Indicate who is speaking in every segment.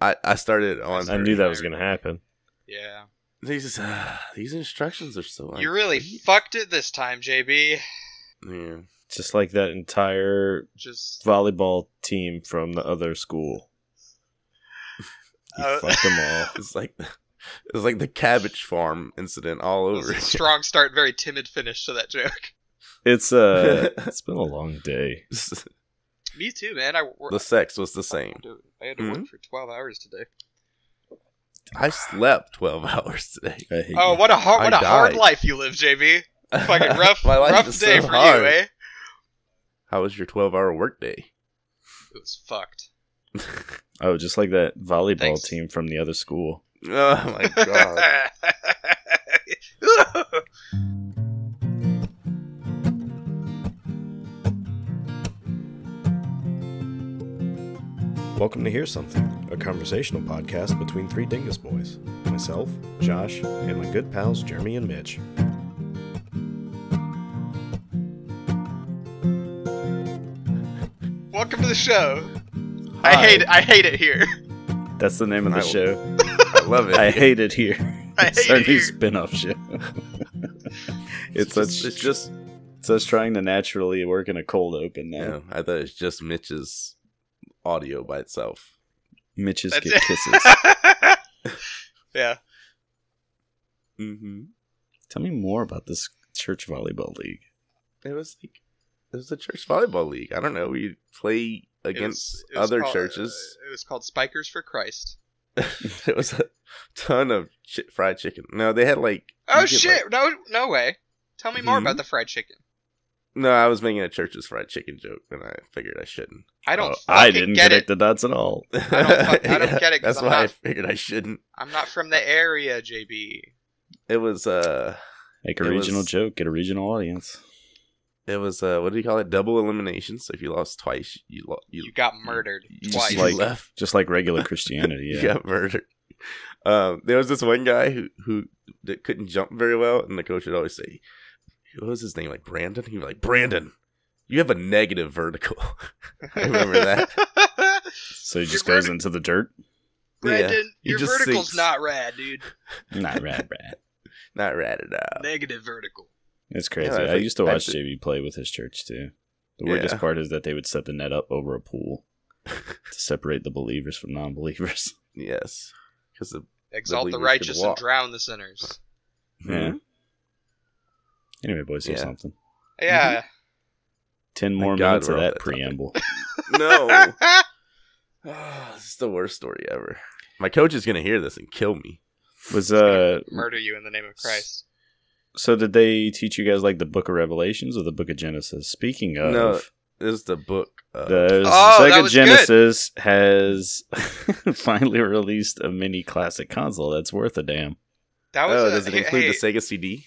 Speaker 1: I, I started on.
Speaker 2: I knew that was going to happen.
Speaker 3: Yeah.
Speaker 1: These uh, these instructions are so.
Speaker 3: You really fucked it this time, JB.
Speaker 1: Yeah.
Speaker 2: Just like that entire
Speaker 3: Just
Speaker 2: volleyball team from the other school. You
Speaker 3: Uh,
Speaker 2: fucked them all.
Speaker 1: It's like it's like the cabbage farm incident all
Speaker 3: it was
Speaker 1: over.
Speaker 3: a strong start, very timid finish to that joke.
Speaker 2: It's uh, it's been a long day.
Speaker 1: the
Speaker 3: Me too, man. I, wor-
Speaker 1: sex was the
Speaker 3: I
Speaker 1: same. Hmm?
Speaker 3: had to- I had to work for 12 hours today.
Speaker 1: I slept twelve hours today.
Speaker 2: I hate
Speaker 3: Oh,
Speaker 2: you.
Speaker 3: what a hard,
Speaker 1: I
Speaker 3: what a hard
Speaker 1: died.
Speaker 3: life you live, JB. Fucking rough,
Speaker 1: My life
Speaker 3: rough
Speaker 1: is
Speaker 3: day
Speaker 1: so
Speaker 3: for
Speaker 1: hard.
Speaker 3: you, eh?
Speaker 1: How was your twelve-hour workday?
Speaker 3: It was fucked.
Speaker 2: Oh, just like that volleyball
Speaker 3: Thanks.
Speaker 2: team from the other school.
Speaker 1: Oh my god.
Speaker 4: Welcome to Hear Something, a conversational podcast between three Dingus boys myself, Josh, and my good pals Jeremy and Mitch.
Speaker 3: Welcome to the show. I hate it. I hate it here.
Speaker 2: That's the name of the
Speaker 1: I-
Speaker 2: show.
Speaker 1: I love it.
Speaker 2: I hate it here.
Speaker 3: I
Speaker 2: it's
Speaker 3: hate
Speaker 2: our
Speaker 3: it
Speaker 2: new
Speaker 3: here.
Speaker 2: spin-off show.
Speaker 1: it's
Speaker 2: it's,
Speaker 1: just,
Speaker 2: us,
Speaker 1: it's just
Speaker 2: it's us trying to naturally work in a cold open now.
Speaker 1: you know, I thought it's just Mitch's audio by itself.
Speaker 2: Mitches
Speaker 3: That's
Speaker 2: get
Speaker 3: it.
Speaker 2: kisses.
Speaker 3: yeah.
Speaker 1: Mm-hmm.
Speaker 2: Tell me more about this church volleyball league.
Speaker 1: It was like it was the church volleyball league. I don't know. We play
Speaker 3: It
Speaker 1: against
Speaker 3: was- it was
Speaker 1: other
Speaker 3: called-
Speaker 1: churches.
Speaker 3: uh, it was called Spikers for Christ.
Speaker 1: there was a ton of chi- fried chicken. No, they had like
Speaker 3: Oh
Speaker 1: you could,
Speaker 3: shit!
Speaker 1: like-
Speaker 3: no, no way. Tell me more
Speaker 1: Hmm?
Speaker 3: about the fried chicken.
Speaker 1: no, I was making a church's fried chicken joke, and I figured I shouldn't.
Speaker 3: I don't.
Speaker 2: Oh, I
Speaker 3: fucking
Speaker 2: didn't
Speaker 3: get
Speaker 2: connect
Speaker 3: it.
Speaker 2: the dots at all.
Speaker 1: I
Speaker 3: don't fuck- I don't get it 'cause
Speaker 1: That's
Speaker 3: I'm
Speaker 1: why I
Speaker 3: not-
Speaker 1: figured I shouldn't.
Speaker 3: I'm not from the area, JB.
Speaker 1: It was uh,
Speaker 2: Make a
Speaker 1: It
Speaker 2: regional
Speaker 1: was-
Speaker 2: joke, get a regional audience.
Speaker 1: it was uh, what do you call it? Double elimination. So if you lost twice, you lo- you,
Speaker 3: You got murdered
Speaker 1: you
Speaker 3: twice.
Speaker 1: just
Speaker 2: Like-
Speaker 1: left.
Speaker 2: Just like regular Christianity.
Speaker 1: You
Speaker 2: Yeah.
Speaker 1: got murdered. Um, there was this one guy who who that couldn't jump very well, and the coach would always say, "What was his name? Like Brandon?" He'd be like, "Brandon, you have a negative vertical." I remember
Speaker 3: that.
Speaker 2: So he just
Speaker 3: You're
Speaker 2: goes
Speaker 3: verti-
Speaker 2: into the dirt.
Speaker 3: Brandon,
Speaker 1: he
Speaker 3: your
Speaker 1: just
Speaker 3: vertical's
Speaker 1: sinks.
Speaker 3: not rad, dude.
Speaker 2: Not rad, rad.
Speaker 1: Not ratted out.
Speaker 3: Negative vertical.
Speaker 2: It's crazy.
Speaker 1: I
Speaker 2: I,
Speaker 1: think-
Speaker 2: used to
Speaker 1: I
Speaker 2: watch
Speaker 1: thi-
Speaker 2: JB play with his church too. The weirdest
Speaker 1: Yeah.
Speaker 2: part is that they would set the net up over a pool to separate the believers from non-believers.
Speaker 1: Yes, because the
Speaker 3: Exalt the
Speaker 1: believers could
Speaker 3: righteous and
Speaker 1: walk.
Speaker 3: drown the sinners.
Speaker 2: Yeah. Anyway, boys, hear
Speaker 1: Yeah.
Speaker 2: something.
Speaker 3: Yeah.
Speaker 2: Ten more
Speaker 1: Thank God
Speaker 2: minutes of
Speaker 1: we're off
Speaker 2: that
Speaker 1: that topic.
Speaker 2: preamble.
Speaker 1: no, Ah, this is the worst story ever. My coach is gonna hear this and kill me.
Speaker 2: Was uh,
Speaker 3: Murder you in the name of Christ.
Speaker 2: so did they teach you guys like the Book of Revelations or the Book of Genesis? Speaking of,
Speaker 1: No, This is the book. uh, Of,
Speaker 2: The
Speaker 3: Oh, that
Speaker 2: Sega
Speaker 3: was good.
Speaker 2: Genesis has finally released a mini classic console that's worth a damn.
Speaker 3: That was
Speaker 1: oh,
Speaker 3: a,
Speaker 1: does it
Speaker 3: hey,
Speaker 1: include
Speaker 3: hey,
Speaker 1: the Sega CD?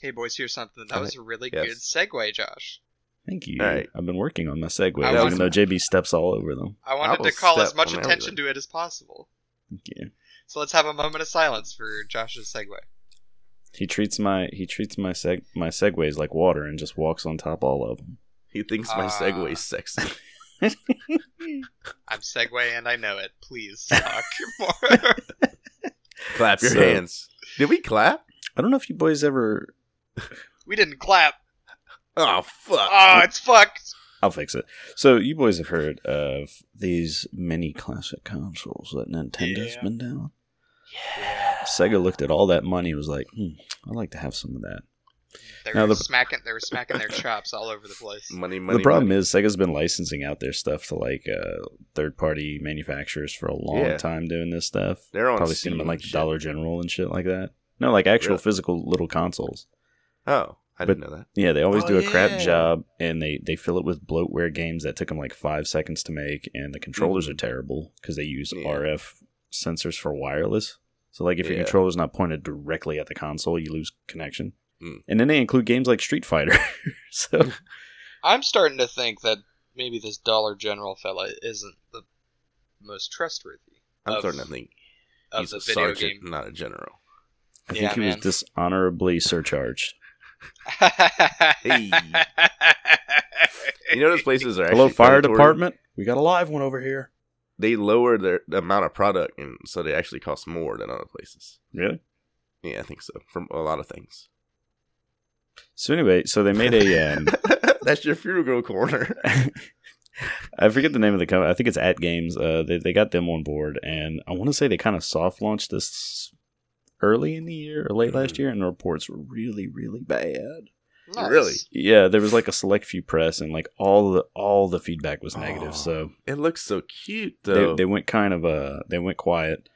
Speaker 3: hey, boys, here's something. That
Speaker 1: All
Speaker 3: was a really
Speaker 1: Yes.
Speaker 3: good segue, Josh.
Speaker 2: Thank you.
Speaker 1: All right.
Speaker 2: I've been working on my segues,
Speaker 3: I
Speaker 2: even
Speaker 3: was-
Speaker 2: though JB steps all over them.
Speaker 3: I wanted
Speaker 1: will
Speaker 3: to call as
Speaker 1: step
Speaker 3: much
Speaker 1: on
Speaker 3: attention
Speaker 1: everything.
Speaker 3: to it as possible.
Speaker 2: Thank you.
Speaker 3: So let's have a moment of silence for Josh's segue.
Speaker 2: He treats my he treats my seg my segues like water and just walks on top all of them.
Speaker 1: He thinks my
Speaker 3: Ah.
Speaker 1: Segway's sexy.
Speaker 3: I'm segue and I know it. Please talk more.
Speaker 1: clap your
Speaker 2: So-
Speaker 1: hands. Did we clap?
Speaker 2: I don't know if you boys ever.
Speaker 3: we didn't
Speaker 1: Uh,
Speaker 3: clap.
Speaker 1: Oh fuck!
Speaker 3: Oh, it's fucked.
Speaker 2: I'll fix it. So you boys have heard of these mini classic consoles that Nintendo's
Speaker 3: Yeah.
Speaker 2: been down. Sega looked at all that money and was like, hmm, I'd like to have some of that.
Speaker 3: They
Speaker 2: Now
Speaker 3: were
Speaker 2: the-
Speaker 3: smacking. They were smacking their chops all over the place.
Speaker 1: Money, money.
Speaker 2: the problem
Speaker 1: money.
Speaker 2: is Sega's been licensing out their stuff to like uh, third party manufacturers for a long
Speaker 1: Yeah.
Speaker 2: time doing this stuff.
Speaker 1: they're on
Speaker 2: Probably
Speaker 1: Steam
Speaker 2: seen them in like
Speaker 1: shit.
Speaker 2: Dollar General and shit like that. No, like actual
Speaker 1: Really?
Speaker 2: physical little consoles.
Speaker 1: Oh, I didn't know that.
Speaker 2: Yeah, they always
Speaker 1: Oh,
Speaker 2: do a crap
Speaker 1: yeah.
Speaker 2: job and they they fill it with bloatware games that took them like five seconds to make, and the controllers are terrible because they use
Speaker 1: Yeah.
Speaker 2: RF sensors for wireless. So like if your
Speaker 1: Yeah.
Speaker 2: controller's not pointed directly at the console, you lose connection.
Speaker 1: Mm.
Speaker 2: And then they include games like Street Fighter. so
Speaker 3: I'm starting to think that maybe this Dollar General fella isn't the most trustworthy
Speaker 1: I'm
Speaker 3: Of-
Speaker 1: starting to think
Speaker 3: of
Speaker 1: he's
Speaker 3: the
Speaker 1: a
Speaker 3: video
Speaker 1: sergeant,
Speaker 3: game.
Speaker 1: not a general.
Speaker 2: I think
Speaker 3: Yeah,
Speaker 2: he
Speaker 3: man.
Speaker 2: was dishonorably surcharged.
Speaker 1: You know those places are
Speaker 2: Hello,
Speaker 1: actually
Speaker 2: fire
Speaker 1: predatory?
Speaker 2: department. We got a live one over here.
Speaker 1: they lower their the amount of product, and so they actually cost more than other places.
Speaker 2: Really?
Speaker 1: Yeah, I think so. From a lot of things.
Speaker 2: So anyway, so they made a um,
Speaker 1: That's your funeral corner.
Speaker 2: I forget the name of the company. I think it's At Games. Uh, they they got them on board, and I want to say they kind of soft launched this early in the year or
Speaker 1: Mm-hmm.
Speaker 2: late last year, and the reports were really really bad.
Speaker 3: Nice.
Speaker 1: Really?
Speaker 2: Yeah, there was like a select few press, and like all the all the feedback was negative.
Speaker 1: Aw.
Speaker 2: So
Speaker 1: It looks so cute
Speaker 2: they,
Speaker 1: though.
Speaker 2: they went kind of uh they went quiet,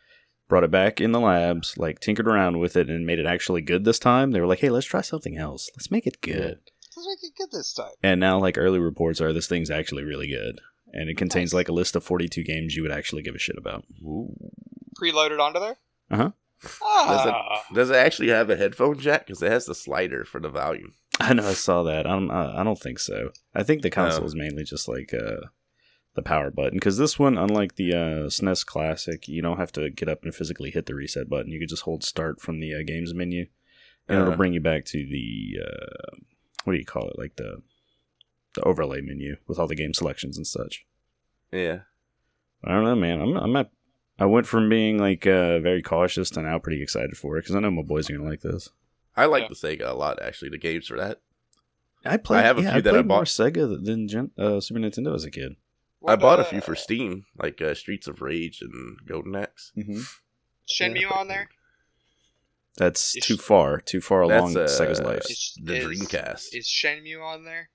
Speaker 2: brought it back in the labs, like tinkered around with it, and made it actually good this time. They were like, hey, let's try something else. Let's make it good.
Speaker 3: Let's make it good this time.
Speaker 2: And now, like early reports are, this thing's actually really good, and it contains
Speaker 3: Nice.
Speaker 2: like a list of forty two games you would actually give a shit about.
Speaker 3: Preloaded onto there.
Speaker 2: Uh-huh.
Speaker 1: Does it-
Speaker 3: Ah,
Speaker 1: Does it actually have a headphone jack? Because it has the slider for the volume.
Speaker 2: I know I saw that. I don't. I I don't think so. I think the console
Speaker 1: Oh.
Speaker 2: is mainly just like uh, the power button because this one, unlike the uh, SNES Classic, you don't have to get up and physically hit the reset button. You could just hold Start from the uh, games menu, and
Speaker 1: Uh.
Speaker 2: it'll bring you back to the uh, what do you call it? Like the the overlay menu with all the game selections and such.
Speaker 1: Yeah.
Speaker 2: I don't know, man. I'm I'm at, I went from being like uh, very cautious to now pretty excited for it because I know my boys are gonna like this.
Speaker 1: I like
Speaker 3: Yeah.
Speaker 1: the Sega a lot actually. The games for that.
Speaker 2: I played.
Speaker 1: have a
Speaker 2: yeah,
Speaker 1: few that I
Speaker 2: played more
Speaker 1: bought.
Speaker 2: Sega than Gen- uh, Super Nintendo as a kid.
Speaker 1: I
Speaker 3: what,
Speaker 1: bought a
Speaker 3: uh,
Speaker 1: few for Steam, like uh, Streets of Rage and Golden Axe.
Speaker 2: Mm-hmm.
Speaker 3: Shenmue on there.
Speaker 2: That's
Speaker 3: It's-
Speaker 2: too far, too far along
Speaker 1: That's, uh,
Speaker 2: Sega's life.
Speaker 3: It's-
Speaker 1: The
Speaker 3: it's-
Speaker 1: Dreamcast.
Speaker 3: Is Shenmue on there?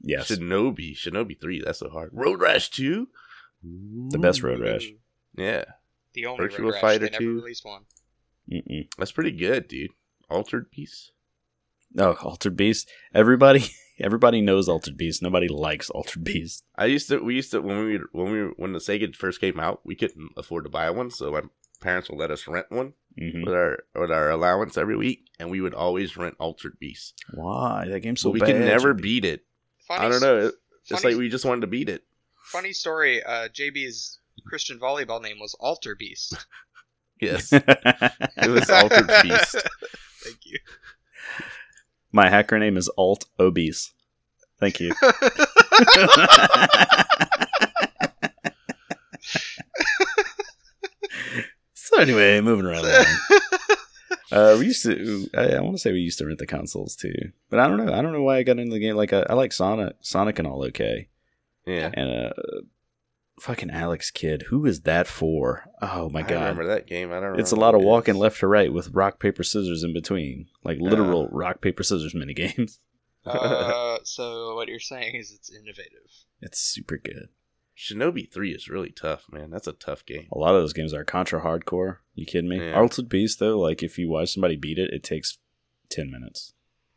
Speaker 2: Yes,
Speaker 1: Shinobi, Shinobi Three. That's so hard. Road Rash Two.
Speaker 2: the best Road Rash.
Speaker 3: Ooh,
Speaker 1: Yeah,
Speaker 3: The only
Speaker 1: Virtua
Speaker 3: Road Rash.
Speaker 1: Fighter
Speaker 3: they never
Speaker 1: 2.
Speaker 3: released one.
Speaker 2: Mm-mm.
Speaker 1: that's pretty good, dude. Altered Beast.
Speaker 2: Oh, Altered Beast. Everybody, everybody knows Altered Beast. Nobody likes Altered Beast.
Speaker 1: I used to. We used to when we when we when the Sega first came out, we couldn't afford to buy one, so my parents would let us rent one
Speaker 2: hmm
Speaker 1: with our with our allowance every week, and we would always rent Altered Beast.
Speaker 2: Why that game's so
Speaker 1: So we
Speaker 2: bad?
Speaker 1: could never beat it.
Speaker 3: Funny
Speaker 1: I don't
Speaker 3: s-
Speaker 1: know. It, it's
Speaker 3: funny
Speaker 1: like we just wanted to beat it.
Speaker 3: Funny story. Uh, JB's Christian volleyball name was Alter Beast.
Speaker 1: Yes, it was Altered Beast.
Speaker 3: Thank you.
Speaker 2: My hacker name is Alt Obese. Thank you. so anyway, moving right along. Uh, we used to. I, I want to say we used to rent the consoles too, but I don't know. I don't know why I got into the game. Like uh, I, I like Sonic, Sonic and all okay,
Speaker 1: Yeah,
Speaker 2: and uh, fucking Alex Kidd. Who is that for? Oh my
Speaker 1: I
Speaker 2: god,
Speaker 1: remember that game. I don't.
Speaker 2: it's a
Speaker 1: remember
Speaker 2: lot of
Speaker 1: what it
Speaker 2: walking
Speaker 1: is.
Speaker 2: left to right with rock paper scissors in between, like literal
Speaker 1: Uh.
Speaker 2: rock paper scissors mini games.
Speaker 3: Uh, so what you're saying is it's innovative.
Speaker 2: It's super good.
Speaker 1: Shinobi Three is really tough, man. That's a tough game.
Speaker 2: A lot of those games are contra hardcore. You kidding me?
Speaker 1: Yeah.
Speaker 2: Altered Beast though, like if you watch somebody beat it, it takes ten minutes.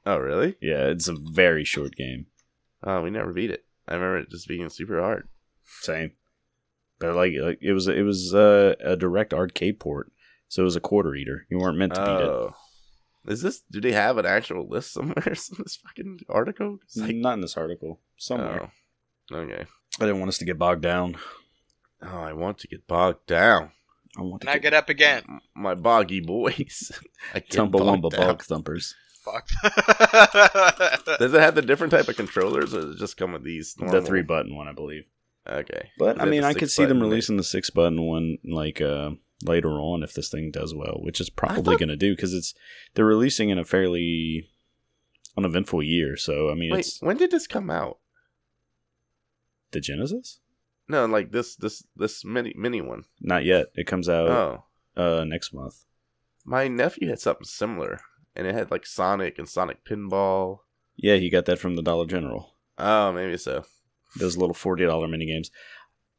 Speaker 1: Oh, really?
Speaker 2: Yeah, it's a very short game.
Speaker 1: Oh, we never beat it. I remember it just being super hard.
Speaker 2: Same. But like, like it was it was uh, a direct arcade port, so it was a quarter eater. You weren't meant to
Speaker 1: Oh. Is this? Do they have an actual list somewhere? in this fucking article? It's
Speaker 2: beat it.
Speaker 1: like-
Speaker 2: Not in this article. Somewhere.
Speaker 1: Oh. Okay.
Speaker 2: I didn't want us to get bogged down.
Speaker 1: Oh, I want to get bogged down.
Speaker 2: I want to
Speaker 3: And I
Speaker 2: get,
Speaker 3: get up again.
Speaker 1: M- My boggy boys. I get
Speaker 2: tumble
Speaker 1: bogged
Speaker 2: lumba
Speaker 1: down.
Speaker 2: bog thumpers.
Speaker 3: Fuck.
Speaker 1: Does it have the different type of controllers, or does it just come with these? Normal?
Speaker 2: The three button one, I believe.
Speaker 1: Okay. Is
Speaker 2: But I
Speaker 1: that
Speaker 2: mean,
Speaker 1: the
Speaker 2: I could
Speaker 1: six
Speaker 2: see them
Speaker 1: button?
Speaker 2: releasing the six button one like uh, later on if this thing does well, which is probably
Speaker 1: thought-
Speaker 2: going to do because it's they're releasing in a fairly uneventful year. So I mean,
Speaker 1: Wait,
Speaker 2: it's
Speaker 1: when did this come out?
Speaker 2: the Genesis.
Speaker 1: No, like this, this, this mini mini one.
Speaker 2: Not yet. It comes out
Speaker 1: Oh,
Speaker 2: uh, next month.
Speaker 1: my nephew had something similar, and it had like Sonic and Sonic Pinball.
Speaker 2: Yeah, he got that from the Dollar General.
Speaker 1: Oh, maybe so.
Speaker 2: Those little forty dollar mini games.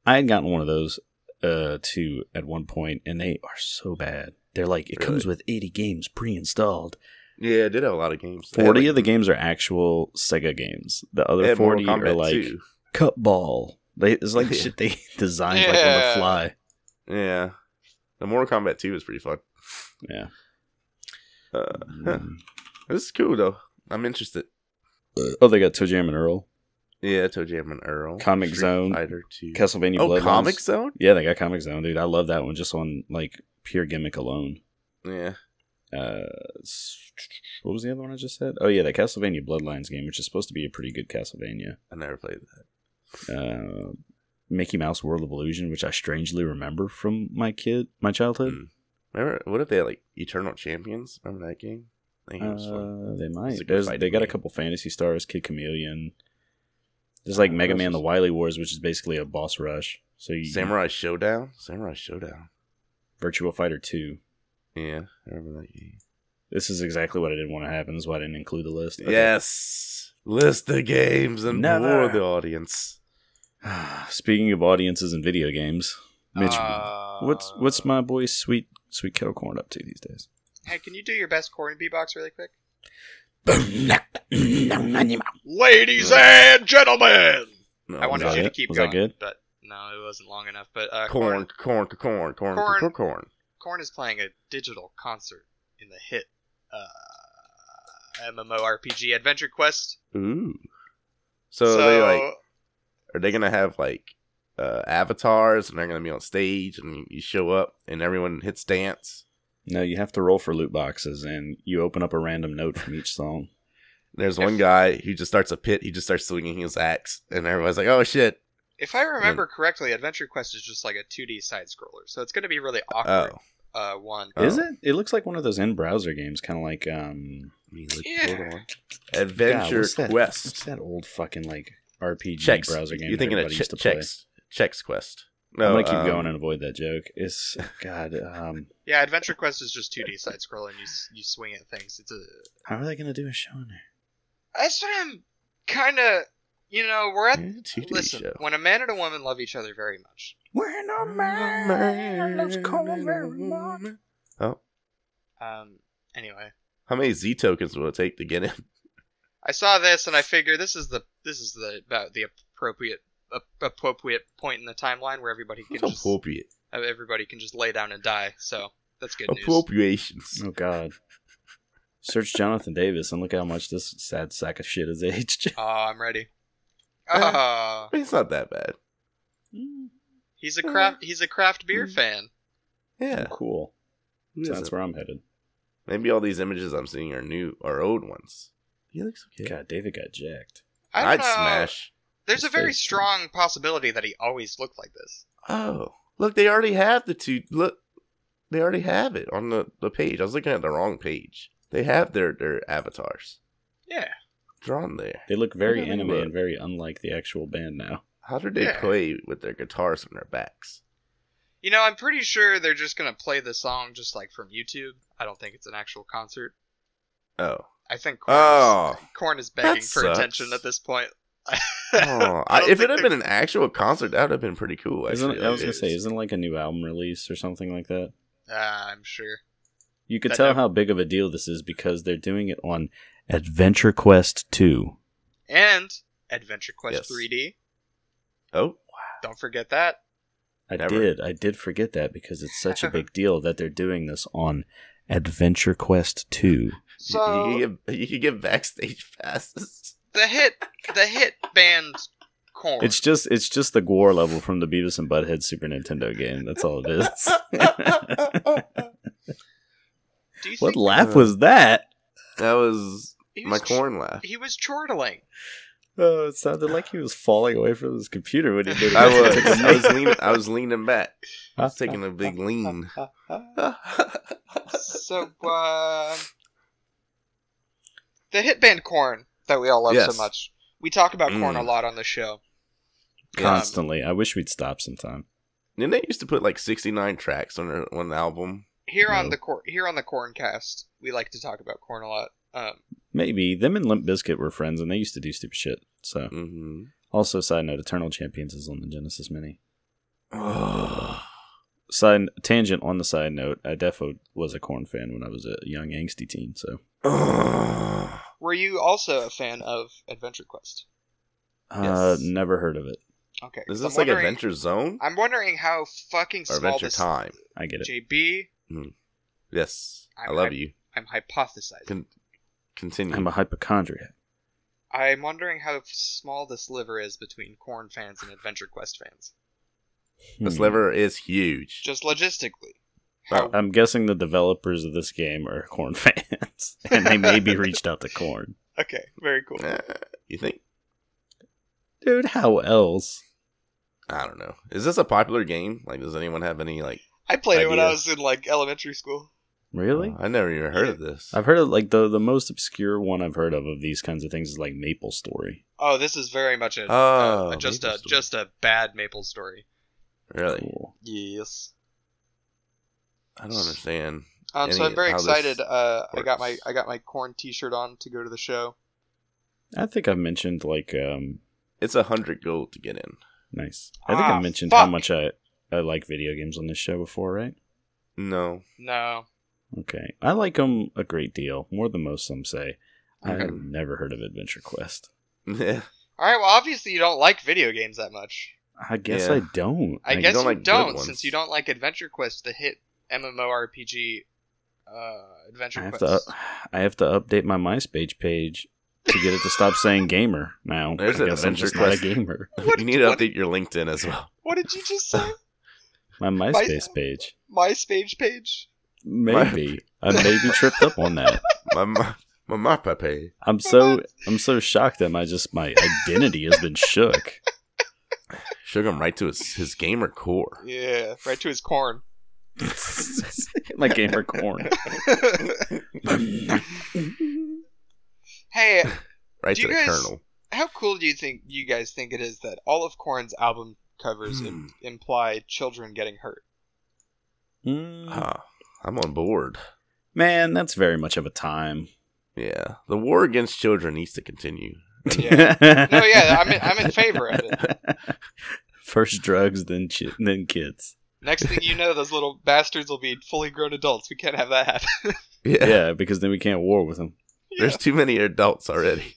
Speaker 2: I had gotten one of those uh too at one point, and they are so bad. They're like it comes with eighty games pre-installed.
Speaker 1: Yeah, it did have a lot of games. They had,
Speaker 2: Forty
Speaker 1: like,
Speaker 2: of the games are actual Sega games. The
Speaker 1: they
Speaker 2: other
Speaker 1: had Mortal
Speaker 2: forty are
Speaker 1: Kombat
Speaker 2: like
Speaker 1: 2.
Speaker 2: Cup Ball. They, it's like
Speaker 1: Yeah.
Speaker 2: shit they designed like on the
Speaker 3: Yeah.
Speaker 2: fly.
Speaker 1: Yeah, the Mortal Kombat Two is pretty fun.
Speaker 2: Yeah,
Speaker 1: Uh, Huh. this is cool though. I'm interested.
Speaker 2: oh, they got Toe Jam and Earl,
Speaker 1: Yeah, Toe Jam and Earl,
Speaker 2: Comic
Speaker 1: Street
Speaker 2: Zone.
Speaker 1: Fighter Two.
Speaker 2: Castlevania.
Speaker 1: oh,
Speaker 2: Bloodlines.
Speaker 1: Comic Zone.
Speaker 2: Yeah, they got Comic Zone, dude. I love that one just on like pure gimmick alone.
Speaker 1: Yeah,
Speaker 2: uh, s- what was the other one I just said? Oh yeah, that Castlevania Bloodlines game, which is supposed to be a pretty good Castlevania.
Speaker 1: I never played that.
Speaker 2: Uh, Mickey Mouse World of Illusion, which I strangely remember from my kid, my childhood.
Speaker 1: Mm. Remember what if they had like Eternal Champions? Remember that game? I think it was fun.
Speaker 2: Uh, they
Speaker 1: It's a
Speaker 2: might.
Speaker 1: good
Speaker 2: There's,
Speaker 1: fighting
Speaker 2: they got a
Speaker 1: game.
Speaker 2: couple fantasy stars, Kid Chameleon. There's like
Speaker 1: Uh,
Speaker 2: Mega
Speaker 1: what
Speaker 2: Man:
Speaker 1: else
Speaker 2: The
Speaker 1: is-
Speaker 2: Wily Wars, which is basically a boss rush. So you
Speaker 1: Samurai Showdown. Samurai Showdown.
Speaker 2: Virtual Fighter Two.
Speaker 1: Yeah, I remember that game.
Speaker 2: This is exactly what I didn't want to happen. This is why I didn't include the list. Okay.
Speaker 1: Yes, list the games and
Speaker 2: Never.
Speaker 1: bore the audience.
Speaker 2: Speaking of audiences and video games, Mitch,
Speaker 3: Uh,
Speaker 2: what's what's my boy Sweet Sweet Kettle Corn up to these days?
Speaker 3: Hey, can you do your best corny beatbox really quick?
Speaker 2: Was
Speaker 3: Ladies and gentlemen,
Speaker 1: No,
Speaker 3: I wanted
Speaker 2: that
Speaker 3: you to
Speaker 2: it?
Speaker 3: keep
Speaker 2: Oh, Was that
Speaker 3: going,
Speaker 2: good?
Speaker 3: but no, it wasn't long enough. But uh,
Speaker 1: corn, corn,
Speaker 3: corn.
Speaker 1: corn, corn,
Speaker 3: Corn.
Speaker 1: corn, corn.
Speaker 3: Korn is playing a digital concert in the hit uh, MMORPG Adventure Quest.
Speaker 1: Ooh. So, they like are they gonna have like uh, avatars and they're gonna be on stage and you show up and everyone hits dance.
Speaker 2: No, you have to roll for loot boxes, and you open up a random note from each song.
Speaker 1: There's one guy who just starts a pit. He just starts swinging his axe, and everyone's like, "Oh shit!"
Speaker 3: if I remember correctly, Adventure Quest is just like a 2D side scroller, so it's going to be really awkward.
Speaker 1: Oh,
Speaker 3: Uh, one.
Speaker 1: Oh.
Speaker 2: Is it? It looks like one of those in-browser games, kind of like um,
Speaker 3: Yeah.
Speaker 2: God,
Speaker 1: Adventure
Speaker 2: what's that- What's
Speaker 1: Quest
Speaker 2: that old fucking like RPG
Speaker 1: checks.
Speaker 2: browser game?
Speaker 1: You're thinking
Speaker 2: that
Speaker 1: of
Speaker 2: everybody
Speaker 1: che-
Speaker 2: used to play?
Speaker 1: checks checks quest.
Speaker 2: I'm gonna keep
Speaker 1: um,
Speaker 2: going and avoid that joke. It's God. Um,
Speaker 3: Yeah, Adventure Quest is just 2D side scrolling. You s- you swing at things. It's a
Speaker 2: how are they gonna do a show in there?
Speaker 3: that's what I'm kind of. You know, we're at.
Speaker 1: Yeah, 2D
Speaker 3: Listen,
Speaker 1: show.
Speaker 3: when a man and a woman love each other very much,
Speaker 2: We're no
Speaker 1: Oh,
Speaker 3: um, anyway,
Speaker 1: how many Z tokens will it take to get in?
Speaker 3: I saw this and I figure this is the this is the about the appropriate ap- appropriate point in the timeline where everybody can
Speaker 1: It's
Speaker 3: just uh,
Speaker 1: appropriate.
Speaker 3: everybody can just lay down and die. So that's good news.
Speaker 1: Appropriations.
Speaker 2: Oh God. Search Jonathan Davis and look how much this sad sack of shit has aged.
Speaker 3: Oh, I'm ready.
Speaker 1: Uh.
Speaker 3: Ah,
Speaker 1: It's not that bad.
Speaker 3: he's
Speaker 1: uh,
Speaker 3: a craft he's a craft beer
Speaker 1: mm,
Speaker 3: fan.
Speaker 1: Yeah.
Speaker 2: Cool.
Speaker 1: who
Speaker 2: So
Speaker 1: isn't?
Speaker 2: that's where I'm headed.
Speaker 1: Maybe all these images I'm seeing are new or old ones. He looks okay.
Speaker 2: God, David got jacked.
Speaker 3: I don't
Speaker 1: I'd
Speaker 3: know.
Speaker 1: smash.
Speaker 3: There's a
Speaker 2: his
Speaker 3: very
Speaker 2: face.
Speaker 3: strong possibility that he always looked like this.
Speaker 1: Oh, look, they already have the two. Look, they already have it on the, the page. I was looking at the wrong page. They have their, their avatars
Speaker 3: Yeah.
Speaker 1: drawn there.
Speaker 2: They look very
Speaker 1: Yeah, they
Speaker 2: anime
Speaker 1: look.
Speaker 2: and very unlike the actual band now.
Speaker 1: How did they
Speaker 3: Yeah.
Speaker 1: play with their guitars on their backs?
Speaker 3: You know, I'm pretty sure they're just gonna play the song just like from YouTube. I don't think it's an actual concert.
Speaker 1: Oh,
Speaker 3: I think Korn,
Speaker 1: oh.
Speaker 3: is, Korn is begging
Speaker 1: That
Speaker 3: for
Speaker 1: sucks.
Speaker 3: attention at this point.
Speaker 1: Oh,
Speaker 3: I
Speaker 1: I,
Speaker 3: don't
Speaker 1: if it
Speaker 3: think
Speaker 1: had been an actual concert, that would have been pretty cool.
Speaker 2: Isn't,
Speaker 1: Actually,
Speaker 2: I was gonna say,
Speaker 1: It's-
Speaker 2: isn't like a new album release or something like that?
Speaker 3: Ah, I'm sure.
Speaker 2: You could
Speaker 3: That
Speaker 2: tell
Speaker 3: nev-
Speaker 2: how big of a deal this is because they're doing it on Adventure Quest 2.
Speaker 3: And Adventure
Speaker 1: Yes.
Speaker 3: Quest 3D.
Speaker 1: oh,
Speaker 3: Don't forget that.
Speaker 2: I
Speaker 1: Never.
Speaker 2: did. I did forget that because it's such a big deal that they're doing this on Adventure Quest 2.
Speaker 3: So
Speaker 1: you, could get, you could get backstage passes.
Speaker 3: the hit, the hit band Korn.
Speaker 2: It's just it's just the gore level from the Beavis and Butthead Super Nintendo game. That's all it is.
Speaker 1: that
Speaker 3: Do you
Speaker 2: what
Speaker 3: think
Speaker 2: laugh was that?
Speaker 1: was
Speaker 3: he
Speaker 1: my
Speaker 3: was ch-
Speaker 1: corn laugh.
Speaker 3: He was chortling.
Speaker 2: Oh, it sounded like he was falling away from his computer when he did it.
Speaker 1: I was, I was leaning, I was leaning back. I was
Speaker 2: Huh?
Speaker 1: taking a big lean.
Speaker 3: So, um, the hit band Korn that we all love so
Speaker 1: Yes.
Speaker 3: much. We talk about Korn
Speaker 1: Mm.
Speaker 3: a lot on the show.
Speaker 2: Constantly. I wish we'd stop sometime.
Speaker 1: Then they used to put like sixty nine tracks on their- one album.
Speaker 3: Here on
Speaker 2: No.
Speaker 3: the Korn, here on the Korn cast, we like to talk about Korn a lot. Um,
Speaker 2: Maybe them and Limp Bizkit were friends and they used to do stupid shit. So
Speaker 1: Mm-hmm.
Speaker 2: also side note, Eternal Champions is on the Genesis Mini.
Speaker 1: Oh,
Speaker 2: side tangent on the side note, I defo was a corn fan when I was a young angsty teen. So
Speaker 3: were you also a fan of Adventure Quest?
Speaker 2: uh,
Speaker 1: Yes.
Speaker 2: never heard of it.
Speaker 3: Okay, 'cause
Speaker 1: is
Speaker 3: I'm
Speaker 1: this like
Speaker 3: wondering-
Speaker 1: Adventure Zone
Speaker 3: I'm wondering how fucking
Speaker 1: or
Speaker 3: small
Speaker 1: Adventure
Speaker 3: this
Speaker 1: Time?
Speaker 2: I get it.
Speaker 3: JB.
Speaker 1: Yes,
Speaker 3: I-
Speaker 1: I love
Speaker 3: I-
Speaker 1: you.
Speaker 3: I'm hypothesizing.
Speaker 1: Con- continue.
Speaker 2: I'm a hypochondriac.
Speaker 3: I'm wondering how small this liver is between Corn fans and Adventure Quest fans.
Speaker 1: This
Speaker 2: Hmm.
Speaker 1: liver is huge.
Speaker 3: Just logistically. How,
Speaker 2: I'm guessing the developers of this game are corn fans, and they maybe reached out to corn.
Speaker 3: okay, very cool.
Speaker 1: Eh, you think?
Speaker 2: Dude, how else?
Speaker 1: I don't know. Is this a popular game? Like, does anyone have any like?
Speaker 3: I played it when I
Speaker 1: Idea.
Speaker 3: was in like elementary school.
Speaker 2: Really?
Speaker 1: I never even heard of this.
Speaker 2: I've heard of like the the most obscure one I've heard of of these kinds of things is like Maple Story.
Speaker 3: Oh, this is very much a,
Speaker 1: Oh,
Speaker 3: uh, just a
Speaker 1: Maple Story.
Speaker 3: just a bad maple story.
Speaker 1: really,
Speaker 2: Cool.
Speaker 3: Yes.
Speaker 1: I don't understand.
Speaker 3: Um, so
Speaker 1: Any-
Speaker 3: I'm very
Speaker 1: how this
Speaker 3: excited. Uh, I got my
Speaker 1: works.
Speaker 3: I got my corn T-shirt on to go to the show.
Speaker 2: I think I've mentioned like um
Speaker 1: It's a hundred gold to get in.
Speaker 2: nice. I think
Speaker 3: Ah,
Speaker 2: I mentioned how
Speaker 3: fuck.
Speaker 2: much I I like video games on this show before, right?
Speaker 1: No,
Speaker 3: No,
Speaker 2: Okay. I like them a great deal, more than most some say. I
Speaker 1: Okay.
Speaker 2: have never heard of Adventure Quest.
Speaker 1: yeah,
Speaker 3: All right. Well, obviously you don't like video games that much.
Speaker 2: I guess
Speaker 1: Yeah.
Speaker 2: I don't.
Speaker 3: I
Speaker 1: you
Speaker 3: guess
Speaker 1: don't
Speaker 3: you
Speaker 1: like good
Speaker 3: don't,
Speaker 1: ones.
Speaker 3: since you don't like Adventure Quest, the hit MMORPG uh, Adventure
Speaker 2: I have
Speaker 3: Quest.
Speaker 2: to up- I have to update my MySpace page to get it to stop saying gamer now.
Speaker 1: There's
Speaker 2: I
Speaker 1: an
Speaker 2: guess I'm
Speaker 1: Adventure
Speaker 2: just not a
Speaker 1: Quest.
Speaker 2: gamer.
Speaker 3: What-
Speaker 1: you need to
Speaker 3: what-
Speaker 1: update your LinkedIn as well.
Speaker 3: What did you just say?
Speaker 2: My MySpace page.
Speaker 3: MySpace page?
Speaker 2: Maybe. I may be tripped up on that.
Speaker 1: My my, my, my pape.
Speaker 2: I'm so I'm so shocked that my just my identity has been shook.
Speaker 1: shook him right to his his gamer core.
Speaker 3: Yeah, right to his corn.
Speaker 2: my gamer corn. Mm.
Speaker 3: hey,
Speaker 1: Right
Speaker 3: Do
Speaker 1: to
Speaker 3: you
Speaker 1: the
Speaker 3: guys-
Speaker 1: kernel.
Speaker 3: how cool do you think you guys think it is that all of Korn's album covers im-
Speaker 1: Hmm.
Speaker 3: imply children getting hurt?
Speaker 2: Mm,
Speaker 1: Ah, I'm on board.
Speaker 2: man, that's very much of a time.
Speaker 1: Yeah, the war against children needs to continue.
Speaker 3: Yeah. No, yeah, I'm in- I'm in favor of
Speaker 2: it. First drugs, then chi- then kids.
Speaker 3: Next thing you know, those little bastards will be fully grown adults. We can't have that happen.
Speaker 1: Yeah,
Speaker 2: Yeah, because then we can't war with them.
Speaker 1: there's too many adults already.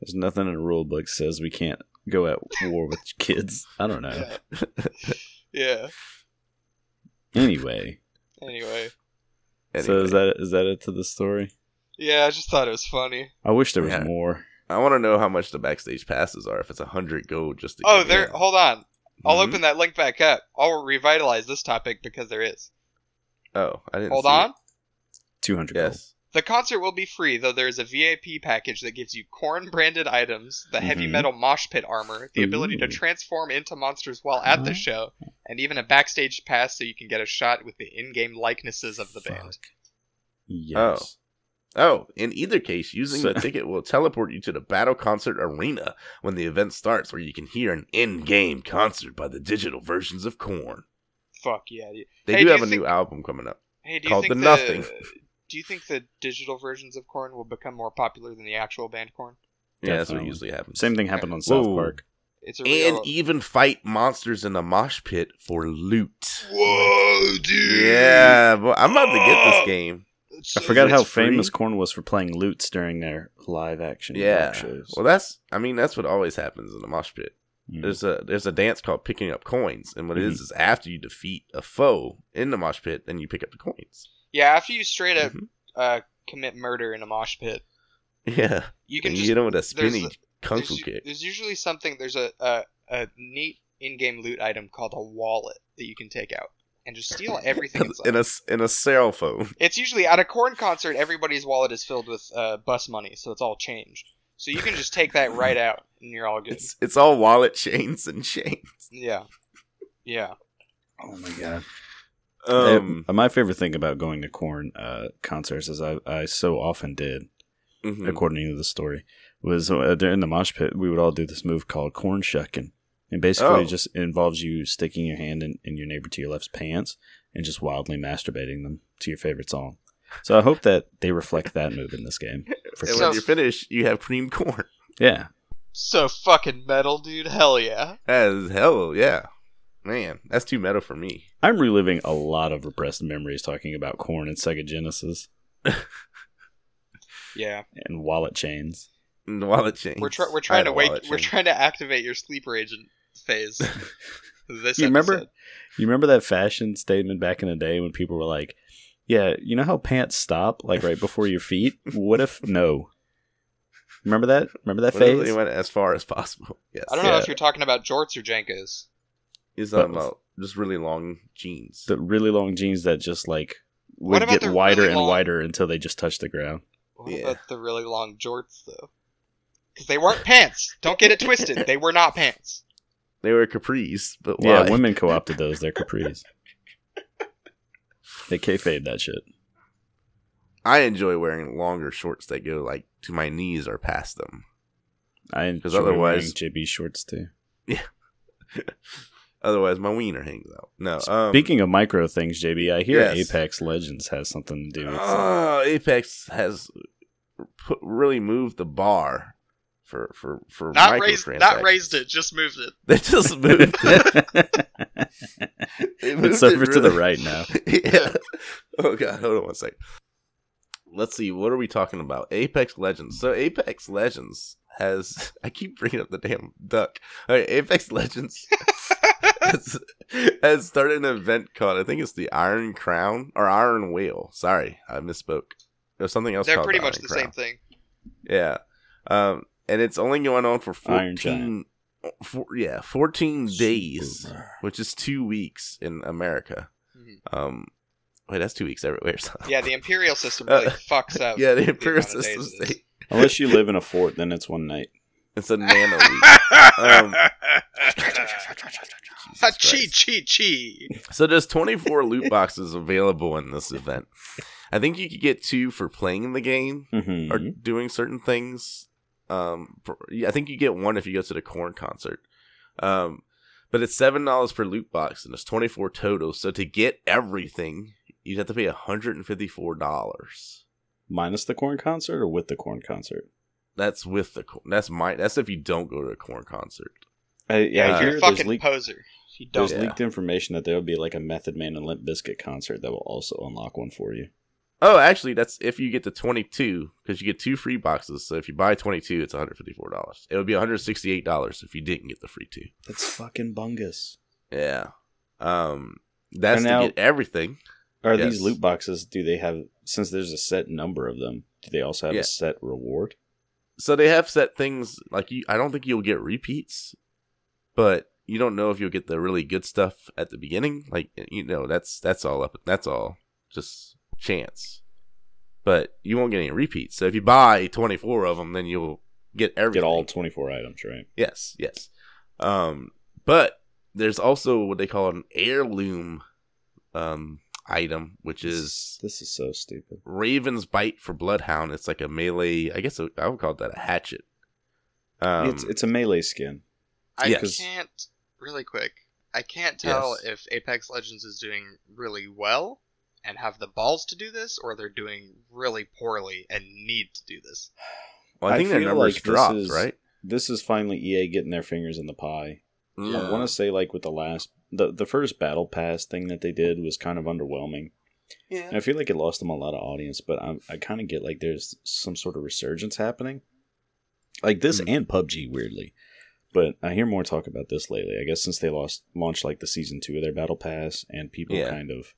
Speaker 2: There's nothing in the rule book says we can't go at war with kids. I don't know.
Speaker 3: yeah. yeah.
Speaker 2: Anyway,
Speaker 3: Anyway.
Speaker 2: so
Speaker 1: Anyway.
Speaker 2: is that is that it to the story?
Speaker 3: Yeah, I just thought it was funny.
Speaker 2: I wish there was
Speaker 1: Yeah.
Speaker 2: more.
Speaker 1: I want to know how much the backstage passes are. If it's a hundred gold, just to
Speaker 3: Oh,
Speaker 1: get
Speaker 3: there.
Speaker 1: in.
Speaker 3: Hold on. I'll
Speaker 1: Mhm.
Speaker 3: open that link back up. I'll revitalize this topic because there is.
Speaker 1: Oh, I didn't.
Speaker 3: Hold
Speaker 1: see it.
Speaker 3: on.
Speaker 2: Two hundred.
Speaker 1: Yes.
Speaker 3: The concert will be free, though there is a VIP package that gives you corn branded items, the heavy
Speaker 1: Mm-hmm.
Speaker 2: Mhm.
Speaker 3: metal mosh pit armor, the ability to
Speaker 2: Ooh.
Speaker 3: transform into monsters while at the
Speaker 2: Huh?
Speaker 3: show, and even a backstage pass so you can get a shot with the in game likenesses of the band.
Speaker 2: Yes.
Speaker 1: Oh, in either case, using
Speaker 2: So-
Speaker 1: the ticket will teleport you to the battle concert arena when the event starts, where you can hear an in-game concert by the digital versions of Corn.
Speaker 3: Fuck yeah. dude.
Speaker 1: They
Speaker 3: Hey,
Speaker 1: do
Speaker 3: do
Speaker 1: have
Speaker 3: you
Speaker 1: a new
Speaker 3: think-
Speaker 1: album coming up.
Speaker 3: Hey, do you
Speaker 1: Called
Speaker 3: think
Speaker 1: the
Speaker 3: the
Speaker 1: Nothing.
Speaker 3: Do you think the digital versions of corn will become more popular than the actual band corn?
Speaker 1: Yeah, that's what
Speaker 2: Definitely.
Speaker 1: usually happens.
Speaker 2: Same thing happened on South
Speaker 1: Whoa.
Speaker 2: Park.
Speaker 3: It's a
Speaker 1: and
Speaker 3: real...
Speaker 1: even fight monsters in the mosh pit for loot.
Speaker 3: Whoa, dude!
Speaker 1: Yeah, but I'm about to get this game.
Speaker 3: It's
Speaker 2: I
Speaker 3: so-
Speaker 2: forgot
Speaker 1: it's
Speaker 2: how
Speaker 1: free?
Speaker 2: famous Korn was for playing lutes during their live action
Speaker 1: Yeah.
Speaker 2: rock shows.
Speaker 1: Well, that's I mean that's what always happens in the mosh pit.
Speaker 2: Mm.
Speaker 1: There's a there's a dance called picking up coins, and what it
Speaker 2: Mhm.
Speaker 1: is is after you defeat a foe in the mosh pit, then you pick up the coins.
Speaker 3: Yeah, after you straight up
Speaker 1: Mhm.
Speaker 3: uh, commit murder in a mosh pit,
Speaker 1: Yeah,
Speaker 3: you
Speaker 1: and
Speaker 3: can
Speaker 1: you
Speaker 3: just
Speaker 1: hit them with a
Speaker 3: there's
Speaker 1: spinny
Speaker 3: a-
Speaker 1: kung
Speaker 3: there's
Speaker 1: fu
Speaker 3: u-
Speaker 1: kick.
Speaker 3: There's usually something. There's a a, a neat in-game loot item called a wallet that you can take out and just steal everything inside.
Speaker 1: In a s- in a cell phone.
Speaker 3: it's usually at a corn concert. Everybody's wallet is filled with uh, bus money, so it's all change. So you can just take that right out, and you're all good.
Speaker 1: It's it's all wallet chains and chains.
Speaker 3: Yeah, yeah.
Speaker 2: oh my god.
Speaker 1: Um,
Speaker 2: Uh, my favorite thing about going to Korn uh, concerts, as I, I so often did,
Speaker 1: mhm.
Speaker 2: according to the story, was uh, during the mosh pit, we would all do this move called corn shucking. And basically,
Speaker 1: Oh.
Speaker 2: it just involves you sticking your hand in, in your neighbor to your left's pants and just wildly masturbating them to your favorite song. So I hope that they reflect that move in this game. For
Speaker 1: and
Speaker 2: sure.
Speaker 1: when you're finished, you have cream corn.
Speaker 2: yeah.
Speaker 3: So fucking metal, dude. Hell yeah.
Speaker 1: As hell, yeah, man, that's too meta for me.
Speaker 2: I'm reliving a lot of repressed memories talking about corn and Sega Genesis
Speaker 3: Yeah.
Speaker 2: and wallet chains.
Speaker 1: And Mm, the wallet chains.
Speaker 3: We're try- we're
Speaker 1: I
Speaker 3: trying
Speaker 1: had
Speaker 3: to
Speaker 1: a
Speaker 3: wake.
Speaker 1: wallet
Speaker 3: We're
Speaker 1: chain.
Speaker 3: trying to activate your sleeper agent phase. This
Speaker 2: You remember-
Speaker 3: episode.
Speaker 2: You remember that fashion statement back in the day when people were like, "Yeah, you know how pants stop like right before your feet? What if no?" Remember that? Remember that
Speaker 1: Whenever
Speaker 2: phase?
Speaker 1: they went as far as possible. Yes,
Speaker 3: I don't know if you're talking about jorts or Jenkos.
Speaker 1: He's
Speaker 2: But-
Speaker 1: talking about just really long jeans.
Speaker 2: The really long jeans that just like
Speaker 3: What
Speaker 2: would
Speaker 3: about
Speaker 2: get
Speaker 3: the
Speaker 2: wider
Speaker 3: really
Speaker 2: and
Speaker 3: long-
Speaker 2: wider until they just touch the ground.
Speaker 3: What
Speaker 1: Yeah.
Speaker 3: about the really long jorts though? Because they weren't pants. Don't get it twisted. They were not pants.
Speaker 1: They were capris, but why?
Speaker 2: Yeah, women co opted those. They're capris. they kayfabe that shit.
Speaker 1: I enjoy wearing longer shorts that go like to my knees or past them.
Speaker 2: I because
Speaker 1: otherwise-
Speaker 2: otherwise JB shorts too.
Speaker 1: Otherwise, my wiener hangs out. No. Um,
Speaker 2: Speaking of micro things, JB, I hear
Speaker 1: yes.
Speaker 2: Apex Legends has something to do with.
Speaker 1: Ah, Apex has put, really moved the bar for for for
Speaker 3: Not raised, not
Speaker 1: microtransactions.
Speaker 3: raised it, just moved it.
Speaker 1: They just moved it. They moved
Speaker 2: it's
Speaker 1: it
Speaker 2: over to the
Speaker 1: really-
Speaker 2: right now.
Speaker 1: yeah. Oh god, hold on one sec. Let's see. What are we talking about? Apex Legends. So Apex Legends has. I keep bringing up the damn duck. All right, Apex Legends has, has started an event called. I think it's the Iron Crown or Iron Whale. Sorry, I misspoke. There's something else.
Speaker 3: They're
Speaker 1: called
Speaker 3: pretty
Speaker 1: the
Speaker 3: much
Speaker 1: Iron
Speaker 3: the
Speaker 1: Crown.
Speaker 3: same thing.
Speaker 1: Yeah. Um, and it's only going on for
Speaker 2: Iron
Speaker 1: 14, four, yeah, 14 days, which is two weeks in America.
Speaker 3: Mhm.
Speaker 1: Um, wait, that's two weeks everywhere. So.
Speaker 3: Yeah, the imperial system really
Speaker 1: Uh,
Speaker 3: fucks up.
Speaker 1: yeah, the
Speaker 3: amount of
Speaker 1: imperial
Speaker 3: days
Speaker 1: system
Speaker 3: it is.
Speaker 1: state.
Speaker 2: Unless you live in a fort, then it's one night.
Speaker 1: It's a nano week. Um, Jesus
Speaker 3: Ha,
Speaker 1: Christ.
Speaker 3: chi chi chi.
Speaker 1: So there's 24 loot boxes available in this event. I think you could get two for playing the game
Speaker 2: Mhm.
Speaker 1: or doing certain things. Um, for, yeah, I think you get one if you go to the corn concert. Um, but it's seven dollars per loot box, and it's 24 total. So to get everything, you'd have to pay 154 dollars.
Speaker 2: Minus the corn concert or with the corn concert?
Speaker 1: That's with the corn. That's my. That's if you don't go to a corn concert.
Speaker 2: I,
Speaker 1: Uh,
Speaker 2: yeah, I
Speaker 3: You're
Speaker 2: hear
Speaker 3: a
Speaker 2: there's,
Speaker 3: fucking
Speaker 2: leak,
Speaker 3: poser. You don't.
Speaker 2: there's
Speaker 1: Yeah.
Speaker 2: leaked information that there will be like a Method Man and Limp Biscuit concert that will also unlock one for you.
Speaker 1: Oh, actually, that's if you get the 22 because you get two free boxes. So if you buy 22, it's 154 dollars. It would be 168 dollars if you didn't get the free two.
Speaker 2: That's fucking bungus.
Speaker 1: Yeah. Um, that's
Speaker 2: And now-
Speaker 1: to get everything.
Speaker 2: Are
Speaker 1: Yes.
Speaker 2: these loot boxes? Do they have since there's a set number of them? Do they also have
Speaker 1: Yeah.
Speaker 2: a set reward?
Speaker 1: so they have set things like you i don't think you'll get repeats but you don't know if you'll get the really good stuff at the beginning like you know that's that's all up that's all just chance but you won't get any repeats so if you buy 24 of them then you'll get everything
Speaker 2: Get all 24 items, right?
Speaker 1: yes yes um but there's also what they call an heirloom um item which is
Speaker 2: this is so stupid.
Speaker 1: raven's bite for bloodhound it's like a melee i guess i would call that a hatchet um,
Speaker 2: it's it's a melee skin.
Speaker 3: I
Speaker 1: Yeah.
Speaker 3: can't really quick. I can't tell
Speaker 1: Yes.
Speaker 3: if Apex Legends is doing really well and have the balls to do this, or they're doing really poorly and need to do this.
Speaker 1: Well, I
Speaker 2: I
Speaker 1: think their
Speaker 2: feel
Speaker 1: numbers
Speaker 2: like this
Speaker 1: dropped,
Speaker 2: is-
Speaker 1: right?
Speaker 2: This is finally EA getting their fingers in the pie. I
Speaker 1: Yeah.
Speaker 2: want to say like with the last the the first battle pass thing that they did was kind of underwhelming. And I feel like it lost them a lot of audience, but I I kind of get like there's some sort of resurgence happening. Like this
Speaker 1: Hmm.
Speaker 2: and PUBG weirdly. But I hear more talk about this lately. I guess since they lost launched like the season 2 of their battle pass and people
Speaker 1: Yeah.
Speaker 2: kind of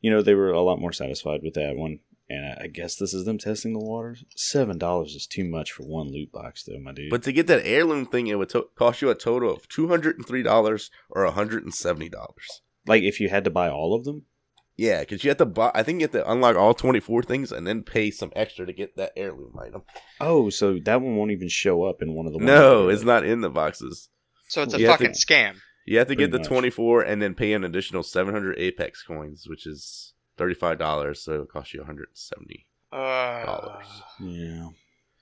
Speaker 2: you know, they were a lot more satisfied with that one. And I- I guess this is them testing the waters. Seven dollars is too much for one loot box, though, my dude.
Speaker 1: But to get that heirloom thing, it would to- cost you a total of two hundred and three dollars or hundred and seventy dollars.
Speaker 2: like, if you had to buy all of them,
Speaker 1: Yeah, because you have to buy. I think you have to unlock all twenty four things and then pay some extra to get that heirloom item.
Speaker 2: Oh, so that one won't even show up in one of the ones
Speaker 1: No,
Speaker 2: that-
Speaker 1: it's not in the boxes.
Speaker 3: So it's a
Speaker 1: You have to-
Speaker 3: fucking scam.
Speaker 1: You have to get
Speaker 2: Pretty
Speaker 1: the
Speaker 2: much.
Speaker 1: twenty four and then pay an additional seven hundred Apex coins, which is thirty five dollars. So it costs you one hundred and seventy.
Speaker 3: Uh,
Speaker 1: Dollars.
Speaker 2: Yeah.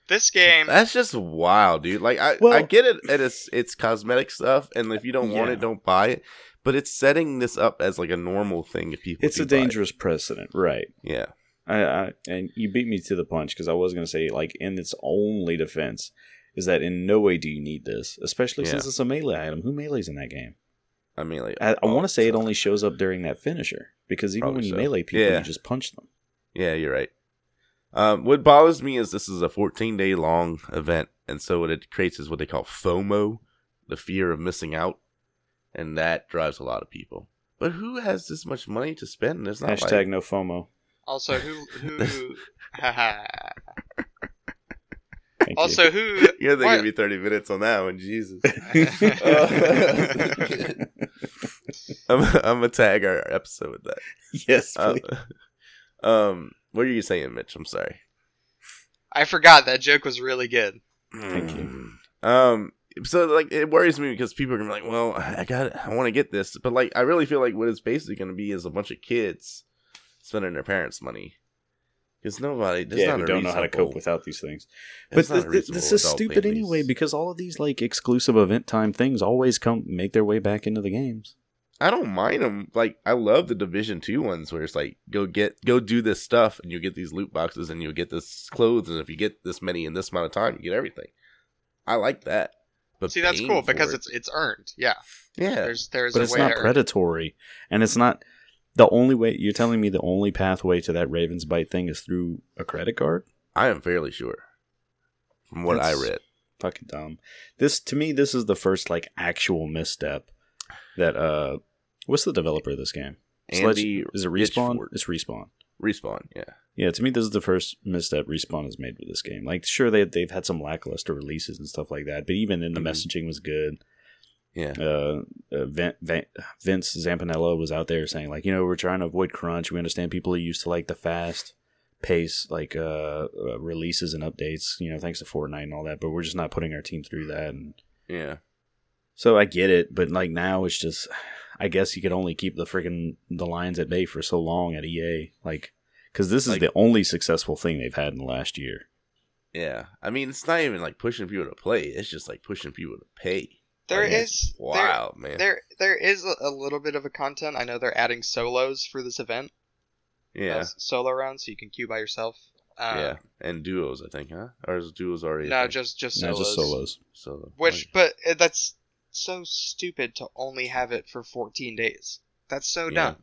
Speaker 3: this game.
Speaker 1: That's just wild, dude. Like I, I
Speaker 2: Well-
Speaker 1: get it. and It's it's cosmetic stuff, and if you don't want
Speaker 2: Yeah.
Speaker 1: it, don't buy it. But it's setting this up as like a normal thing if people.
Speaker 2: It's
Speaker 1: do
Speaker 2: a
Speaker 1: buy it.
Speaker 2: dangerous precedent, right?
Speaker 1: Yeah,
Speaker 2: I, I and you beat me to the punch because I was going to say like in its only defense is that in no way do you need this, especially
Speaker 1: Yeah.
Speaker 2: since it's a melee item. Who melees in that game?
Speaker 1: I mean, like
Speaker 2: I, I
Speaker 1: oh,
Speaker 2: want to say it
Speaker 1: so-
Speaker 2: only shows up during that finisher because even
Speaker 1: Probably
Speaker 2: when you
Speaker 1: so.
Speaker 2: melee people,
Speaker 1: Yeah.
Speaker 2: you just punch them.
Speaker 1: Yeah, you're right. Um, what bothers me is this is a 14 day long event, and so what it creates is what they call FOMO, the fear of missing out, and that drives a lot of people. But who has this much money to spend? There's not
Speaker 2: Hashtag
Speaker 1: like,
Speaker 2: no FOMO.
Speaker 3: Also, who who? haha.
Speaker 2: Thank you.
Speaker 3: also, who?
Speaker 1: You're
Speaker 3: Why-
Speaker 1: gonna be 30 minutes on that one, Jesus. Uh, I'm, I'm gonna tag our episode with that.
Speaker 2: yes,
Speaker 1: Uh,
Speaker 2: please.
Speaker 1: um, what are you saying, Mitch? I'm sorry.
Speaker 3: I forgot that joke was really good.
Speaker 2: Thank you.
Speaker 1: Um, so like it worries me because people are gonna be like, well, I got, I want to get this, but like I really feel like what it's basically gonna be is a bunch of kids spending their parents' money because nobody, there's
Speaker 2: yeah,
Speaker 1: not
Speaker 2: who
Speaker 1: a
Speaker 2: don't know how to
Speaker 1: reasonable-
Speaker 2: cope without these things. But
Speaker 1: there's not
Speaker 2: th-
Speaker 1: a
Speaker 2: th- this
Speaker 1: reasonable
Speaker 2: is
Speaker 1: adult
Speaker 2: stupid
Speaker 1: babies.
Speaker 2: anyway because all of these like exclusive event time things always come make their way back into the games.
Speaker 1: I don't mind them. Like I love the Division Two ones where it's like go get go do this stuff and you get these loot boxes and you'll get this clothes and if you get this many in this amount of time you get everything. I like that. But
Speaker 3: See, that's
Speaker 1: paying
Speaker 3: cool
Speaker 1: for
Speaker 3: because
Speaker 1: it-
Speaker 3: it's it's earned. Yeah,
Speaker 1: yeah.
Speaker 3: there's there's
Speaker 2: But
Speaker 3: a
Speaker 2: it's
Speaker 3: way
Speaker 2: not
Speaker 3: to earn.
Speaker 2: predatory, and it's not the only way. You're telling me the only pathway to that Ravens Bite thing is through a credit card?
Speaker 1: I am fairly sure from what I
Speaker 2: That's-
Speaker 1: read.
Speaker 2: Fucking dumb. This to me, this is the first like actual misstep. That uh, what's the developer of this game? Sledge-
Speaker 1: Andy
Speaker 2: is it respawn?
Speaker 1: Ditchford.
Speaker 2: It's respawn.
Speaker 1: respawn. Yeah.
Speaker 2: Yeah, to me, this is the first misstep Respawn has made with this game. Like, sure, they they've had some lackluster releases and stuff like that, but even then, the
Speaker 1: Mhm.
Speaker 2: messaging was good.
Speaker 1: Yeah.
Speaker 2: Uh, uh, Vin, Vin, Vince Zampanella was out there saying, like, you know, we're trying to avoid crunch. We understand people are used to like the fast pace, like uh, uh, releases and updates. You know, thanks to Fortnite and all that, but we're just not putting our team through that. And
Speaker 1: Yeah.
Speaker 2: so I get it, but like now, it's just, I guess you could only keep the freaking the lions at bay for so long at EA, like. Because this is
Speaker 1: Like-
Speaker 2: the only successful thing they've had in the last year.
Speaker 1: Yeah. I mean, it's not even like pushing people to play. It's just like pushing people to pay.
Speaker 3: There
Speaker 1: Like, it's
Speaker 3: is there-
Speaker 1: Wow, man.
Speaker 3: there there is a- a little bit of a content. I know they're adding solos for this event.
Speaker 1: yeah.
Speaker 3: uh, solo rounds, so you can queue by yourself. Um,
Speaker 1: yeah. And duos, I think, huh? Or is duos already? a
Speaker 3: No,
Speaker 1: thing?
Speaker 3: just just
Speaker 2: No,
Speaker 3: solos.
Speaker 2: just solos.
Speaker 1: solo.
Speaker 3: Which,
Speaker 1: Okay.
Speaker 3: but uh, that's so stupid to only have it for 14 days. That's so
Speaker 1: Yeah.
Speaker 3: dumb.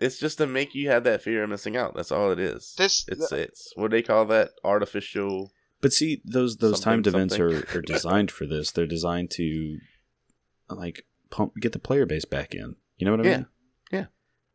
Speaker 1: It's just to make you have that fear of missing out. That's all it is.
Speaker 3: This
Speaker 1: it's it's what do they call that artificial.
Speaker 2: But see, those those timed
Speaker 1: Something,
Speaker 2: events
Speaker 1: something.
Speaker 2: are, are designed for this. They're designed to like pump get the player base back in. You know what I
Speaker 1: Yeah.
Speaker 2: mean?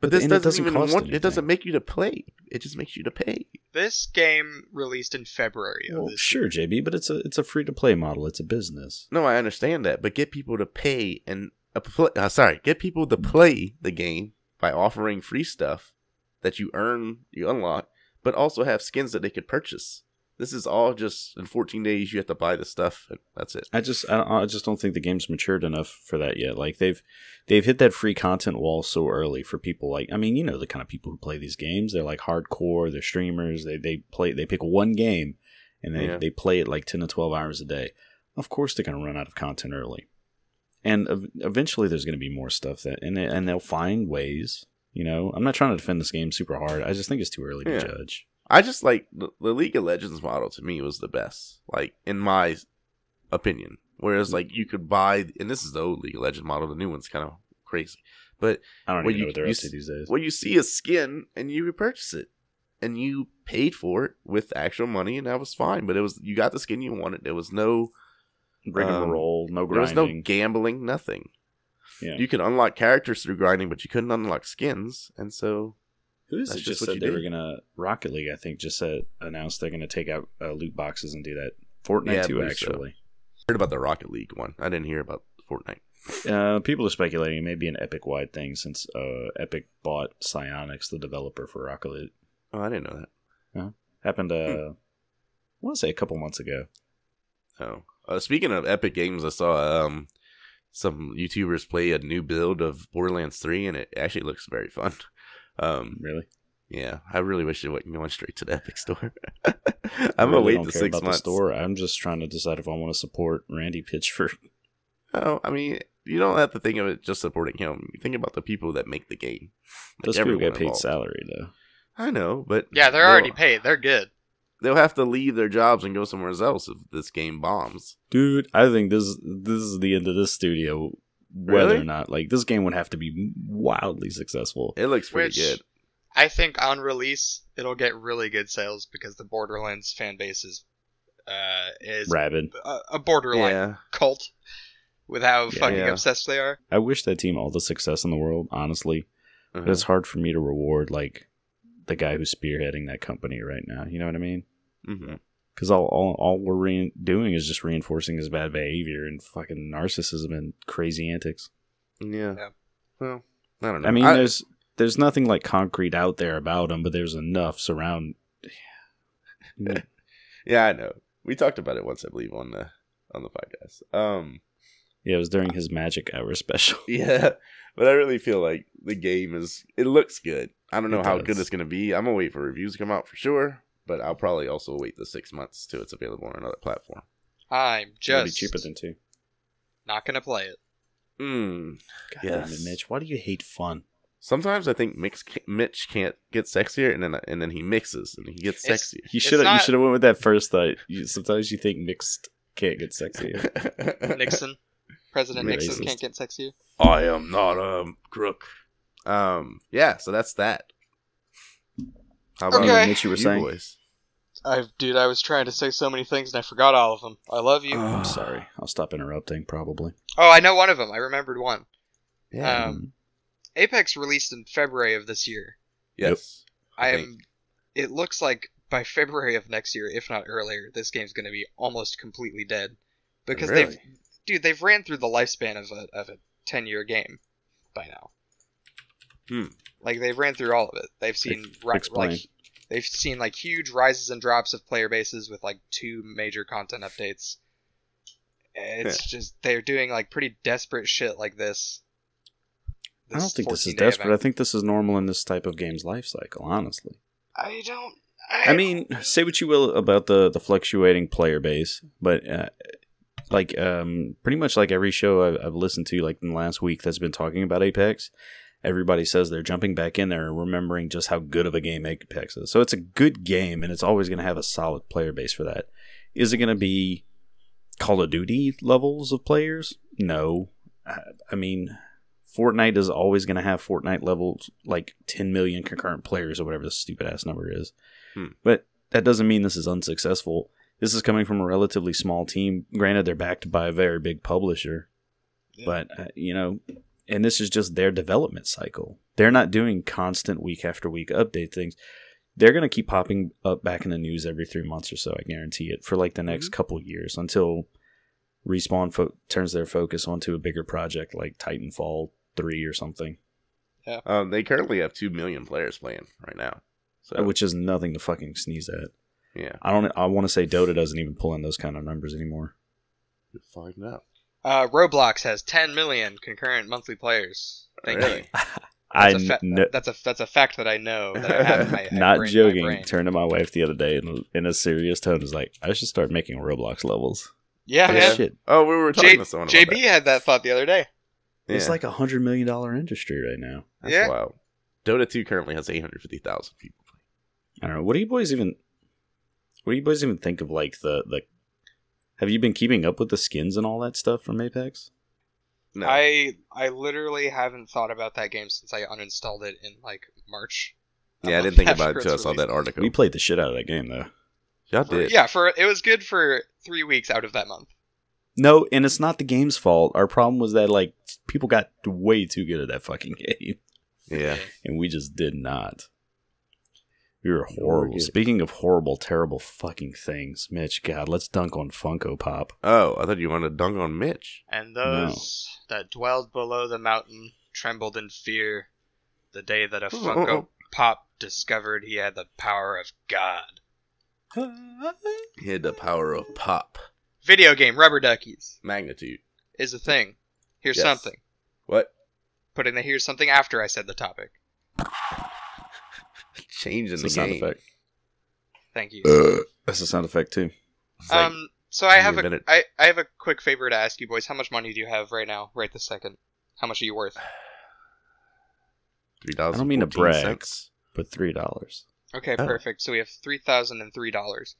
Speaker 1: But,
Speaker 2: But
Speaker 1: this
Speaker 2: and
Speaker 1: doesn't,
Speaker 2: it doesn't
Speaker 1: even
Speaker 2: cost
Speaker 1: want. It doesn't
Speaker 2: anything.
Speaker 1: make you to play. It just makes you to pay.
Speaker 3: this game released in February of
Speaker 1: Oh,
Speaker 2: Well,
Speaker 3: this
Speaker 2: sure,
Speaker 3: year.
Speaker 2: JB, but it's a it's a free to play model. It's a business.
Speaker 1: No, I understand that, but get people to pay and uh, pl- uh, sorry, get people to play the game by offering free stuff that you earn, you unlock, but also have skins that they could purchase. This is all just in 14 days. You have to buy the stuff. And that's it.
Speaker 2: I just I, don't- I just don't think the game's matured enough for that yet. Like they've they've hit that free content wall so early for people like I mean, you know the kind of people who play these games. They're like hardcore, they're streamers, they they play they pick one game and they,
Speaker 1: Yeah.
Speaker 2: they play it like 10 to 12 hours a day. Of course they're going to run out of content early. And ev- eventually there's going to be more stuff that and they, and they'll find ways, you know. I'm not trying to defend this game super hard. I just think it's too early
Speaker 1: Yeah.
Speaker 2: to judge.
Speaker 1: I just like the, the League of Legends model to me was the best, like in my opinion. Whereas like you could buy, and this is the old League of Legends model. The new one's kind of crazy. But
Speaker 2: I don't
Speaker 1: Well,
Speaker 2: even
Speaker 1: you-
Speaker 2: know what they're
Speaker 1: you
Speaker 2: up
Speaker 1: s-
Speaker 2: to these days.
Speaker 1: well, you see a skin and you repurchase it, and you paid for it with actual money, and that was fine. But it was you got the skin you wanted. There was no
Speaker 2: Rig and
Speaker 1: um,
Speaker 2: roll, no grinding.
Speaker 1: there was no gambling, nothing.
Speaker 2: Yeah.
Speaker 1: You could unlock characters through grinding, but you couldn't unlock skins, and so
Speaker 2: Who is
Speaker 1: That's
Speaker 2: it
Speaker 1: just
Speaker 2: just
Speaker 1: what
Speaker 2: said
Speaker 1: you
Speaker 2: they
Speaker 1: do.
Speaker 2: were gonna Rocket League? I think just said, announced they're gonna take out uh, loot boxes and do that. Fortnite
Speaker 1: Yeah, I
Speaker 2: too,
Speaker 1: believe so.
Speaker 2: actually.
Speaker 1: heard about the Rocket League one. I didn't hear about Fortnite.
Speaker 2: Uh, people are speculating it may be an Epic wide thing since uh, Epic bought Psyonix, the developer for Rocket League.
Speaker 1: Oh, I didn't know that.
Speaker 2: Happened, uh,
Speaker 1: Hmm.
Speaker 2: I want to say a couple months ago.
Speaker 1: Oh, uh, speaking of Epic Games, I saw um some YouTubers play a new build of Borderlands Three, and it actually looks very fun. Um,
Speaker 2: Really,
Speaker 1: yeah, I really wish it wasn't going straight to the Epic Store.
Speaker 2: I
Speaker 1: I'm gonna
Speaker 2: really
Speaker 1: wait
Speaker 2: don't
Speaker 1: the
Speaker 2: care
Speaker 1: six
Speaker 2: about
Speaker 1: months.
Speaker 2: The store. I'm just trying to decide if I want to support Randy Pitchford.
Speaker 1: Oh, I mean, you don't have to think of it just supporting him. You think about the people that make the game. Like
Speaker 2: Those people
Speaker 1: everyone
Speaker 2: get paid
Speaker 1: involved.
Speaker 2: salary though.
Speaker 1: I know, but
Speaker 3: Yeah, they're
Speaker 1: they'll-
Speaker 3: already paid. They're good.
Speaker 1: They'll have to leave their jobs and go somewhere else if this game bombs.
Speaker 2: Dude, I think this this is the end of this studio. Whether
Speaker 1: Really?
Speaker 2: or not like this game would have to be wildly successful.
Speaker 1: It looks pretty
Speaker 3: Which-
Speaker 1: good.
Speaker 3: I think on release it'll get really good sales because the Borderlands fan base is uh is
Speaker 2: Rabid.
Speaker 3: a, a borderline
Speaker 1: Yeah,
Speaker 3: cult with how
Speaker 2: Yeah.
Speaker 3: fucking
Speaker 1: Yeah.
Speaker 3: obsessed they are.
Speaker 2: I wish that team all the success in the world, honestly. But
Speaker 1: Uh-huh.
Speaker 2: it's hard for me to reward like the guy who's spearheading that company right now. You know what I mean?
Speaker 1: Mhm.
Speaker 2: Because all, all all we're re- doing is just reinforcing his bad behavior and fucking narcissism and crazy antics.
Speaker 1: yeah.
Speaker 3: Yeah.
Speaker 1: Well, I don't know.
Speaker 2: I mean, there's there's nothing like concrete out there about him, but there's enough surround.
Speaker 1: Yeah, I know. We talked about it once, I believe, on the on the podcast. Um,
Speaker 2: Yeah, it was during his magic hour special.
Speaker 1: Yeah, but I really feel like the game is. It looks good. I don't know
Speaker 2: It
Speaker 1: how
Speaker 2: does.
Speaker 1: good it's gonna be. I'm gonna wait for reviews to come out for sure, but I'll probably also wait the six months till it's available on another platform.
Speaker 3: I'm
Speaker 2: It'd be
Speaker 3: just
Speaker 2: cheaper than two.
Speaker 3: not gonna play it.
Speaker 2: Hmm.
Speaker 1: Mm.
Speaker 2: God
Speaker 1: Yes.
Speaker 2: damn it, Mitch. Why do you hate fun?
Speaker 1: Sometimes I think Mix can't, Mitch can't get sexier, and then and then he mixes and he gets
Speaker 3: It's-
Speaker 1: sexier.
Speaker 2: You
Speaker 3: It's
Speaker 2: should have. You
Speaker 3: not-
Speaker 2: should have went with that first thought. You, sometimes you think mixed can't get sexy.
Speaker 3: Nixon, President
Speaker 1: Racist.
Speaker 3: Nixon can't get sexier.
Speaker 1: I am not a crook. Um, yeah. So that's that. How
Speaker 3: Okay.
Speaker 2: Anyway, Mitch, you were saying.
Speaker 1: boys?
Speaker 3: I, dude, I was trying to say so many things and I forgot all of them. I love you.
Speaker 2: I'm sorry. I'll stop interrupting. Probably. Mm-hmm.
Speaker 3: oh, I know one of them. I remembered one.
Speaker 1: Yeah.
Speaker 3: Um, Apex released in February of this year.
Speaker 1: yes.
Speaker 3: I
Speaker 1: Thank-
Speaker 3: am. It looks like by February of next year, if not earlier, this game's going to be almost completely dead because they've,
Speaker 1: Really?
Speaker 3: dude, they've ran through the lifespan of a of a ten year game by now.
Speaker 1: Hmm.
Speaker 3: Like they've ran through all of it. They've seen ri-
Speaker 2: explain.
Speaker 3: like they've seen like huge rises and drops of player bases with like two major content updates. It's just they're doing like pretty desperate shit like this.
Speaker 2: I don't think this is
Speaker 3: 14-day event.
Speaker 2: desperate. I think this is normal in this type of game's life cycle. Honestly.
Speaker 3: I don't.
Speaker 2: I mean, say what you will about the the fluctuating player base, but uh, like um, pretty much like every show I've, I've listened to, like in the last week that's been talking about Apex, everybody says they're jumping back in there and remembering just how good of a game Apex is. So it's a good game, and it's always going to have a solid player base for that. Is it going to be Call of Duty levels of players? No. I, I mean, Fortnite is always going to have Fortnite levels, like 10 million concurrent players or whatever the stupid ass number is.
Speaker 1: Hmm.
Speaker 2: But that doesn't mean this is unsuccessful. This is coming from a relatively small team. Granted, they're backed by a very big publisher,
Speaker 3: Yeah.
Speaker 2: but, uh, you know, and this is just their development cycle. They're not doing constant week after week update things. They're going to keep popping up back in the news every three months or so, I guarantee it, for like the next couple years until Respawn fo- turns their focus onto a bigger project like Titanfall 3 or something,
Speaker 1: Um, they currently have two million players playing right now. So
Speaker 3: Uh,
Speaker 2: which is nothing to fucking sneeze at.
Speaker 1: yeah,
Speaker 2: I don't. I want to say Dota doesn't even pull in those kind of numbers anymore.
Speaker 1: you find out.
Speaker 3: Uh, Roblox has 10 million concurrent monthly players. Thank you.
Speaker 1: Really?
Speaker 2: I
Speaker 3: That's a fa-
Speaker 2: kn-
Speaker 3: that's a that's a fact that I know. That I have in my, I
Speaker 2: not
Speaker 3: brain- my
Speaker 2: joking.
Speaker 3: brain.
Speaker 2: Turned to my wife the other day and in a serious tone was like, "I should start making Roblox levels."
Speaker 3: Yeah,
Speaker 2: This
Speaker 3: man.
Speaker 2: shit.
Speaker 1: Oh, we were talking
Speaker 3: J-
Speaker 1: to someone.
Speaker 3: JB
Speaker 1: about that.
Speaker 3: had that thought the other day.
Speaker 2: It's
Speaker 1: Yeah,
Speaker 2: like a hundred million dollar industry right now.
Speaker 1: that's
Speaker 3: yeah.
Speaker 1: wild. Dota two currently has eight hundred fifty thousand people.
Speaker 2: I don't know. What do you boys even? What do you boys even think of like the the? Have you been keeping up with the skins and all that stuff from Apex?
Speaker 1: No,
Speaker 3: I I literally haven't thought about that game since I uninstalled it in like March.
Speaker 1: yeah, I
Speaker 3: Um,
Speaker 1: didn't think
Speaker 3: after
Speaker 1: about it
Speaker 3: its
Speaker 1: until I saw
Speaker 3: release.
Speaker 1: that article.
Speaker 2: We played the shit out of that game though.
Speaker 1: Y'all
Speaker 3: For-
Speaker 1: did.
Speaker 3: yeah, for it was good for three weeks out of that month.
Speaker 2: No, and it's not the game's fault. Our problem was that like people got way too good at that fucking game,
Speaker 1: yeah.
Speaker 2: and we just did not. We were
Speaker 4: You were
Speaker 2: horrible.
Speaker 4: good.
Speaker 2: Speaking of horrible, terrible fucking things, Mitch, God, let's dunk on Funko Pop.
Speaker 1: Oh, I thought you wanted to dunk on Mitch.
Speaker 3: And
Speaker 2: No.
Speaker 3: those that dwelled below the mountain trembled in fear the day that a
Speaker 1: Oh,
Speaker 3: Funko
Speaker 1: oh, oh.
Speaker 3: Pop discovered he had the power of God.
Speaker 1: He had the power of pop
Speaker 3: Video game rubber duckies
Speaker 1: magnitude.
Speaker 3: is a thing. Here's
Speaker 1: Yes.
Speaker 3: something.
Speaker 1: What?
Speaker 3: Put in the here's something after I said the topic.
Speaker 1: Changing
Speaker 2: That's
Speaker 1: the
Speaker 2: a sound
Speaker 1: game.
Speaker 2: effect.
Speaker 3: Thank you.
Speaker 1: Uh,
Speaker 2: That's a sound effect too.
Speaker 1: It's like,
Speaker 3: um so I
Speaker 1: you
Speaker 3: have a
Speaker 1: invented-
Speaker 3: I, I have a quick favor to ask you boys. How much money do you have right now, right this second? How much are you worth?
Speaker 1: three dollars.
Speaker 2: I don't mean to brag. But three dollars.
Speaker 3: Okay,
Speaker 1: Oh.
Speaker 3: perfect. So we have three thousand and three dollars.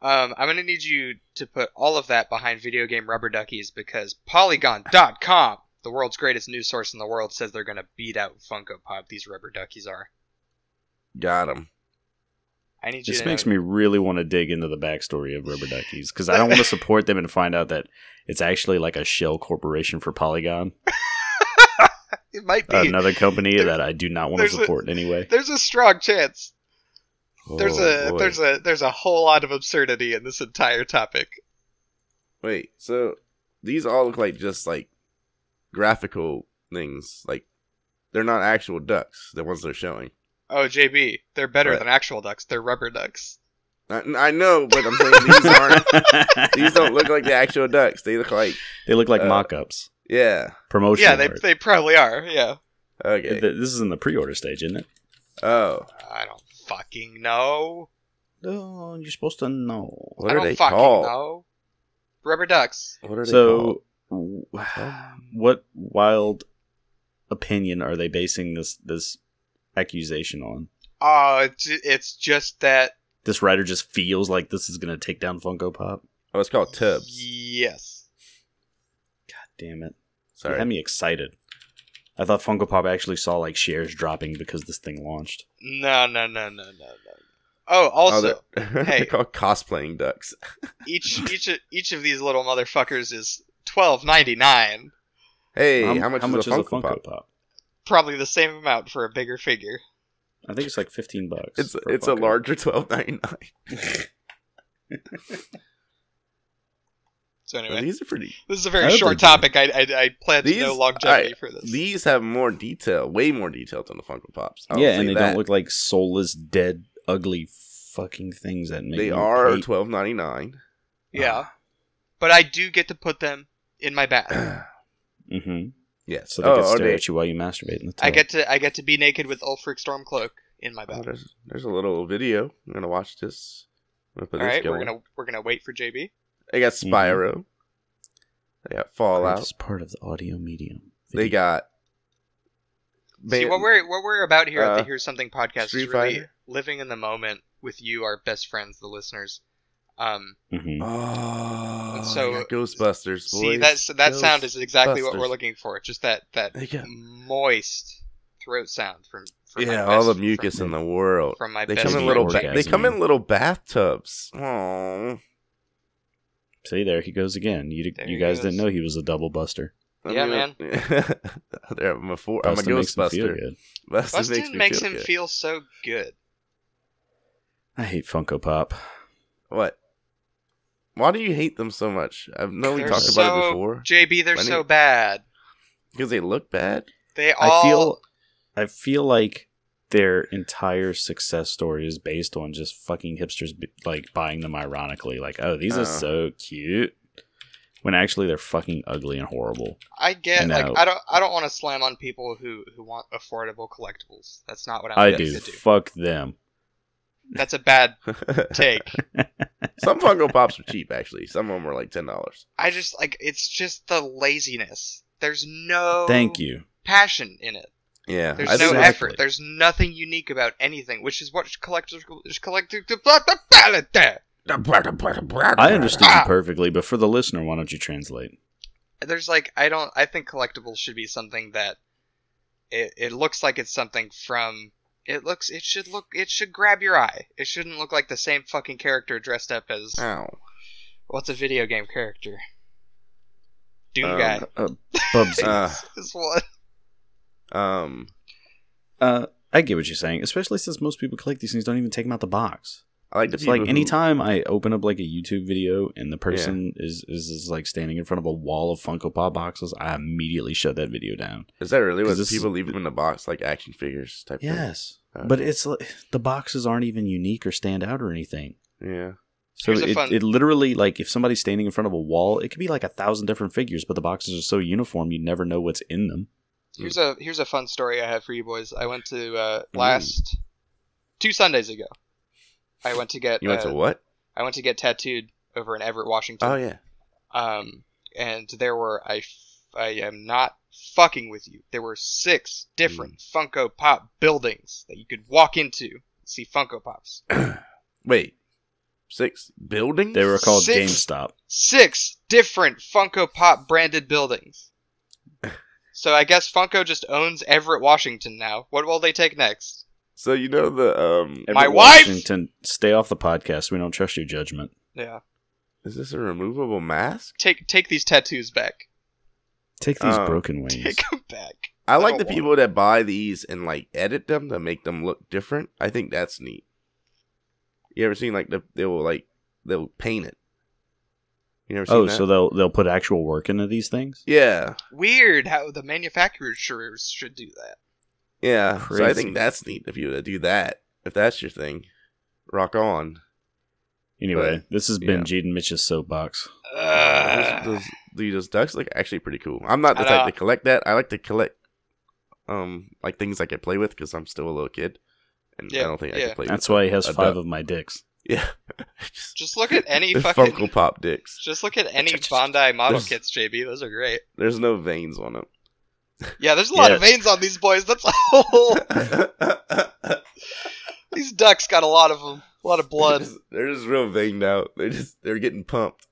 Speaker 3: Um, I'm gonna need you to put all of that behind video game rubber duckies because Polygon.com, the world's greatest news source in the world, says they're gonna beat out Funko Pop. These rubber duckies are.
Speaker 1: Got him.
Speaker 3: I need you.
Speaker 2: This
Speaker 3: to
Speaker 2: makes me really want to dig into the backstory of Rubber Duckies because I don't want to support them and find out that it's actually like a shell corporation for Polygon,
Speaker 3: It might be.
Speaker 2: another company
Speaker 3: There's-
Speaker 2: that I do not want to
Speaker 3: there's a-
Speaker 2: support in any way.
Speaker 3: There's a strong chance. There's
Speaker 1: Oh,
Speaker 3: a
Speaker 1: boy.
Speaker 3: there's a there's a whole lot of absurdity in this entire topic.
Speaker 1: Wait, so these all look like just like graphical things. Like they're not actual ducks, the ones they're showing.
Speaker 3: Oh, JB, they're better
Speaker 1: Right.
Speaker 3: than actual ducks. They're rubber ducks.
Speaker 1: I, I know, but I'm saying these aren't. These don't look like the actual ducks. They look like
Speaker 2: They look like
Speaker 1: uh,
Speaker 2: mock ups.
Speaker 1: yeah.
Speaker 2: Promotion.
Speaker 3: yeah, they, they probably are. Yeah.
Speaker 1: Okay.
Speaker 2: This is in the pre order stage, isn't it?
Speaker 1: oh,
Speaker 3: I don't fucking know.
Speaker 2: No, you're supposed to know.
Speaker 1: what
Speaker 3: I
Speaker 1: are
Speaker 3: don't
Speaker 1: they
Speaker 3: fucking
Speaker 1: called?
Speaker 3: know. Rubber ducks.
Speaker 1: What are they called?
Speaker 2: So, w- what wild opinion are they basing this this accusation on?
Speaker 3: Oh, it's, it's just that.
Speaker 2: This writer just feels like this is gonna take down Funko Pop.
Speaker 1: Oh, it's called tubs.
Speaker 3: Yes.
Speaker 2: Damn it! You had
Speaker 1: Sorry.
Speaker 2: me excited. I thought Funko Pop actually saw like shares dropping because this thing launched.
Speaker 3: No, no, no, no, no, no. Oh,
Speaker 1: Oh,
Speaker 3: also,
Speaker 1: they're,
Speaker 3: hey.
Speaker 1: they're called cosplaying ducks.
Speaker 3: each each of, each of these little motherfuckers is twelve ninety nine.
Speaker 1: Hey,
Speaker 2: Um,
Speaker 1: how much is a Funko, Pop?
Speaker 3: Probably the same amount for a bigger figure.
Speaker 2: I think it's like fifteen bucks.
Speaker 1: It's
Speaker 2: for
Speaker 1: it's a
Speaker 2: Funko.
Speaker 1: larger twelve ninety nine.
Speaker 3: So anyway,
Speaker 1: These are pretty.
Speaker 3: this is a
Speaker 2: I
Speaker 3: very
Speaker 2: hope
Speaker 3: short
Speaker 2: they do.
Speaker 3: topic. I, I I plan to
Speaker 1: These-
Speaker 3: no longevity
Speaker 1: I-
Speaker 3: for this.
Speaker 1: These have more detail, way more detail than the Funko Pops. I'll
Speaker 2: yeah,
Speaker 1: say
Speaker 2: and they
Speaker 1: that.
Speaker 2: don't look like soulless, dead, ugly fucking things that make
Speaker 1: They
Speaker 2: you
Speaker 1: are
Speaker 2: hate-
Speaker 1: twelve ninety nine. uh.
Speaker 3: yeah, but I do get to put them in my bath.
Speaker 2: Mhm.
Speaker 1: Yes.
Speaker 2: So they can
Speaker 1: oh, are
Speaker 2: stare
Speaker 1: they?
Speaker 2: at you while you masturbate in the tub.
Speaker 3: I get to I get to be naked with Ulfric Stormcloak in my
Speaker 1: Oh,
Speaker 3: bath.
Speaker 1: there's, there's a little video. I'm gonna watch this. I'm gonna put
Speaker 3: All
Speaker 1: this
Speaker 3: right, we're
Speaker 1: going.
Speaker 3: gonna we're gonna wait for JB.
Speaker 1: They got
Speaker 2: Mhm.
Speaker 1: Spyro. They got Fallout.
Speaker 2: It's part of the audio medium.
Speaker 1: They got.
Speaker 3: See
Speaker 1: Ban-
Speaker 3: what we're what we're about here at
Speaker 1: uh,
Speaker 3: the Here's Something podcast
Speaker 1: Street
Speaker 3: is really
Speaker 1: Fighter.
Speaker 3: living in the moment with you, our best friends, the listeners. Um,
Speaker 2: Mhm.
Speaker 1: Oh,
Speaker 3: And
Speaker 1: so
Speaker 3: so-
Speaker 1: Ghostbusters.
Speaker 3: see
Speaker 1: boys.
Speaker 3: that's that
Speaker 1: Ghost-
Speaker 3: sound is exactly what we're
Speaker 1: Busters.
Speaker 3: looking for. Just that that
Speaker 1: They got-
Speaker 3: moist throat sound from, from my
Speaker 1: yeah, all the
Speaker 3: best-
Speaker 1: mucus
Speaker 3: from,
Speaker 1: in the world.
Speaker 3: from my
Speaker 1: They
Speaker 3: best
Speaker 1: come in
Speaker 3: friend.
Speaker 1: little.
Speaker 2: friend.
Speaker 1: Ba- they come
Speaker 2: Orgasming.
Speaker 1: in little bathtubs. Oh,
Speaker 2: See, there he goes again. You
Speaker 3: There
Speaker 2: you
Speaker 3: he
Speaker 2: guys
Speaker 3: goes.
Speaker 2: didn't know he was a double buster.
Speaker 3: Yeah, man.
Speaker 1: I'm a, four, I'm a
Speaker 2: Buster makes him feel
Speaker 1: Ghostbuster.
Speaker 2: good.
Speaker 1: Buster
Speaker 3: Bustin' makes,
Speaker 1: me feel
Speaker 3: him
Speaker 1: good.
Speaker 3: feel so good.
Speaker 2: I hate Funko Pop.
Speaker 1: What? Why do you hate them so much? I know we
Speaker 3: They're
Speaker 1: talked
Speaker 3: so,
Speaker 1: about it before.
Speaker 3: JB, they're
Speaker 1: Why do
Speaker 3: so
Speaker 1: you-
Speaker 3: bad.
Speaker 1: Because they look bad.
Speaker 3: They all
Speaker 2: I feel I feel like their entire success story is based on just fucking hipsters b- like buying them ironically like oh these
Speaker 1: Uh.
Speaker 2: are so cute when actually they're fucking ugly and horrible.
Speaker 3: I get
Speaker 2: And, uh,
Speaker 3: like I don't I don't want to slam on people who who want affordable collectibles. That's not what I'm
Speaker 2: I
Speaker 3: trying
Speaker 2: do.
Speaker 3: to Oh, do.
Speaker 2: Fuck them.
Speaker 3: That's a bad take.
Speaker 1: Some Funko Pops were cheap, actually. Some of them were like ten dollars.
Speaker 3: I just like it's just the laziness. There's no
Speaker 2: Thank you.
Speaker 3: passion in it.
Speaker 1: Yeah,
Speaker 3: There's
Speaker 1: I
Speaker 3: no
Speaker 1: think
Speaker 2: that's-
Speaker 3: effort. There's nothing unique about anything, which is what collectors collectors. There's
Speaker 1: Oh.
Speaker 2: I understood you
Speaker 3: Ah!
Speaker 2: perfectly, but for the listener, why don't you translate?
Speaker 3: like I don't. I think collectibles should be something that it, it looks like it's something from. It looks. It should look. It should grab your eye. It shouldn't look like the same fucking character dressed up as
Speaker 1: Ow.
Speaker 3: what's a video game character. Doom
Speaker 1: Um,
Speaker 3: guy.
Speaker 2: Uh, Bubsy.
Speaker 1: Uh,
Speaker 3: Is what-
Speaker 1: um,
Speaker 2: Uh, I get what you're saying, especially since most people collect these things don't even take them out the box.
Speaker 1: I like the
Speaker 2: It's like
Speaker 1: people who-
Speaker 2: anytime I open up like a YouTube video and the person is, is is like standing in front of a wall of Funko Pop boxes, I immediately shut that video down.
Speaker 1: Is that really what
Speaker 2: 'Cause this
Speaker 1: people leave them in the box like action figures type?
Speaker 2: Yes,
Speaker 1: Okay.
Speaker 2: but it's like the boxes aren't even unique or stand out or anything.
Speaker 1: Thing? Yeah.
Speaker 2: So
Speaker 3: Here's a
Speaker 2: it,
Speaker 3: fun-
Speaker 2: it literally like if somebody's standing in front of a wall, it could be like a thousand different figures, but the boxes are so uniform you never know what's in them.
Speaker 1: hmm.
Speaker 3: Here's a here's a fun story I have for you boys. I went to
Speaker 1: Mm.
Speaker 3: uh, last two Sundays ago. I went to get
Speaker 1: You went
Speaker 3: uh,
Speaker 1: to what?
Speaker 3: I went to get tattooed over in Everett, Washington.
Speaker 1: Oh yeah.
Speaker 3: Um, and there were I f- I am not fucking with you. There were six different
Speaker 1: Hmm.
Speaker 3: Funko Pop buildings that you could walk into and see Funko Pops.
Speaker 1: Wait. Six buildings.
Speaker 2: They were called
Speaker 3: Six.
Speaker 2: GameStop.
Speaker 3: Six different Funko Pop branded buildings. So I guess Funko just owns Everett, Washington now. What will they take next?
Speaker 1: So you know the um.
Speaker 3: My
Speaker 2: Everett
Speaker 3: wife!
Speaker 2: Washington, stay off the podcast. We don't trust your judgment.
Speaker 3: Yeah.
Speaker 1: Is this a removable mask?
Speaker 3: Take take these tattoos back.
Speaker 2: Take these
Speaker 1: Um,
Speaker 2: broken wings.
Speaker 3: Uh, Take him back.
Speaker 1: I like
Speaker 3: don't
Speaker 1: the
Speaker 3: want
Speaker 1: people that buy these and like edit them to make them look different. I think that's neat. You ever seen like the, they will like they'll paint it. You never seen
Speaker 2: Oh,
Speaker 1: that?
Speaker 2: so they'll they'll put actual work into these things.
Speaker 1: yeah,
Speaker 3: Weird how the manufacturers should do that.
Speaker 1: yeah. So I
Speaker 2: Crazy.
Speaker 1: think that's neat if you were to do that. If that's your thing, rock on.
Speaker 2: Anyway,
Speaker 1: But,
Speaker 2: this has been
Speaker 1: yeah.
Speaker 2: Jade and Mitch's soapbox.
Speaker 1: Those-
Speaker 3: Ugh.
Speaker 1: those, these, those ducks look actually pretty cool. I'm not the
Speaker 3: I
Speaker 1: type
Speaker 3: know.
Speaker 1: to collect that. I like to collect, um, like things I can play with because I'm still a little kid, and I
Speaker 3: Yeah,
Speaker 1: don't think I
Speaker 3: yeah.
Speaker 1: can play.
Speaker 2: That's
Speaker 1: with
Speaker 2: why he has
Speaker 1: a
Speaker 2: five
Speaker 1: duck.
Speaker 2: of my dicks.
Speaker 1: Yeah, just
Speaker 3: Just look at any
Speaker 1: the
Speaker 3: fucking.
Speaker 1: Funko Pop dicks.
Speaker 3: Just look at any
Speaker 2: Ch-ch-ch-ch.
Speaker 3: Bondi model
Speaker 1: There's-
Speaker 3: kits, JB. Those are great.
Speaker 1: There's no veins on them.
Speaker 3: Yeah, there's a lot of
Speaker 2: Yeah.
Speaker 3: veins on these boys. That's a whole. These ducks got a lot of them. A lot of blood.
Speaker 1: They're just, they're just real veined out. They just they're getting pumped.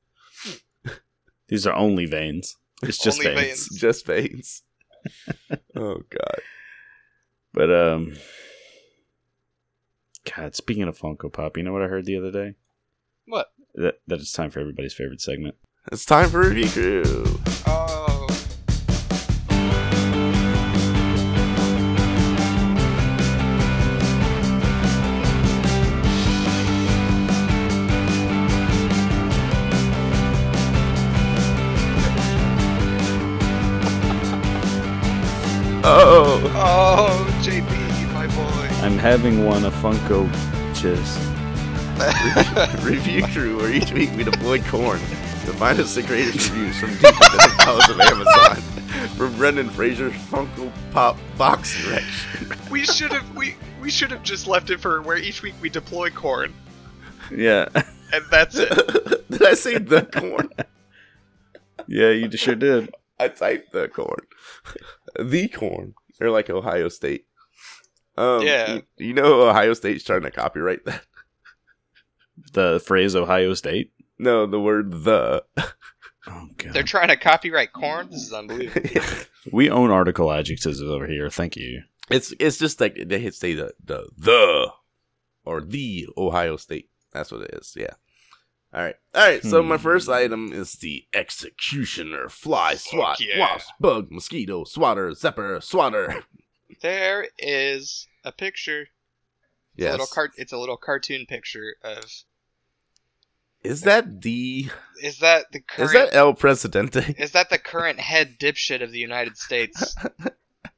Speaker 2: These are only veins. It's just
Speaker 3: Only
Speaker 2: veins.
Speaker 3: veins.
Speaker 1: It's just veins. oh god.
Speaker 2: But um, God, speaking of Funko Pop, you know what I heard the other day?
Speaker 3: What?
Speaker 2: That that it's time for everybody's favorite segment.
Speaker 1: It's time for review crew.
Speaker 3: Oh.
Speaker 1: Oh.
Speaker 3: Oh, JB, my boy.
Speaker 2: I'm having one a Funko just
Speaker 1: review crew, where each week we deploy corn to find us the greatest reviews from deep within the bowels of Amazon from Brendan Fraser's Funko Pop box erection.
Speaker 3: We should have we we should have just left it for where each week we deploy corn,
Speaker 2: yeah
Speaker 3: and that's it.
Speaker 1: Did I say the corn?
Speaker 2: yeah you sure did.
Speaker 1: I typed the corn. The corn. They're like Ohio State. Um,
Speaker 3: Yeah.
Speaker 1: You, you know Ohio State's trying to copyright that?
Speaker 2: The phrase Ohio State.
Speaker 1: No, the word the.
Speaker 2: Oh God,
Speaker 3: They're trying to copyright corn. This is unbelievable.
Speaker 2: we own article adjectives over here. Thank you.
Speaker 1: It's it's just like they hit say the the the or the Ohio State. That's what it is. Yeah. All right. All right. So my
Speaker 2: Hmm.
Speaker 1: first item is the executioner fly swat
Speaker 3: yeah.
Speaker 1: wasp bug mosquito swatter zepper swatter.
Speaker 3: There is a picture. It's A
Speaker 1: Yes.
Speaker 3: little cart. It's a little cartoon picture of.
Speaker 1: is that the
Speaker 3: Is that the current?
Speaker 1: is that El Presidente?
Speaker 3: Is that the current head dipshit of the United States,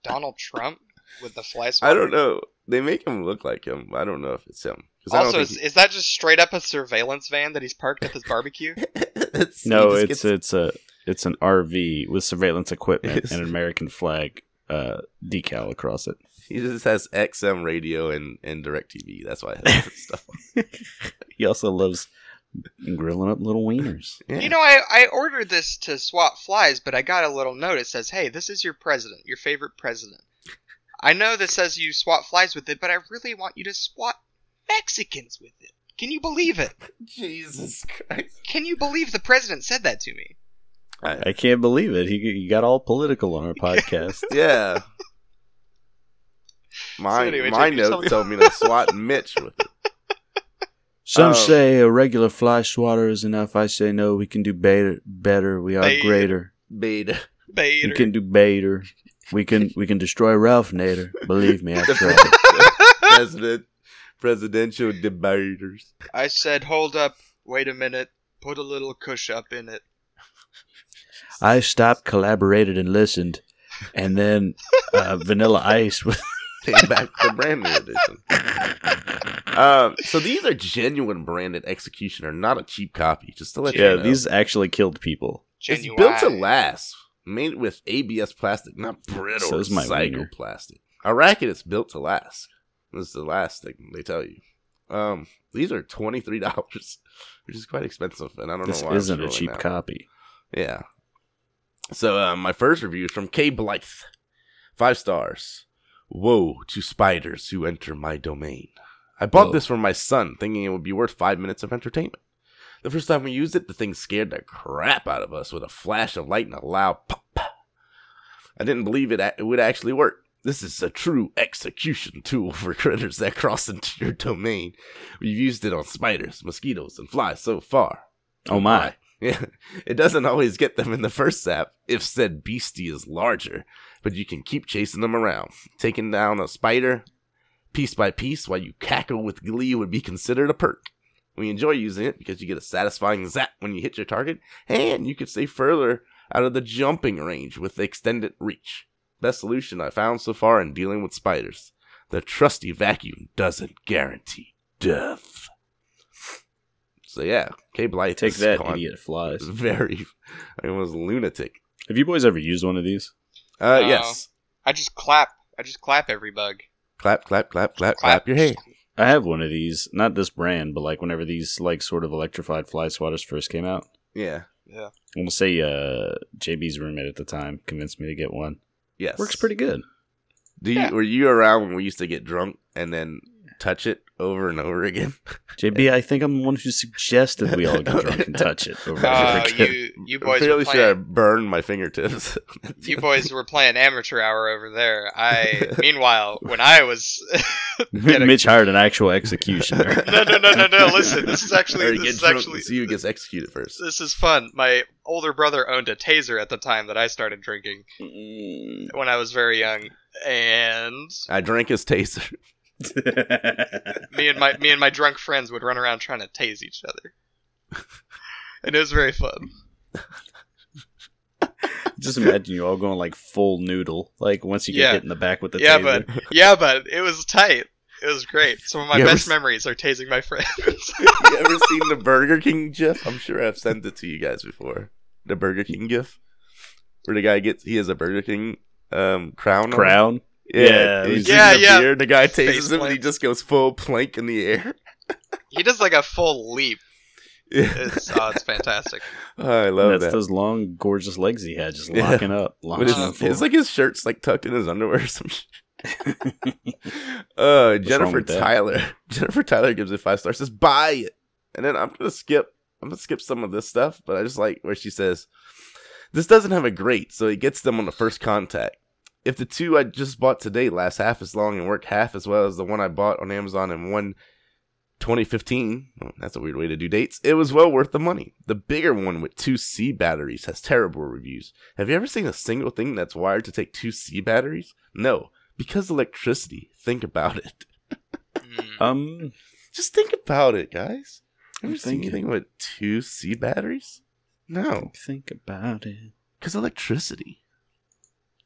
Speaker 3: Donald Trump, with the fly swatter?
Speaker 1: I don't know. They make him look like him. but I don't know if it's him. 'Cause I don't
Speaker 3: Also,
Speaker 1: think
Speaker 3: is, is that just straight up a surveillance van that he's parked at his barbecue?
Speaker 1: he- it's- he
Speaker 2: No,
Speaker 1: just
Speaker 2: it's
Speaker 1: gets-
Speaker 2: it's a it's an RV with surveillance equipment
Speaker 1: Yes.
Speaker 2: and an American flag uh, decal across it.
Speaker 1: he just has XM radio and and Direct TV. That's why I have that stuff. on.
Speaker 2: He also loves grilling up little wieners.
Speaker 1: Yeah.
Speaker 3: You know, I, I ordered this to swat flies, but I got a little note. It says, hey, this is your president, your favorite president. I know this says you swat flies with it, but I really want you to swat Mexicans with it. Can you believe it?
Speaker 1: Jesus Christ.
Speaker 3: Can you believe the president said that to me?
Speaker 2: I can't believe it. He, he got all political on our podcast.
Speaker 1: yeah. My
Speaker 3: anyway,
Speaker 1: my
Speaker 3: Jake, you tell
Speaker 1: notes
Speaker 3: me-
Speaker 1: tell me to swat Mitch with it.
Speaker 2: Some
Speaker 1: Um,
Speaker 2: say a regular fly swatter is enough. I say no. We can do better. Better. We are
Speaker 3: Better.
Speaker 2: greater.
Speaker 1: Beta.
Speaker 3: Bader.
Speaker 2: We can do better. We can we can destroy Ralph Nader. Believe me, I
Speaker 1: The
Speaker 2: tried.
Speaker 1: pre- president presidential debaters.
Speaker 3: I said, hold up, wait a minute, put a little cush up in it.
Speaker 2: I stopped, collaborated, and listened, and then uh, Vanilla Ice was
Speaker 1: Came back the brand new edition. Um, so these are genuine branded executioner, not a cheap copy. Just to let
Speaker 2: yeah.
Speaker 1: you know,
Speaker 2: These actually killed people.
Speaker 1: it's
Speaker 3: Genuine.
Speaker 1: built to last, made with ABS plastic, not brittle
Speaker 2: So is my wiener.
Speaker 1: psychoplastic. A racket is built to last. This is the last thing they tell you. Um, these are twenty three dollars, which is quite expensive, and I don't
Speaker 2: This
Speaker 1: know why. I'm
Speaker 2: isn't a
Speaker 1: scrolling
Speaker 2: cheap
Speaker 1: now.
Speaker 2: copy.
Speaker 1: Yeah. So uh, my first review is from Kay Blythe, five stars. Woe to spiders who enter my domain. I bought
Speaker 2: Whoa.
Speaker 1: this for my son, thinking it would be worth five minutes of entertainment. The first time we used it, the thing scared the crap out of us with a flash of light and a loud pop. I didn't believe it, a- it would actually work. This is a true execution tool for critters that cross into your domain. We've used it on spiders, mosquitoes, and flies so far.
Speaker 2: Oh my!
Speaker 1: Yeah, it doesn't always get them in the first zap if said beastie is larger, but you can keep chasing them around. Taking down a spider piece by piece while you cackle with glee would be considered a perk. We enjoy using it because you get a satisfying zap when you hit your target, and you can stay further out of the jumping range with the extended reach. Best solution I found so far in dealing with spiders. The trusty vacuum doesn't guarantee death. So yeah, Cape Life
Speaker 2: Take
Speaker 1: is
Speaker 2: that,
Speaker 1: gone. Mm-hmm.
Speaker 2: idiot flies.
Speaker 1: Very, I was a lunatic.
Speaker 2: Have you boys ever used one of these?
Speaker 1: Uh,
Speaker 3: No.
Speaker 1: yes.
Speaker 3: I just clap. I just clap every bug.
Speaker 1: Clap, clap, clap, clap, Uh, clap your hands.
Speaker 2: I have one of these, not this brand, but like whenever these like sort of electrified fly swatters first came out.
Speaker 1: Yeah.
Speaker 3: Yeah.
Speaker 2: I'm gonna say uh, JB's roommate at the time convinced me to get one.
Speaker 1: Yes.
Speaker 2: Works pretty good.
Speaker 1: Do you
Speaker 3: Yeah.
Speaker 1: were you around when we used to get drunk and then touch it over and over again?
Speaker 2: JB, I think I'm the one who suggested we all get drunk and touch it. over and over
Speaker 3: Oh,
Speaker 1: Very
Speaker 2: again.
Speaker 3: you you
Speaker 1: I'm
Speaker 3: boys were
Speaker 1: fairly
Speaker 3: playing.
Speaker 1: sure I burned my fingertips.
Speaker 3: You boys were playing amateur hour over there. I meanwhile, when I was get a-
Speaker 2: Mitch hired an actual executioner.
Speaker 3: No, no, no, no, no, listen, this is actually-
Speaker 1: Or you
Speaker 3: this
Speaker 1: get
Speaker 3: is
Speaker 1: drunk
Speaker 3: actually-
Speaker 1: and see who gets executed first.
Speaker 3: this is fun. My older brother owned a taser at the time that I started drinking
Speaker 2: Mm.
Speaker 3: when I was very young, and
Speaker 1: I drank his taser.
Speaker 3: me and my me and my drunk friends would run around trying to tase each other. And it was very fun.
Speaker 2: Just imagine you all going like full noodle, like once you get
Speaker 3: Yeah.
Speaker 2: hit in the back with the
Speaker 3: Yeah,
Speaker 2: taser.
Speaker 3: but- Yeah, but it was tight. It was great. Some of my
Speaker 1: Yeah, it
Speaker 3: best
Speaker 1: was-
Speaker 3: memories are tasing my friends.
Speaker 1: you ever seen the Burger King GIF? I'm sure I've sent it to you guys before. The Burger King GIF, where the guy gets he has a Burger King um crown. on.
Speaker 2: crown. Yeah,
Speaker 1: Yeah, he's
Speaker 3: yeah,
Speaker 1: drinking a
Speaker 3: yeah.
Speaker 1: beer, The guy tases
Speaker 3: Face
Speaker 1: him, and he
Speaker 3: plant.
Speaker 1: just goes full plank in the air.
Speaker 3: he does like a full leap.
Speaker 1: Yeah.
Speaker 3: It's oh, it's fantastic.
Speaker 1: Oh, I love
Speaker 2: That's
Speaker 1: that.
Speaker 2: those long, gorgeous legs he had, just
Speaker 1: Yeah.
Speaker 2: locking up,
Speaker 1: But
Speaker 2: locking
Speaker 1: it's,
Speaker 2: up.
Speaker 3: Wow.
Speaker 1: it's like his shirt's like tucked in his underwear or some shit. uh, Jennifer
Speaker 2: with that?
Speaker 1: Tyler. Jennifer Tyler gives it five stars. Says buy it, and then I'm gonna skip. I'm gonna skip some of this stuff, but I just like where she says, "This doesn't have a great, so it gets them on the first contact. If the two I just bought today last half as long and work half as well as the one I bought on Amazon in one 2015, oh, that's a weird way to do dates. It was well worth the money. The bigger one with two C batteries has terrible reviews. Have you ever seen a single thing that's wired to take two C batteries? No, because electricity. Think about it.
Speaker 3: Mm.
Speaker 1: Oh,
Speaker 2: um,
Speaker 1: Just think about it, guys. Have
Speaker 2: I'm
Speaker 1: you seen anything
Speaker 2: thinking.
Speaker 1: with two C batteries? No,
Speaker 2: think about it.
Speaker 1: because electricity.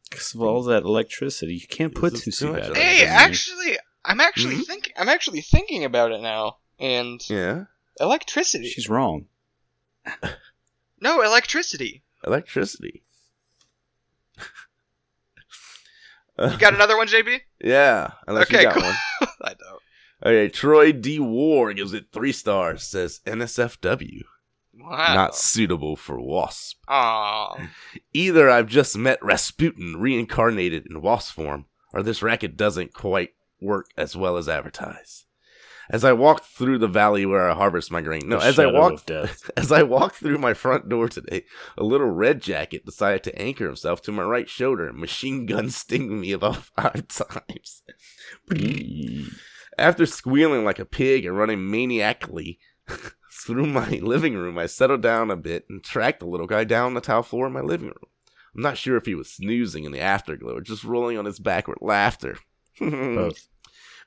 Speaker 2: Because of all that electricity, you can't
Speaker 1: This
Speaker 2: put
Speaker 1: is
Speaker 2: two
Speaker 1: too
Speaker 2: C
Speaker 1: much
Speaker 2: batteries.
Speaker 3: Hey,
Speaker 2: in there.
Speaker 3: actually, I'm actually
Speaker 1: Mhm.
Speaker 3: thinking. I'm actually thinking about it now. And
Speaker 1: Yeah,
Speaker 3: electricity.
Speaker 2: she's wrong.
Speaker 3: No, electricity.
Speaker 1: electricity.
Speaker 3: You got another one, JB?
Speaker 1: yeah, unless you
Speaker 3: Okay,
Speaker 1: got
Speaker 3: cool.
Speaker 1: one.
Speaker 3: I don't.
Speaker 1: Okay, Troy D. War gives it three stars. Says NSFW,
Speaker 2: Ah.
Speaker 3: Wow.
Speaker 1: not suitable for wasp.
Speaker 3: Aw.
Speaker 1: Either I've just met Rasputin reincarnated in wasp form, or this racket doesn't quite work as well as advertised. As I walked through the valley where I harvest my grain, no,
Speaker 2: The
Speaker 1: as I
Speaker 2: shadow
Speaker 1: walked
Speaker 2: of death.
Speaker 1: as I walked through my front door today, a little red jacket decided to anchor himself to my right shoulder and machine gun sting me about five times.
Speaker 2: Mm.
Speaker 1: After squealing like a pig and running maniacally through my living room, I settled down a bit and tracked the little guy down the tile floor in my living room. I'm not sure if he was snoozing in the afterglow or just rolling on his back with laughter.
Speaker 2: Both.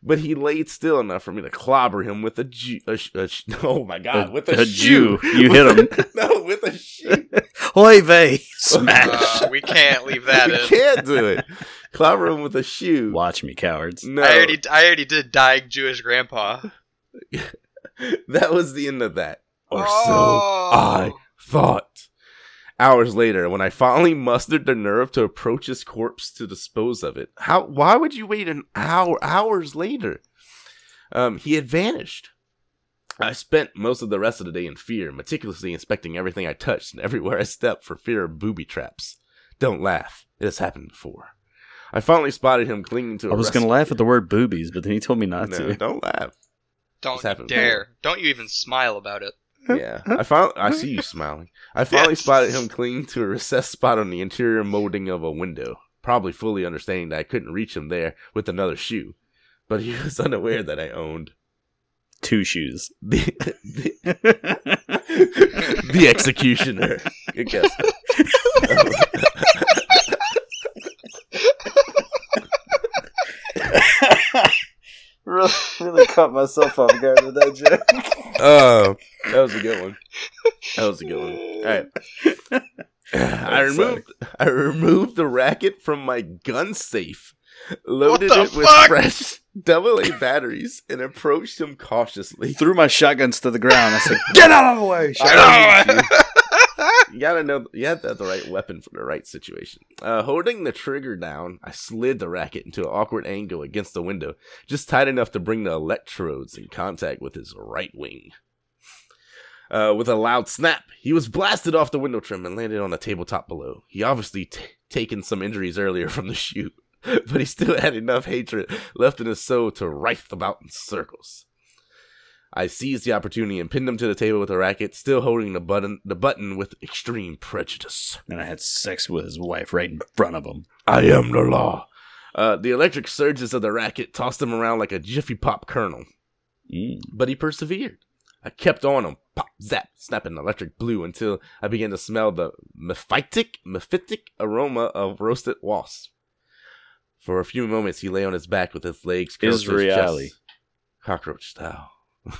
Speaker 1: But he laid still enough for me to clobber him with a Jew. A, sh- a sh- oh my God,
Speaker 2: A-
Speaker 1: with a,
Speaker 2: a
Speaker 1: shoe.
Speaker 2: Jew. You hit him.
Speaker 1: no, with a shoe.
Speaker 2: Hoy vey, smash!
Speaker 3: Uh, we can't leave that
Speaker 1: you
Speaker 3: in.
Speaker 1: can't do it. Clobber him with a shoe.
Speaker 2: Watch me, cowards.
Speaker 1: No,
Speaker 3: I already, I already did dying Jewish grandpa.
Speaker 1: that was the end of that. Or so
Speaker 3: oh.
Speaker 1: I thought. Hours later, when I finally mustered the nerve to approach his corpse to dispose of it, how? Why would you wait an hour? Hours later, um, he had vanished. I spent most of the rest of the day in fear, meticulously inspecting everything I touched and everywhere I stepped for fear of booby traps. Don't laugh; it has happened before. I finally spotted him clinging to.
Speaker 2: I
Speaker 1: a
Speaker 2: was going to
Speaker 1: rescue-
Speaker 2: laugh at the word boobies, but then he told me not
Speaker 1: No,
Speaker 2: to.
Speaker 1: don't laugh. This
Speaker 3: Don't
Speaker 1: happened
Speaker 3: dare. Don't you even smile about it.
Speaker 1: Yeah, I found. I see you smiling. I finally
Speaker 3: Yeah.
Speaker 1: spotted him clinging to a recessed spot on the interior molding of a window, probably fully understanding that I couldn't reach him there with another shoe. But he was unaware that I owned
Speaker 2: Two shoes.
Speaker 1: the the, the executioner. Good guess.
Speaker 2: really, really caught myself off guard with that joke.
Speaker 1: Oh, that was a good one. That was a good one. All right. I
Speaker 2: That's
Speaker 1: removed I removed the racket from my gun safe loaded
Speaker 3: the
Speaker 1: it with
Speaker 3: fuck?
Speaker 1: fresh AA batteries, and approached him cautiously.
Speaker 2: He threw my shotguns to the ground. I said, "Get out of the way!" shot-"
Speaker 1: I
Speaker 3: No!
Speaker 1: You gotta know, you have to have the right weapon for the right situation. Uh, holding the trigger down, I slid the racket into an awkward angle against the window, just tight enough to bring the electrodes in contact with his right wing. Uh, with a loud snap, he was blasted off the window trim and landed on the tabletop below. He obviously t- taken some injuries earlier from the shoot, but he still had enough hatred left in his soul to writhe about in circles. I seized the opportunity and pinned him to the table with a racket, still holding the button the button with extreme prejudice.
Speaker 2: And I had sex with his wife right in front of him.
Speaker 1: I am the law. Uh, the electric surges of the racket tossed him around like a jiffy pop kernel,
Speaker 2: Mm.
Speaker 1: but he persevered. I kept on him, pop, zap, snapping electric blue until I began to smell the mephitic, mephitic aroma of roasted wasps. For a few moments, he lay on his back with his legs curled to his
Speaker 2: Israeli.
Speaker 1: chest, cockroach style.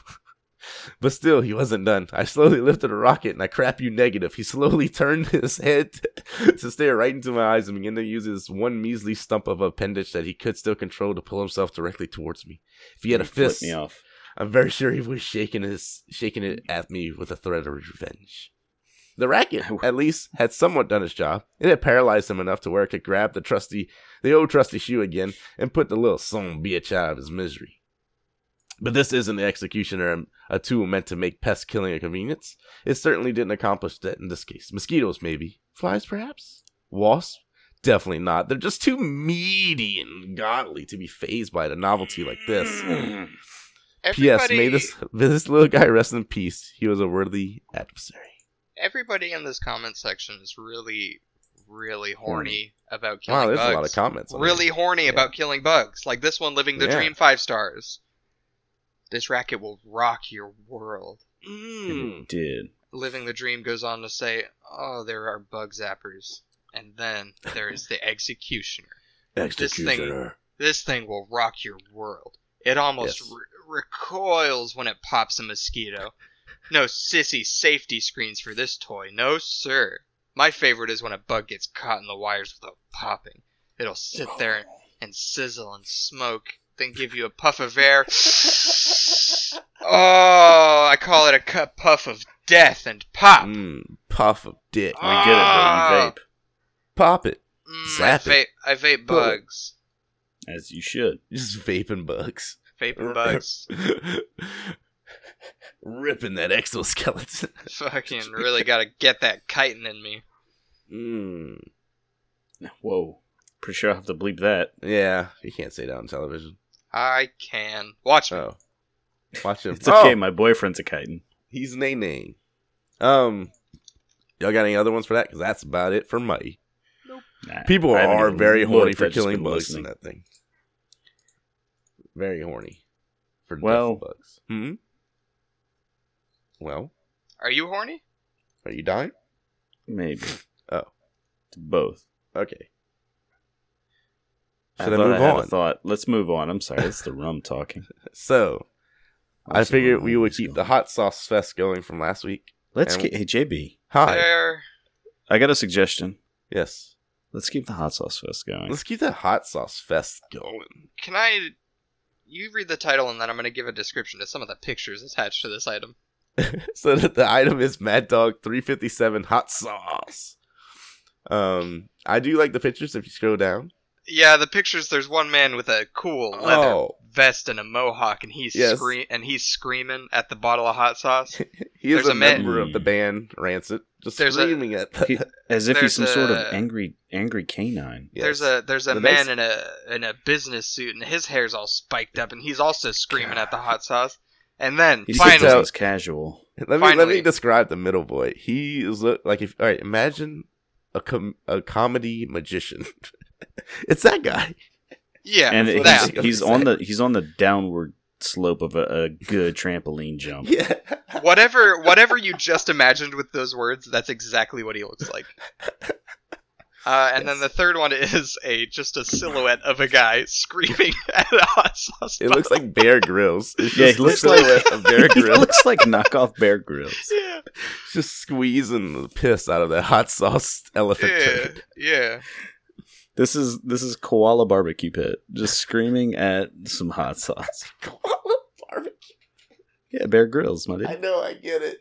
Speaker 1: but still, he wasn't done. I slowly lifted a rocket, and I crap you negative. He slowly turned his head to stare right into my eyes and began to use his one measly stump of appendage that he could still control to pull himself directly towards me. If he had a
Speaker 2: flipped
Speaker 1: fist,
Speaker 2: me off.
Speaker 1: I'm very sure he was shaking his shaking it at me with a threat of revenge. The racket, at least, had somewhat done its job. It had paralyzed him enough to where it could grab the trusty, the old trusty shoe again, and put the little son bitch out of his misery. But this isn't the executioner, a tool meant to make pest killing a convenience. It certainly didn't accomplish that in this case. Mosquitoes, maybe. Flies, perhaps. Wasps, definitely not. They're just too meaty and godly to be phased by the novelty like this. P.S. May this may this little guy rest in peace. He was a worthy adversary.
Speaker 3: Everybody in this comment section is really, really horny about killing
Speaker 1: Wow, there's
Speaker 3: bugs.
Speaker 1: a lot of comments. on
Speaker 3: really
Speaker 1: that.
Speaker 3: horny about killing bugs. Like this one, living the
Speaker 1: Yeah.
Speaker 3: dream five stars. This racket will rock your world.
Speaker 2: And
Speaker 1: Mm.
Speaker 2: it did.
Speaker 3: Living the dream goes on to say, "Oh, there are bug zappers, and then there is the executioner. This thing-
Speaker 1: Executioner.
Speaker 3: This thing will rock your world. It almost
Speaker 1: Yes.
Speaker 3: re- recoils when it pops a mosquito. No sissy safety screens for this toy, no sir. My favorite is when a bug gets caught in the wires without popping. It'll sit there and and sizzle and smoke, then give you a puff of air. oh, I call it a cu- puff of death and pop. Mm,
Speaker 1: Mm, puff of dick.
Speaker 2: We get it, bro. You
Speaker 3: Ah.
Speaker 2: vape.
Speaker 1: Pop it.
Speaker 3: Mm, I
Speaker 1: zap
Speaker 3: vape,
Speaker 1: it.
Speaker 3: I vape bugs.
Speaker 2: As you should.
Speaker 1: Just vaping bugs.
Speaker 3: Vaping bugs.
Speaker 1: Ripping that exoskeleton.
Speaker 3: Fucking really gotta get that chitin in me.
Speaker 1: Mm.
Speaker 2: Whoa. Pretty sure I'll have to bleep that.
Speaker 1: Yeah, you can't say that on television.
Speaker 3: I can. Watch me.
Speaker 1: Oh, watch him.
Speaker 2: It's okay,
Speaker 1: Oh,
Speaker 2: my boyfriend's a chitin.
Speaker 1: he's nay nay. Um, y'all got any other ones for that? Because that's about it for Muddy.
Speaker 2: Nah,
Speaker 1: People
Speaker 2: I haven't
Speaker 1: are
Speaker 2: even
Speaker 1: very
Speaker 2: looked,
Speaker 1: horny
Speaker 2: I've
Speaker 1: for
Speaker 2: just
Speaker 1: killing
Speaker 2: been
Speaker 1: bugs in
Speaker 2: listening.
Speaker 1: that thing. Very horny for
Speaker 2: Well-
Speaker 1: death bugs. Hmm. Well,
Speaker 3: Are you horny?
Speaker 1: are you dying?
Speaker 2: Maybe.
Speaker 1: Oh.
Speaker 2: Both.
Speaker 1: Okay.
Speaker 2: I
Speaker 1: Should I,
Speaker 2: thought
Speaker 1: move
Speaker 2: had a
Speaker 1: on?
Speaker 2: thought. Let's move on. I'm sorry. It's the rum talking.
Speaker 1: So I
Speaker 2: Let's
Speaker 1: figured
Speaker 2: move
Speaker 1: we
Speaker 2: on.
Speaker 1: would
Speaker 2: Let's
Speaker 1: keep
Speaker 2: go.
Speaker 1: the hot sauce fest going from last week.
Speaker 2: Let's
Speaker 1: and-
Speaker 2: get. Hey, JB.
Speaker 1: Hi.
Speaker 3: There.
Speaker 2: I got a suggestion.
Speaker 1: Yes.
Speaker 2: Let's keep the hot sauce fest going.
Speaker 1: Let's keep that hot sauce fest going.
Speaker 3: Can I. You read the title and then I'm gonna give a description to some of the pictures attached to this item.
Speaker 1: so that the item is Mad Dog 357 hot sauce. Um, I do like the pictures if you scroll down.
Speaker 3: Yeah, the pictures. There's one man with a cool leather
Speaker 1: Oh,
Speaker 3: vest and a mohawk, and he's
Speaker 1: Yes.
Speaker 3: scree- and he's screaming at the bottle of hot sauce.
Speaker 1: He is
Speaker 3: There's
Speaker 1: a,
Speaker 3: a man-
Speaker 1: member of the band Rancid, just
Speaker 3: There's a-
Speaker 1: screaming at the.
Speaker 2: He- As if
Speaker 3: There's
Speaker 2: he's some sort of
Speaker 3: a-
Speaker 2: angry, angry canine.
Speaker 1: Yes.
Speaker 3: There's a there's a
Speaker 1: The
Speaker 3: man
Speaker 1: base-
Speaker 3: in a in a business suit, and his hair's all spiked up, and he's also screaming at the hot sauce. And then
Speaker 2: He
Speaker 1: Fine.
Speaker 2: sticks
Speaker 1: So-
Speaker 2: out
Speaker 3: finally,
Speaker 2: as casual.
Speaker 1: Let me let me
Speaker 3: finally-
Speaker 1: describe the middle boy. He is look like if all right. Imagine a com- a comedy magician. it's that guy.
Speaker 3: yeah,
Speaker 2: and
Speaker 1: that's what
Speaker 3: that.
Speaker 1: I
Speaker 2: he's, he's on the he's on the downward slope of a, a good trampoline jump.
Speaker 1: Yeah.
Speaker 3: whatever whatever you just imagined with those words, that's exactly what he looks like. Uh, and then
Speaker 1: Yes.
Speaker 3: the third one is a just a silhouette of a guy screaming at a hot sauce.
Speaker 1: It
Speaker 3: bottle.
Speaker 1: looks like Bear Grylls. It's
Speaker 2: Yeah,
Speaker 1: just
Speaker 2: he looks
Speaker 1: the
Speaker 2: like-
Speaker 1: silhouette of Bear
Speaker 2: he
Speaker 1: Grylls
Speaker 2: looks like knockoff Bear Grylls.
Speaker 3: yeah,
Speaker 1: just squeezing the piss out of that hot sauce elephant.
Speaker 3: yeah,
Speaker 1: turd.
Speaker 3: yeah.
Speaker 2: This is this is koala barbecue pit just screaming at some hot sauce.
Speaker 1: Koala barbecue.
Speaker 2: Yeah, Bear Grylls, my dude.
Speaker 1: I
Speaker 2: I,
Speaker 1: know, I get it.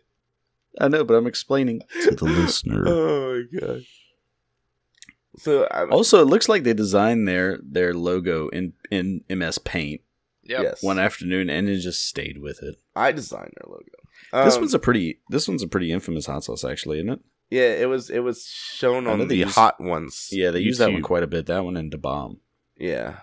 Speaker 2: know, but I'm explaining to the listener.
Speaker 1: Oh my god. So I'm
Speaker 2: Also, it looks like they designed their their logo in in MS Paint
Speaker 3: Yep.
Speaker 1: yes.
Speaker 2: one afternoon and it just stayed with it.
Speaker 1: I designed their logo. Um,
Speaker 2: this one's a pretty this one's a pretty infamous hot sauce actually, isn't it?
Speaker 1: yeah. It was it was shown
Speaker 2: I know
Speaker 1: on
Speaker 2: they
Speaker 1: the
Speaker 2: use-
Speaker 1: hot ones.
Speaker 2: Yeah, they use that one
Speaker 1: YouTube.
Speaker 2: quite a bit. That one and the bomb.
Speaker 1: Yeah,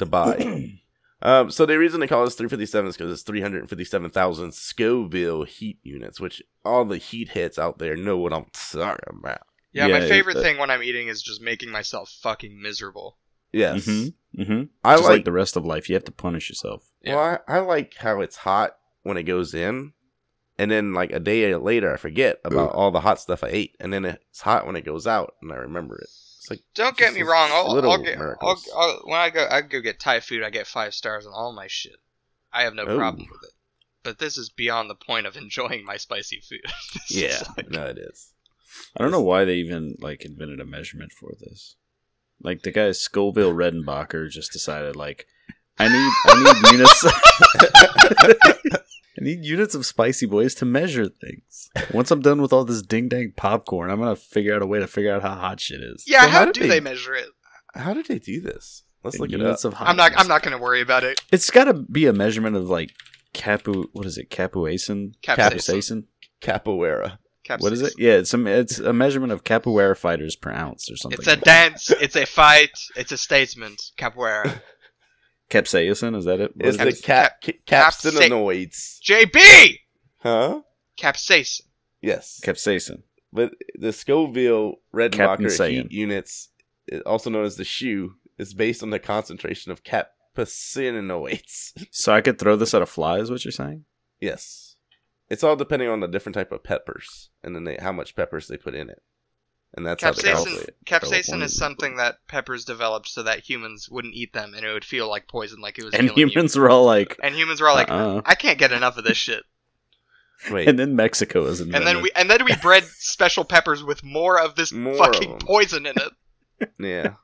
Speaker 2: Uh,
Speaker 1: Dubai. um, so the reason they call this 357 is because it's 357,000 Scoville heat units, which all the heat heads out there know what I'm talking about.
Speaker 3: Yeah,
Speaker 2: Yeah,
Speaker 3: my favorite
Speaker 1: uh,
Speaker 2: it-
Speaker 3: thing when I'm eating is just making myself fucking miserable.
Speaker 1: Yes,
Speaker 2: Mm-hmm. Mm-hmm.
Speaker 1: I
Speaker 2: Just
Speaker 1: like.
Speaker 2: like, the rest of life, you have to punish yourself.
Speaker 3: Yeah.
Speaker 1: Well, I, I like how it's hot when it goes in, and then like a day later, I forget about all the hot stuff I ate, and then it's hot when it goes out, and I remember it. It's like
Speaker 3: Don't get
Speaker 1: This
Speaker 3: me
Speaker 1: is
Speaker 3: wrong. I'll,
Speaker 1: little
Speaker 3: I'll get I'll,
Speaker 1: miracles.
Speaker 3: I'll, when I go I go get Thai food. I get five stars on all my shit. I have no
Speaker 1: Oh.
Speaker 3: problem with it. But this is beyond the point of enjoying my spicy food. This is
Speaker 1: yeah,
Speaker 3: like-
Speaker 1: no, it is.
Speaker 2: I don't know why they even like invented a measurement for this. Like the guy Scoville Redenbacher just decided like I need I need units I need units of spicy boys to measure things. Once I'm done with all this ding dang popcorn, I'm gonna figure out a way to figure out how hot shit is.
Speaker 3: yeah.
Speaker 1: So
Speaker 3: how,
Speaker 1: how did
Speaker 3: do
Speaker 1: they-
Speaker 3: they, measure it?
Speaker 1: How did they do this? Let's
Speaker 2: In
Speaker 1: look it up.
Speaker 2: units of
Speaker 3: I'm not. I'm
Speaker 2: hotness.
Speaker 3: not gonna worry about it.
Speaker 2: It's got to be a measurement of like capu. What is it? Capuacin.
Speaker 3: Capsaicin.
Speaker 2: Capsaicin.
Speaker 1: Capoeira.
Speaker 2: What is
Speaker 3: Capsaicin.
Speaker 2: it? Yeah, it's a it's a measurement of capoeira fighters per ounce or something.
Speaker 3: It's a dance. It's a fight. It's a statement. Capoeira.
Speaker 2: capsaicin. Is that it? What
Speaker 1: It's
Speaker 2: is
Speaker 1: the
Speaker 2: it?
Speaker 1: cap, ca-
Speaker 3: capsa-
Speaker 1: capsinoids.
Speaker 3: JB.
Speaker 1: Huh?
Speaker 3: Capsaicin.
Speaker 1: Yes.
Speaker 2: capsaicin.
Speaker 1: but the Scoville
Speaker 2: Captain
Speaker 1: Redenbacher
Speaker 2: Saiyan.
Speaker 1: heat units, i- also known as the shoe, is based on the concentration of capsaicinoids.
Speaker 2: So I could throw this at a fly. Is what you're saying?
Speaker 1: yes. It's all depending on the different type of peppers and then they, how much peppers they put in it. And that's how they
Speaker 3: Capsaicin.
Speaker 1: calculate it.
Speaker 3: Capsaicin
Speaker 2: California.
Speaker 3: is something that peppers developed so that humans wouldn't eat them and it would feel like poison, like it was.
Speaker 2: And
Speaker 3: killing you.
Speaker 2: humans were all like,
Speaker 3: And humans were all like,
Speaker 2: uh-uh.
Speaker 3: I can't get enough of this shit.
Speaker 1: Wait.
Speaker 2: and then Mexico is
Speaker 3: And then we and then we bred special peppers with more of this
Speaker 1: More of
Speaker 3: fucking
Speaker 1: them.
Speaker 3: poison in it.
Speaker 1: yeah.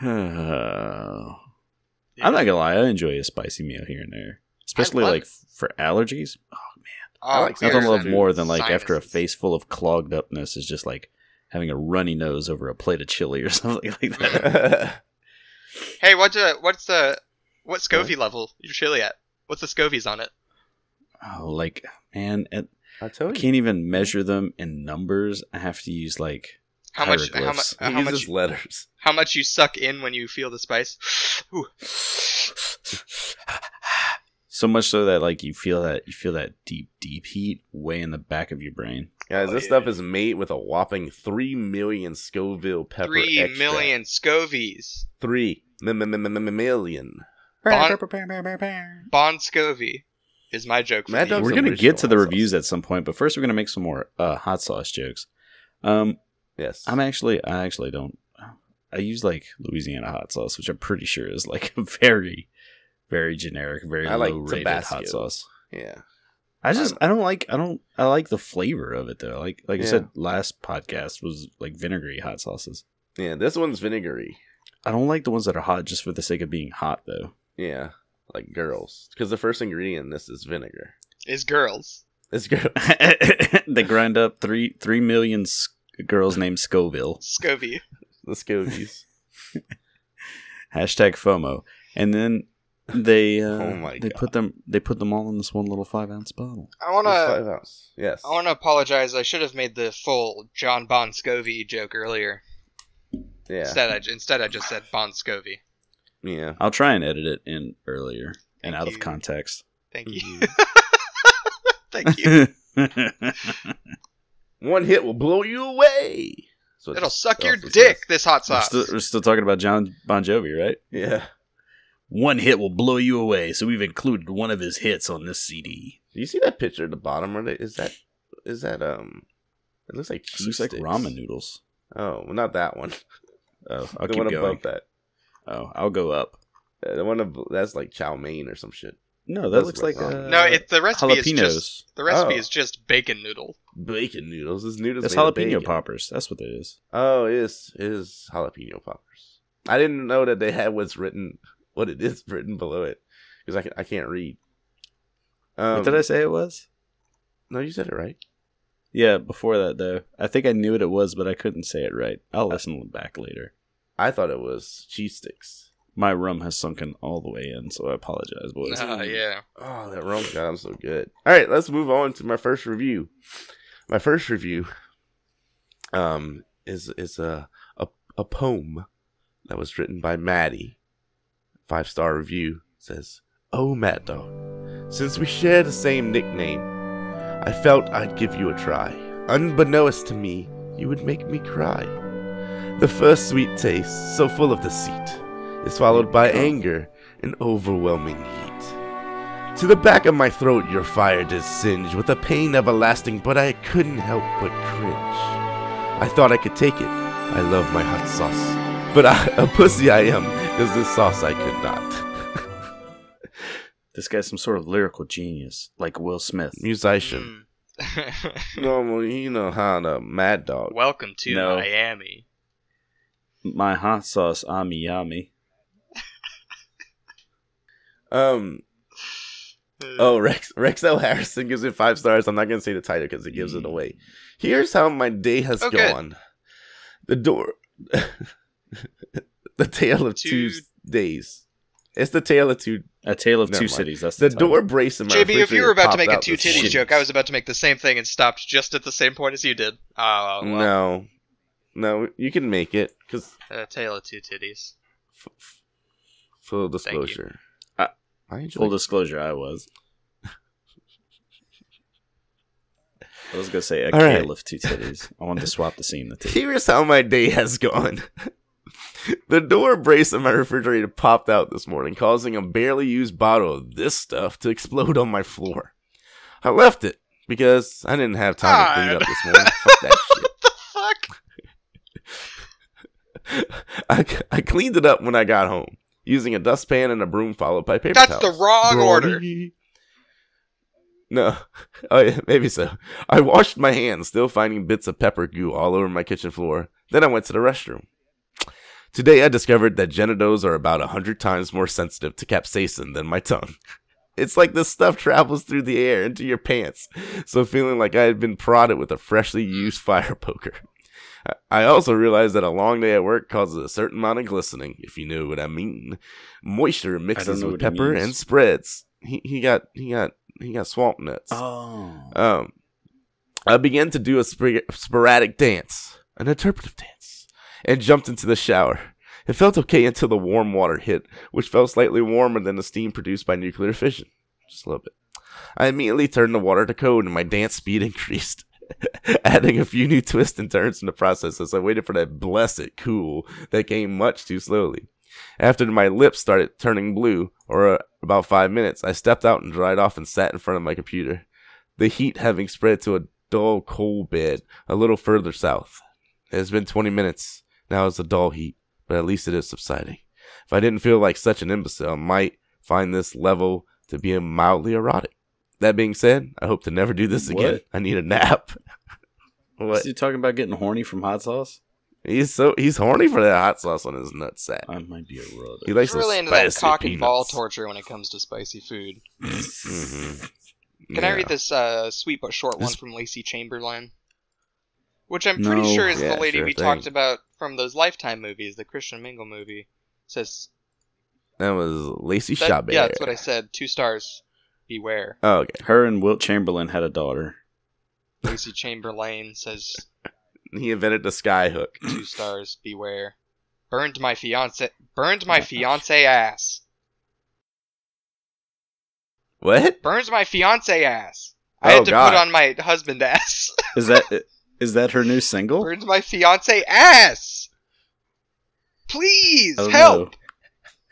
Speaker 2: I'm not gonna lie. I enjoy a spicy meal here and there, especially
Speaker 3: love-
Speaker 2: like f- for allergies.
Speaker 3: Oh,
Speaker 1: I like
Speaker 3: weird.
Speaker 2: Nothing I
Speaker 1: Here's
Speaker 2: love
Speaker 1: the
Speaker 2: more than like
Speaker 3: Sinuses.
Speaker 2: after a face full of clogged upness is just like having a runny nose over a plate of chili or something like that.
Speaker 3: Hey, what's the what's the what SCOVY level your chili at? What's the SCOVY's on it?
Speaker 2: oh, like man, and
Speaker 1: I
Speaker 2: I
Speaker 1: told you.
Speaker 2: can't even measure them in numbers. I have to use like
Speaker 3: How much how, mu-
Speaker 2: Hieroglyphs.
Speaker 1: He
Speaker 3: how
Speaker 1: uses
Speaker 3: much
Speaker 1: letters.
Speaker 3: how much you suck in when you feel the spice? Ooh.
Speaker 2: so much so that like you feel that you feel that deep deep heat way in the back of your brain.
Speaker 3: Oh,
Speaker 1: Guys, this
Speaker 2: yeah.
Speaker 1: stuff is made with a whopping 3 million Scoville pepper
Speaker 3: Three
Speaker 1: extract.
Speaker 3: million SCOVY's.
Speaker 1: 3 mi- mi- mi- mi- mi- million.
Speaker 3: Bon- Bon SCOVY is my joke. For
Speaker 1: Mad
Speaker 3: the
Speaker 1: Dog's
Speaker 2: we're
Speaker 1: some
Speaker 2: gonna
Speaker 1: original
Speaker 2: get to the
Speaker 1: hot
Speaker 2: reviews at some point, but first we're gonna make some more uh, hot sauce jokes. Um,
Speaker 1: Yes.
Speaker 2: I'm actually, I actually don't. I use like Louisiana hot sauce, which I'm pretty sure is like a very, very generic, very
Speaker 1: I like
Speaker 2: low rated hot
Speaker 1: Tabasco.
Speaker 2: sauce.
Speaker 1: yeah.
Speaker 2: I just,
Speaker 1: I'm-
Speaker 2: I don't like, I don't, I like the flavor of it though. Like, like I
Speaker 1: Yeah.
Speaker 2: said, last podcast was like vinegary hot sauces.
Speaker 1: Yeah, this one's vinegary.
Speaker 2: I don't like the ones that are hot just for the sake of being hot though.
Speaker 1: Yeah, like girls, because the first ingredient in this is vinegar.
Speaker 3: is girls.
Speaker 1: It's girl.
Speaker 2: they grind up three three million s- girls named Scoville.
Speaker 3: SCOVY.
Speaker 1: The scobies.
Speaker 2: hashtag FOMO, and then they uh,
Speaker 1: Oh my
Speaker 2: they
Speaker 1: God.
Speaker 2: put them they put them all in this one little five ounce bottle.
Speaker 3: I wanna
Speaker 1: It's five ounce. Yes.
Speaker 3: I want to apologize. I should have made the full John Bon Scovy joke earlier.
Speaker 1: Yeah.
Speaker 3: Instead, I, instead I just said Bon Scovy.
Speaker 1: Yeah.
Speaker 2: I'll try and edit it in earlier and
Speaker 3: Thank
Speaker 2: out
Speaker 3: you.
Speaker 2: of context.
Speaker 3: Thank you.
Speaker 1: Mhm.
Speaker 3: Thank you.
Speaker 2: What's
Speaker 1: One hit will blow you away. So
Speaker 3: It'll suck your
Speaker 1: that's what it
Speaker 3: dick.
Speaker 1: says.
Speaker 3: This hot
Speaker 2: we're,
Speaker 3: sauce.
Speaker 2: still, we're still talking about John Bon Jovi, right?
Speaker 1: Yeah.
Speaker 2: One hit will blow you away, so we've included one of his hits on this CD.
Speaker 1: Do you see that picture at the bottom? Or is that is that um? It looks like
Speaker 2: This looks like
Speaker 1: cheese
Speaker 2: ramen
Speaker 1: sticks.
Speaker 2: noodles.
Speaker 1: Oh, well, not that one.
Speaker 2: Oh, I'll
Speaker 1: the
Speaker 2: keep
Speaker 1: one
Speaker 2: going.
Speaker 1: above that.
Speaker 2: Oh, I'll go up.
Speaker 1: Uh, the one ab- that's like chow mein or some shit.
Speaker 2: No, that
Speaker 1: Those
Speaker 2: looks
Speaker 1: look
Speaker 2: like uh,
Speaker 1: ramen.
Speaker 3: no, it, the recipe
Speaker 2: jalapenos.
Speaker 3: is just the recipe
Speaker 1: Oh.
Speaker 3: is just bacon noodle.
Speaker 1: Bacon noodles. It's noodles.
Speaker 2: It's
Speaker 1: made
Speaker 2: jalapeno
Speaker 1: of bacon.
Speaker 2: poppers. That's what it is.
Speaker 1: Oh, it is it is jalapeno poppers. I didn't know that they had what's written, what it is written below it, because I can I can't read. Um,
Speaker 2: what did I say it was?
Speaker 1: No, you said it right.
Speaker 2: Yeah, before that though, I think I knew what it was, but I couldn't say it right. I'll listen back later.
Speaker 1: I thought it was cheese sticks.
Speaker 2: My rum has sunken all the way in, so I apologize, boys.
Speaker 3: Ah, yeah.
Speaker 1: Oh, that rum god, I'm so good. All right, let's move on to my first review. My first review, um, is is a a, a poem that was written by Maddie. Five star review says, "Oh, Matt Dog, since we share the same nickname, I felt I'd give you a try. Unbeknownst to me, you would make me cry. The first sweet taste, so full of deceit, is followed by anger and overwhelming heat." To the back of my throat, your fire did singe with a pain everlasting, but I couldn't help but cringe. I thought I could take it. I love my hot sauce. But I, a pussy I am, because this sauce I could not.
Speaker 2: This guy's some sort of lyrical genius, like Will Smith.
Speaker 1: Musician.
Speaker 3: Mm.
Speaker 1: Normal, you know how the mad dog.
Speaker 3: Welcome to
Speaker 2: No.
Speaker 3: Miami.
Speaker 2: My hot sauce, ami yami.
Speaker 1: Um, oh, Rex, Rexel Harrison gives it five stars. I'm not going to say the title because it gives
Speaker 3: Mm.
Speaker 1: it away. Here's how my day has
Speaker 3: Oh, good.
Speaker 1: gone. The door. the tale of two
Speaker 3: Two-
Speaker 1: days. It's the tale of two
Speaker 2: A Tale of
Speaker 1: Never
Speaker 2: Two
Speaker 1: mind.
Speaker 2: Cities. That's the,
Speaker 1: The
Speaker 2: title.
Speaker 1: door brace in my
Speaker 3: JB, if you were
Speaker 1: refrigerator
Speaker 3: about to make a
Speaker 1: popped
Speaker 3: two
Speaker 1: out this
Speaker 3: titties
Speaker 1: shit.
Speaker 3: joke, I was about to make the same thing and stopped just at the same point as you did. Oh, well,
Speaker 1: No, no, you can make it because
Speaker 3: A Tale of Two Titties.
Speaker 1: f- f- full
Speaker 3: you.
Speaker 1: disclosure.
Speaker 2: I-
Speaker 1: I enjoy.
Speaker 2: Full disclosure, I was. I was gonna say a
Speaker 1: All right.
Speaker 2: tale of two titties. I wanted to swap the scene. The titties.
Speaker 1: Here is how my day has gone. the door brace on my refrigerator popped out this morning, causing a barely used bottle of this stuff to explode on my floor. I left it because I didn't have time to clean it up this morning. Fuck that shit.
Speaker 3: The fuck?
Speaker 1: I, I cleaned it up when I got home using a dustpan and a broom followed by paper
Speaker 3: That's the
Speaker 1: towels.
Speaker 3: wrong order.
Speaker 1: No. Oh, yeah, maybe so. I washed my hands, still finding bits of pepper goo all over my kitchen floor. Then I went to the restroom. Today I discovered that genitals are about a 100 times more sensitive to capsaicin than my tongue. It's like this stuff travels through the air into your pants, so feeling like I had been prodded with a freshly used fire poker. I- I also realized that a long day at work causes a certain amount of glistening, if you know what I mean. Moisture mixes
Speaker 2: know
Speaker 1: with
Speaker 2: what he
Speaker 1: pepper
Speaker 2: means.
Speaker 1: and spreads. He, he got he got he got swamp nuts.
Speaker 2: Oh,
Speaker 1: Um, I began to do a spor- sporadic dance, an interpretive dance, and jumped into the shower. It felt okay until the warm water hit, which felt slightly warmer than the steam produced by nuclear fission. Just a little bit. I immediately turned the water to cold and my dance speed increased, adding a few new twists and turns in the process as I waited for that blessed cool that came much too slowly. After my lips started turning blue, or uh, about five minutes, I stepped out and dried off and sat in front of my computer the heat having spread to a dull coal bed a little further south. It has been 20 minutes. Now it's a dull heat, but at least it is subsiding. If I didn't feel like such an imbecile, I might find this level to be mildly erotic. That being said, I hope to never do this again.
Speaker 2: What?
Speaker 1: I need a nap.
Speaker 2: is
Speaker 1: what?
Speaker 2: he talking about getting horny from hot sauce?
Speaker 1: He's so he's horny for that hot sauce on his nutsack.
Speaker 2: I might be a
Speaker 1: He
Speaker 2: brother.
Speaker 1: likes
Speaker 3: He's
Speaker 1: some
Speaker 3: really into that
Speaker 1: spicy
Speaker 3: cock and ball
Speaker 1: peanuts.
Speaker 3: torture when it comes to spicy food.
Speaker 1: Mhm.
Speaker 3: Can I
Speaker 1: Yeah.
Speaker 3: read this uh, sweet but short one
Speaker 1: This-
Speaker 3: from Lacey Chamberlain? Which I'm pretty
Speaker 2: No.
Speaker 3: sure is
Speaker 1: Yeah,
Speaker 3: the lady
Speaker 1: sure
Speaker 3: we
Speaker 1: thing.
Speaker 3: talked about from those Lifetime movies, the Christian Mingle movie. Says,
Speaker 1: That was Lacey
Speaker 3: that-
Speaker 1: Chabert.
Speaker 3: yeah, that's what I said. Two stars, beware.
Speaker 1: oh, okay.
Speaker 2: Her and Wilt Chamberlain had a daughter.
Speaker 3: Lacey Chamberlain says,
Speaker 1: He invented the sky hook.
Speaker 3: two stars, beware. Burned my fiance, burned my fiance ass.
Speaker 1: What?
Speaker 3: Burns my fiance ass. I had
Speaker 1: Oh,
Speaker 3: to
Speaker 1: God.
Speaker 3: put on my husband ass.
Speaker 2: Is that is that her new single?
Speaker 3: Burns my fiance ass. Please
Speaker 2: Oh, no.
Speaker 3: help.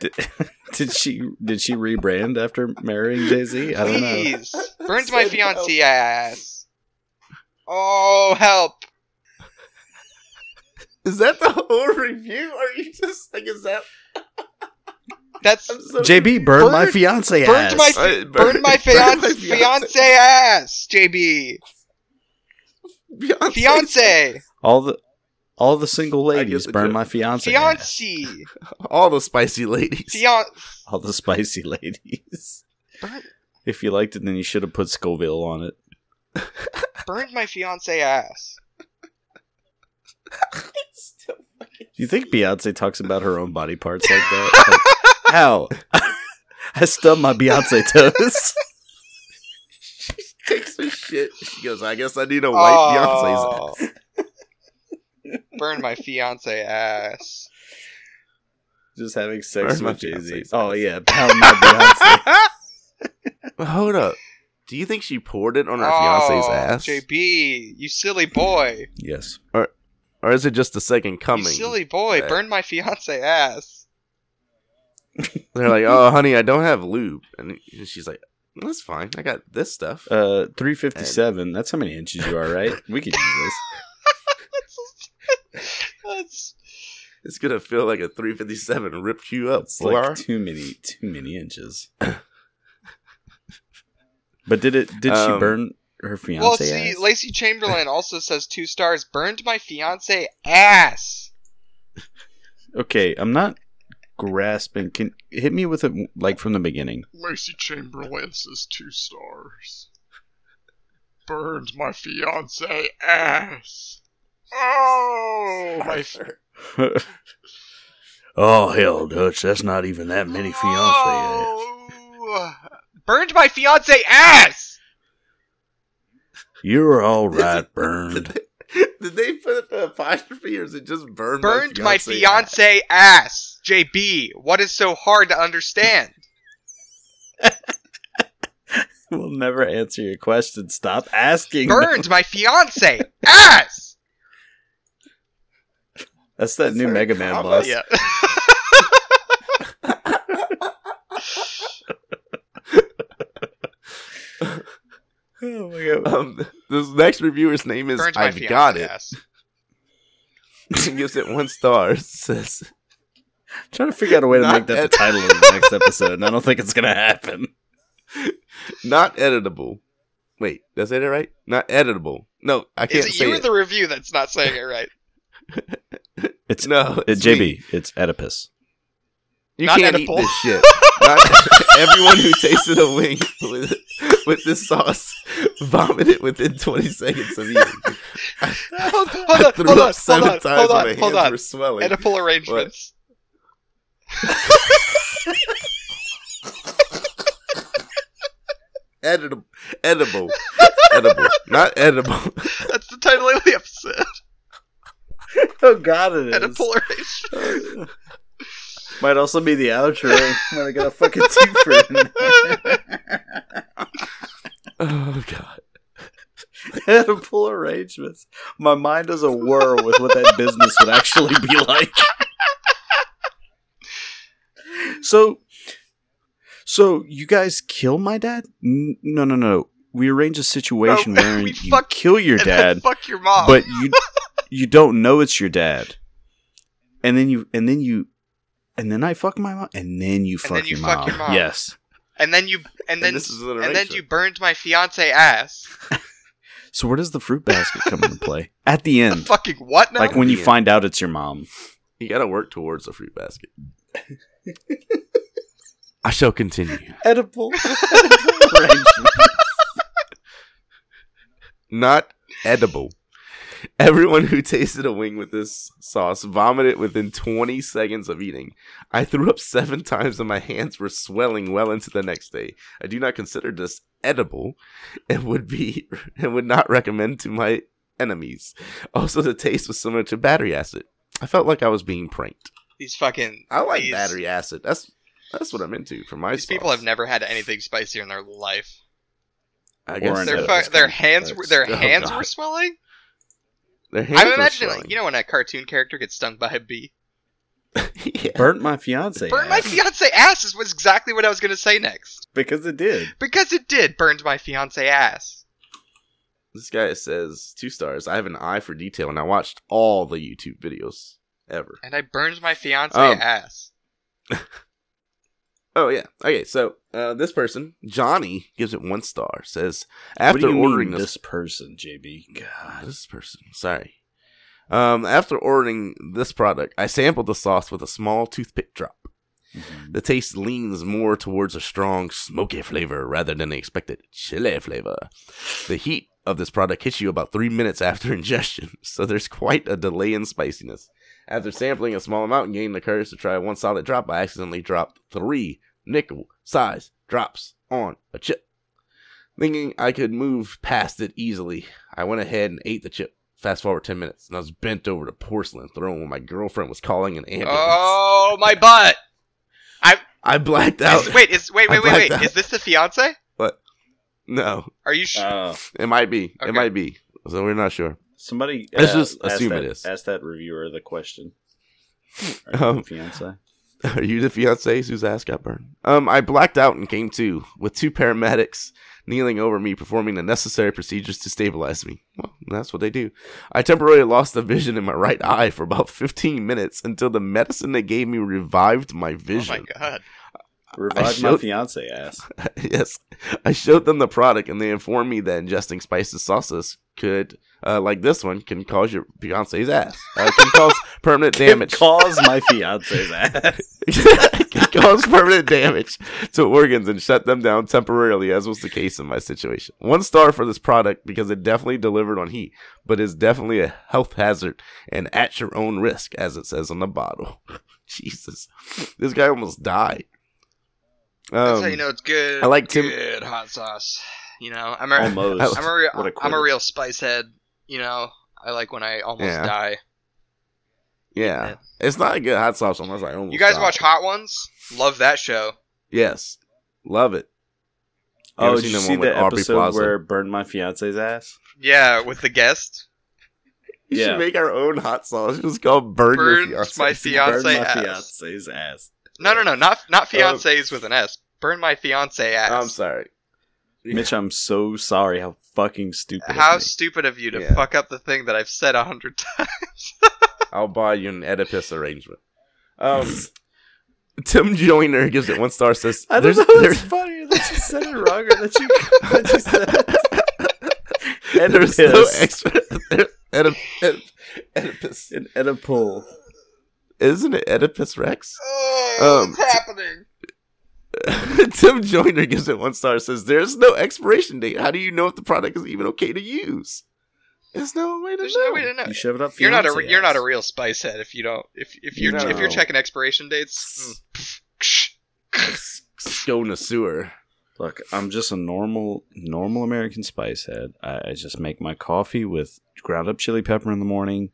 Speaker 2: Did, did she did she rebrand after marrying Jay Z? I don't know.
Speaker 3: Please. Burns my
Speaker 1: Said
Speaker 3: fiance ass. Oh help.
Speaker 1: Is that the whole review? Are you just like is that?
Speaker 3: That's
Speaker 1: I'm so
Speaker 2: JB burned my
Speaker 3: Burned-
Speaker 2: fiance ass.
Speaker 3: burned my
Speaker 1: Uh,
Speaker 3: burn my
Speaker 1: burn my
Speaker 3: fiance
Speaker 1: fiance.
Speaker 3: fiance ass, JB.
Speaker 1: Beyonce.
Speaker 3: Fiance,
Speaker 2: All the all the single
Speaker 1: I get
Speaker 2: ladies
Speaker 1: the
Speaker 2: burn
Speaker 1: joke.
Speaker 2: my fiance.
Speaker 3: fiance,
Speaker 1: All the spicy ladies.
Speaker 3: fiance.
Speaker 2: All the spicy ladies. If you liked it, then you should have put Scoville on it.
Speaker 3: Burned my fiance ass.
Speaker 2: Do you think Beyonce talks about her own body parts like that? Like, Ow. I stubbed my Beyonce toes.
Speaker 1: takes her shit. She goes, I guess I need to wipe Beyonce's ass.
Speaker 3: Burned Oh. my fiance ass.
Speaker 2: Just having sex
Speaker 1: Burn my
Speaker 2: with Jay Z.
Speaker 1: Beyonce's
Speaker 2: Oh yeah, pound my Beyonce.
Speaker 1: But Hold up. Do you think she poured it on her
Speaker 3: Oh,
Speaker 1: fiance's ass?
Speaker 3: JB, you silly boy.
Speaker 2: yes.
Speaker 1: or is it just the second coming?
Speaker 3: You silly boy,
Speaker 1: Yeah.
Speaker 3: burned my fiance ass.
Speaker 1: They're like, oh, honey, I don't have lube. And she's like, that's fine. I got this stuff.
Speaker 2: Uh, three fifty-seven. That's how many inches you are, right? We could use this.
Speaker 3: That's- that's-
Speaker 1: it's going to feel like a 357 ripped you up.
Speaker 2: It's
Speaker 1: Laura.
Speaker 2: like too many, too many inches. but did it? Did she
Speaker 1: Um,
Speaker 2: burn her fiance?
Speaker 3: well, see,
Speaker 2: ass?
Speaker 3: Lacey Chamberlain also says two stars. Burned my fiance ass.
Speaker 2: okay, I'm not grasping. Can hit me with it like from the beginning.
Speaker 5: Lacey Chamberlain says two stars. Burned my fiance ass. Oh, my f-
Speaker 2: oh hell, Dutch, that's not even that many fiance.
Speaker 3: Oh. Burned my fiance ass.
Speaker 2: You're all right, burned.
Speaker 1: Did they put an apostrophe or is it just burned?
Speaker 3: Burned my
Speaker 1: fiancé?
Speaker 3: fiance ass. JB, what is so hard to understand?
Speaker 2: we'll never answer your question. Stop asking.
Speaker 3: Burned my fiance ass.
Speaker 2: That's that
Speaker 1: Is
Speaker 2: new
Speaker 1: there a
Speaker 2: Mega Man
Speaker 1: comma?
Speaker 2: boss.
Speaker 1: Yeah.
Speaker 2: Oh my god.
Speaker 1: Um, this next reviewer's name is
Speaker 3: Burned my
Speaker 1: I've
Speaker 3: fiance
Speaker 1: got it.
Speaker 3: ass.
Speaker 1: He gives it one star. Says
Speaker 2: trying to figure out a way to
Speaker 1: Not
Speaker 2: make that
Speaker 1: at-
Speaker 2: the title of the next episode, and I don't think it's gonna happen.
Speaker 1: not editable. Wait, did I say that right? Not editable. No, I can't
Speaker 3: Is it
Speaker 1: say
Speaker 3: you
Speaker 1: it.
Speaker 3: or the review that's not saying it right?
Speaker 2: It's
Speaker 1: no,
Speaker 2: It,
Speaker 1: it's
Speaker 2: JB,
Speaker 1: me.
Speaker 2: it's Oedipus.
Speaker 1: You
Speaker 3: Not
Speaker 1: can't
Speaker 3: edible.
Speaker 1: eat this shit. Not, everyone who tasted a wing with, with this sauce vomited within 20 seconds of eating.
Speaker 3: hold, hold
Speaker 1: I
Speaker 3: on,
Speaker 1: threw
Speaker 3: hold
Speaker 1: up
Speaker 3: on,
Speaker 1: seven
Speaker 3: hold on,
Speaker 1: times and
Speaker 3: hold on,
Speaker 1: my
Speaker 3: hold
Speaker 1: hands
Speaker 3: on.
Speaker 1: were swelling.
Speaker 3: Oedipal arrangements.
Speaker 1: Edible. Edible. edible. Not edible.
Speaker 3: That's the title of the episode.
Speaker 2: Oh god, it
Speaker 3: Oedipal arrangements.
Speaker 2: Might also be the outro. Might have got a fucking twofer in
Speaker 1: Oh, God.
Speaker 2: Edible arrangements. My mind is a whirl with what that business would actually be like. So, so you guys kill my dad? N- no, no, no. We arrange a situation
Speaker 3: No,
Speaker 2: where
Speaker 3: we
Speaker 2: you
Speaker 3: fuck-
Speaker 2: kill your
Speaker 3: And then
Speaker 2: dad,
Speaker 3: Fuck your mom.
Speaker 2: but you you don't know it's your dad, and then you and then you and then I fuck my mom, and then you fuck,
Speaker 3: then you
Speaker 2: your,
Speaker 3: fuck
Speaker 2: mom.
Speaker 3: your mom.
Speaker 2: Yes.
Speaker 3: and then you
Speaker 1: And
Speaker 3: and then
Speaker 1: this is an
Speaker 3: and then
Speaker 1: arrangement.
Speaker 3: you burned my fiance ass.
Speaker 2: So where does the fruit basket come into play at the
Speaker 3: The
Speaker 2: end?
Speaker 3: fucking what now?
Speaker 2: Like when you
Speaker 1: Yeah.
Speaker 2: find out it's your mom.
Speaker 1: You gotta work towards a fruit basket. I shall continue.
Speaker 2: Edible. arrangement.
Speaker 1: not edible. Everyone who tasted a wing with this sauce vomited within 20 seconds of eating. I threw up seven times and my hands were swelling well into the next day. I do not consider this edible and would be and would not recommend to my enemies. Also the taste was similar to battery acid. I felt like I was being pranked.
Speaker 3: these fucking
Speaker 1: I like
Speaker 3: these,
Speaker 1: battery acid. That's that's what I'm into for my
Speaker 3: These people have never had anything spicier in their life.
Speaker 1: I
Speaker 2: Or
Speaker 1: guess
Speaker 2: an
Speaker 3: Their
Speaker 2: edible.
Speaker 3: fu- their hands
Speaker 2: That's-
Speaker 3: were their
Speaker 1: oh,
Speaker 3: hands
Speaker 1: God.
Speaker 3: were swelling.
Speaker 1: their hands
Speaker 3: I'm
Speaker 1: were
Speaker 3: imagining like
Speaker 1: swelling.
Speaker 3: you know when a cartoon character gets stung by a bee.
Speaker 1: Yeah.
Speaker 2: Burnt my fiance.
Speaker 3: Burned my
Speaker 2: ass.
Speaker 3: fiance ass is was exactly what I was gonna say next
Speaker 2: because it did.
Speaker 3: because it did burned my fiance ass.
Speaker 1: This guy says two stars. I have an eye for detail, and I watched all the YouTube videos ever. Oh.
Speaker 3: And I burned my fiance
Speaker 1: Um,
Speaker 3: ass.
Speaker 1: Oh yeah. Okay, so uh, this person, Johnny, gives it one star. Says after
Speaker 2: what do you
Speaker 1: ordering
Speaker 2: mean,
Speaker 1: this, ah,
Speaker 2: this person, JB. God.
Speaker 1: this person, sorry. Um, after ordering this product, I sampled the sauce with a small toothpick drop. The taste leans more towards a strong smoky flavor rather than the expected chili flavor. The heat of this product hits you about three minutes after ingestion, so there's quite a delay in spiciness. After sampling a small amount and gaining the courage to try one solid drop, I accidentally dropped three nickel size drops on a chip. Thinking I could move past it easily, I went ahead and ate the chip. Fast forward 10 minutes, and I was bent over the porcelain throne when my girlfriend was calling an ambulance.
Speaker 3: Oh my butt!
Speaker 1: I blacked out.
Speaker 3: Is- wait, is wait
Speaker 1: Oh. I
Speaker 3: wait wait
Speaker 1: blacked out.
Speaker 3: wait. Is this the fiance?
Speaker 1: No,
Speaker 3: Are you sure?
Speaker 2: Oh,
Speaker 1: it might be.
Speaker 3: Okay.
Speaker 1: It might be. So we're not sure.
Speaker 2: somebody.
Speaker 1: Let's
Speaker 2: uh,
Speaker 1: just
Speaker 2: ask
Speaker 1: assume
Speaker 2: that-
Speaker 1: it is.
Speaker 2: Ask that reviewer the question.
Speaker 1: Um,
Speaker 2: fiance.
Speaker 1: Are you the fiance whose ass got burned? Um, I blacked out and came to with two paramedics kneeling over me, performing the necessary procedures to stabilize me. Well, that's what they do. I temporarily lost the vision in my right eye for about 15 minutes until the medicine they gave me revived my
Speaker 3: oh my
Speaker 1: vision.
Speaker 3: god!
Speaker 2: Revive my
Speaker 1: showed-
Speaker 2: fiance ass.
Speaker 1: yes, I showed them the product, and they informed me that ingesting spices sauces could, uh, like this one, can cause your fiance's ass. Uh, can cause permanent damage.
Speaker 2: Cause my fiance's ass.
Speaker 1: It cause permanent damage to organs and shut them down temporarily, as was the case in my situation. One star for this product because it definitely delivered on heat, but is definitely a health hazard and at your own risk, as it says on the bottle. Jesus, this guy almost died.
Speaker 3: That's
Speaker 1: Um,
Speaker 3: how you know it's good.
Speaker 1: I like Tim- Oh
Speaker 3: good hot sauce. You know, I'm a, I'm
Speaker 2: Almost.
Speaker 1: I-
Speaker 3: a real
Speaker 2: What
Speaker 3: I'm
Speaker 2: a
Speaker 3: a
Speaker 2: quitter.
Speaker 3: real spice head. You know, I like when I almost
Speaker 1: Yeah.
Speaker 3: die.
Speaker 1: yeah.
Speaker 3: Yeah.
Speaker 1: it's not a good hot sauce unless I almost.
Speaker 3: You guys
Speaker 1: died.
Speaker 3: watch Hot Ones? Love that show.
Speaker 1: Yes, love it. You
Speaker 2: Oh,
Speaker 1: ever
Speaker 2: did
Speaker 1: seen
Speaker 2: you
Speaker 1: that
Speaker 2: see
Speaker 1: one with
Speaker 2: the
Speaker 1: Aubrey
Speaker 2: episode
Speaker 1: Plaza?
Speaker 2: where burned my fiance's ass?
Speaker 3: Yeah, with the guest.
Speaker 1: We
Speaker 2: Yeah.
Speaker 1: should make our own hot sauce. It's called Burn, Your
Speaker 3: Burn
Speaker 1: Fiancé.
Speaker 3: my
Speaker 2: Burned
Speaker 3: Fiance
Speaker 2: my
Speaker 3: ass.
Speaker 2: fiance's ass.
Speaker 3: No, no, no, not not
Speaker 1: Um,
Speaker 3: fiancés with an S. Burn my fiance ass.
Speaker 1: I'm sorry. Yeah.
Speaker 2: Mitch, I'm so sorry. How fucking stupid. of
Speaker 3: How
Speaker 2: me.
Speaker 3: stupid of you to
Speaker 1: Yeah.
Speaker 3: fuck up the thing that I've said a hundred times.
Speaker 1: I'll buy you an Oedipus arrangement. Um, Tim Joyner gives it one star. Says
Speaker 2: I don't
Speaker 1: there's,
Speaker 2: know what's
Speaker 1: there's-
Speaker 2: funnier that you said it wrong or that you, that you said it.
Speaker 1: there's no extra. There, Oedip, Oedip- Oedipus.
Speaker 2: An Oedipal.
Speaker 1: Isn't it Oedipus Rex?
Speaker 3: oh,
Speaker 1: Um,
Speaker 3: what's happening?
Speaker 1: Tim Joyner gives it one star. Says there's no expiration date. How do you know if the product is even okay to use? There's no way to
Speaker 3: There's
Speaker 1: know.
Speaker 3: no way to know.
Speaker 2: You shove it up.
Speaker 3: You're not a
Speaker 2: fiance
Speaker 3: you're not a
Speaker 2: ass.
Speaker 3: real spice head if you don't if if you're if you're
Speaker 1: No.
Speaker 3: checking expiration dates. mm.
Speaker 1: S- s- Go in a sewer.
Speaker 2: Look, I'm just a normal, normal American spice head. I, I just make my coffee with ground up chili pepper in the morning.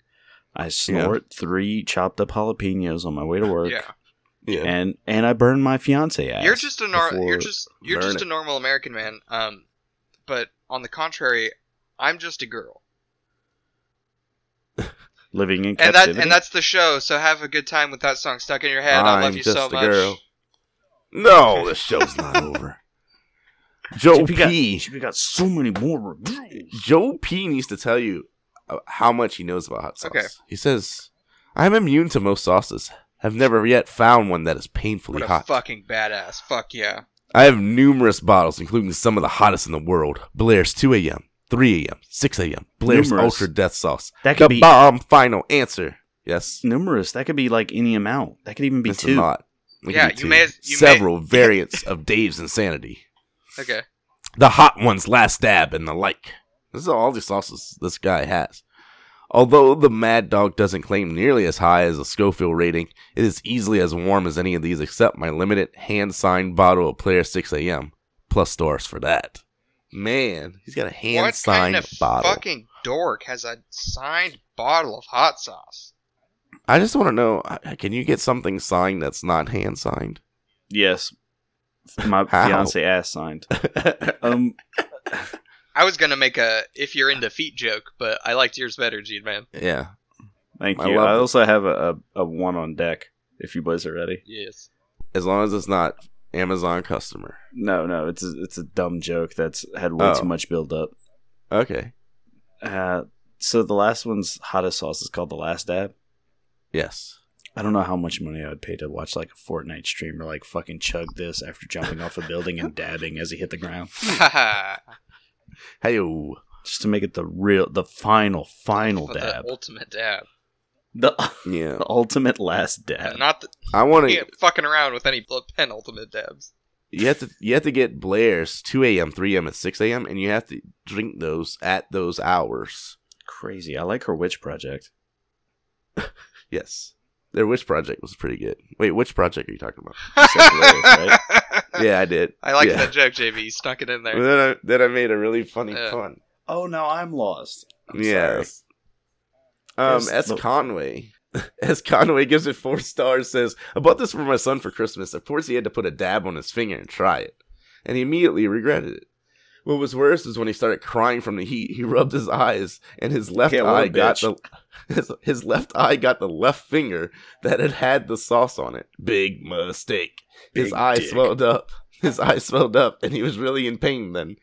Speaker 2: I snort three chopped up jalapenos on my way to work,
Speaker 3: Yeah,
Speaker 1: Yeah.
Speaker 2: and and I burn my fiance ass.
Speaker 3: you're just a nor-
Speaker 2: before-
Speaker 3: you're just you're
Speaker 1: burn
Speaker 3: just
Speaker 1: it.
Speaker 3: a normal American man. Um, but on the contrary, I'm just a girl,
Speaker 2: living in
Speaker 3: and
Speaker 2: captivity.
Speaker 3: that and that's the show. So have a good time with that song stuck in your head. I love
Speaker 1: I'm
Speaker 3: you
Speaker 1: just
Speaker 3: so
Speaker 1: a
Speaker 3: much.
Speaker 1: girl. No, the show's not over. Joe
Speaker 2: JP got-
Speaker 1: P.
Speaker 2: JP got so many more reviews.
Speaker 1: Joe P needs to tell you uh, how much he knows about hot sauce.
Speaker 3: Okay.
Speaker 1: He says, "I'm immune to most sauces. I've never yet found one that is painfully
Speaker 3: What a
Speaker 1: hot.
Speaker 3: fucking badass. Fuck yeah.
Speaker 1: I have numerous bottles, including some of the hottest in the world: Blair's 2 a.m., 3 a.m., 6 a.m., Blair's
Speaker 2: Numerous.
Speaker 1: Ultra Death Sauce,
Speaker 2: That
Speaker 1: the
Speaker 2: could be
Speaker 1: bomb final answer. Yes,
Speaker 2: numerous. That could be like any amount. That could even be
Speaker 1: this
Speaker 2: two.
Speaker 1: is not. It
Speaker 3: Yeah,
Speaker 1: could be
Speaker 3: you may as- you may-
Speaker 1: several variants of Dave's insanity.
Speaker 3: Okay.
Speaker 1: the hot one's last stab and the like. This is all the sauces this guy has. Although the Mad Dog doesn't claim nearly as high as a Schofield rating, it is easily as warm as any of these except my limited hand signed bottle of Player 6 AM. Plus stars for that. Man, he's got a hand
Speaker 3: what kind
Speaker 1: signed
Speaker 3: of
Speaker 1: bottle.
Speaker 3: fucking dork has a signed bottle of hot sauce?
Speaker 1: I just want to know uh, can you get something signed that's not hand signed?
Speaker 2: Yes, my
Speaker 1: How?
Speaker 2: fiance ass signed. Um,
Speaker 3: I was gonna make a if you're into feet joke, but I liked yours better, Gene man.
Speaker 1: yeah.
Speaker 2: thank
Speaker 1: I
Speaker 2: you.
Speaker 1: love
Speaker 2: I
Speaker 1: it.
Speaker 2: also have a, a, a one on deck. If you boys are ready.
Speaker 3: Yes.
Speaker 1: As long as it's not Amazon customer.
Speaker 2: No, no, it's a, it's a dumb joke that's had way
Speaker 1: Oh.
Speaker 2: too much build up.
Speaker 1: Okay.
Speaker 2: Uh, so the last one's hottest sauce is called the Last Dab.
Speaker 1: Yes.
Speaker 2: I don't know how much money I would pay to watch like a Fortnite streamer like fucking chug this after jumping off a building and dabbing as he hit the ground.
Speaker 1: Hey,
Speaker 2: Just to make it the real the final, final
Speaker 3: For
Speaker 2: dab.
Speaker 3: The ultimate dab.
Speaker 2: The,
Speaker 1: yeah.
Speaker 2: the ultimate last dab.
Speaker 3: Not the,
Speaker 1: I want
Speaker 3: you
Speaker 1: to.
Speaker 3: ain't fucking around with any blood pen ultimate dabs.
Speaker 1: You have to. You have to get Blair's two a.m., three a.m., and six a.m., and you have to drink those at those hours.
Speaker 2: Crazy. I like her witch project.
Speaker 1: Yes, their witch project was pretty good. Wait, which project are you talking about?
Speaker 2: said Blair's, right?
Speaker 1: yeah, I did.
Speaker 3: I like
Speaker 1: Yeah.
Speaker 3: that joke, JV. You snuck it in there.
Speaker 1: Then I, then I made a really funny
Speaker 3: Yeah.
Speaker 1: pun.
Speaker 2: Oh no, I'm lost. I'm sorry.
Speaker 1: yes. Um,
Speaker 2: Yes,
Speaker 1: S.
Speaker 2: look.
Speaker 1: Conway. S. Conway gives it four stars. Says, "I bought this for my son for Christmas. Of course, he had to put a dab on his finger and try it, and he immediately regretted it. What was worse is when he started crying from the heat. He rubbed his eyes, and his left
Speaker 2: Yeah, what a
Speaker 1: eye got the
Speaker 2: bitch.
Speaker 1: his, his left eye got the left finger that had had the sauce on it. Big mistake. his
Speaker 2: Big
Speaker 1: eye
Speaker 2: dick.
Speaker 1: swelled up. His eye swelled up, and he was really in pain. Then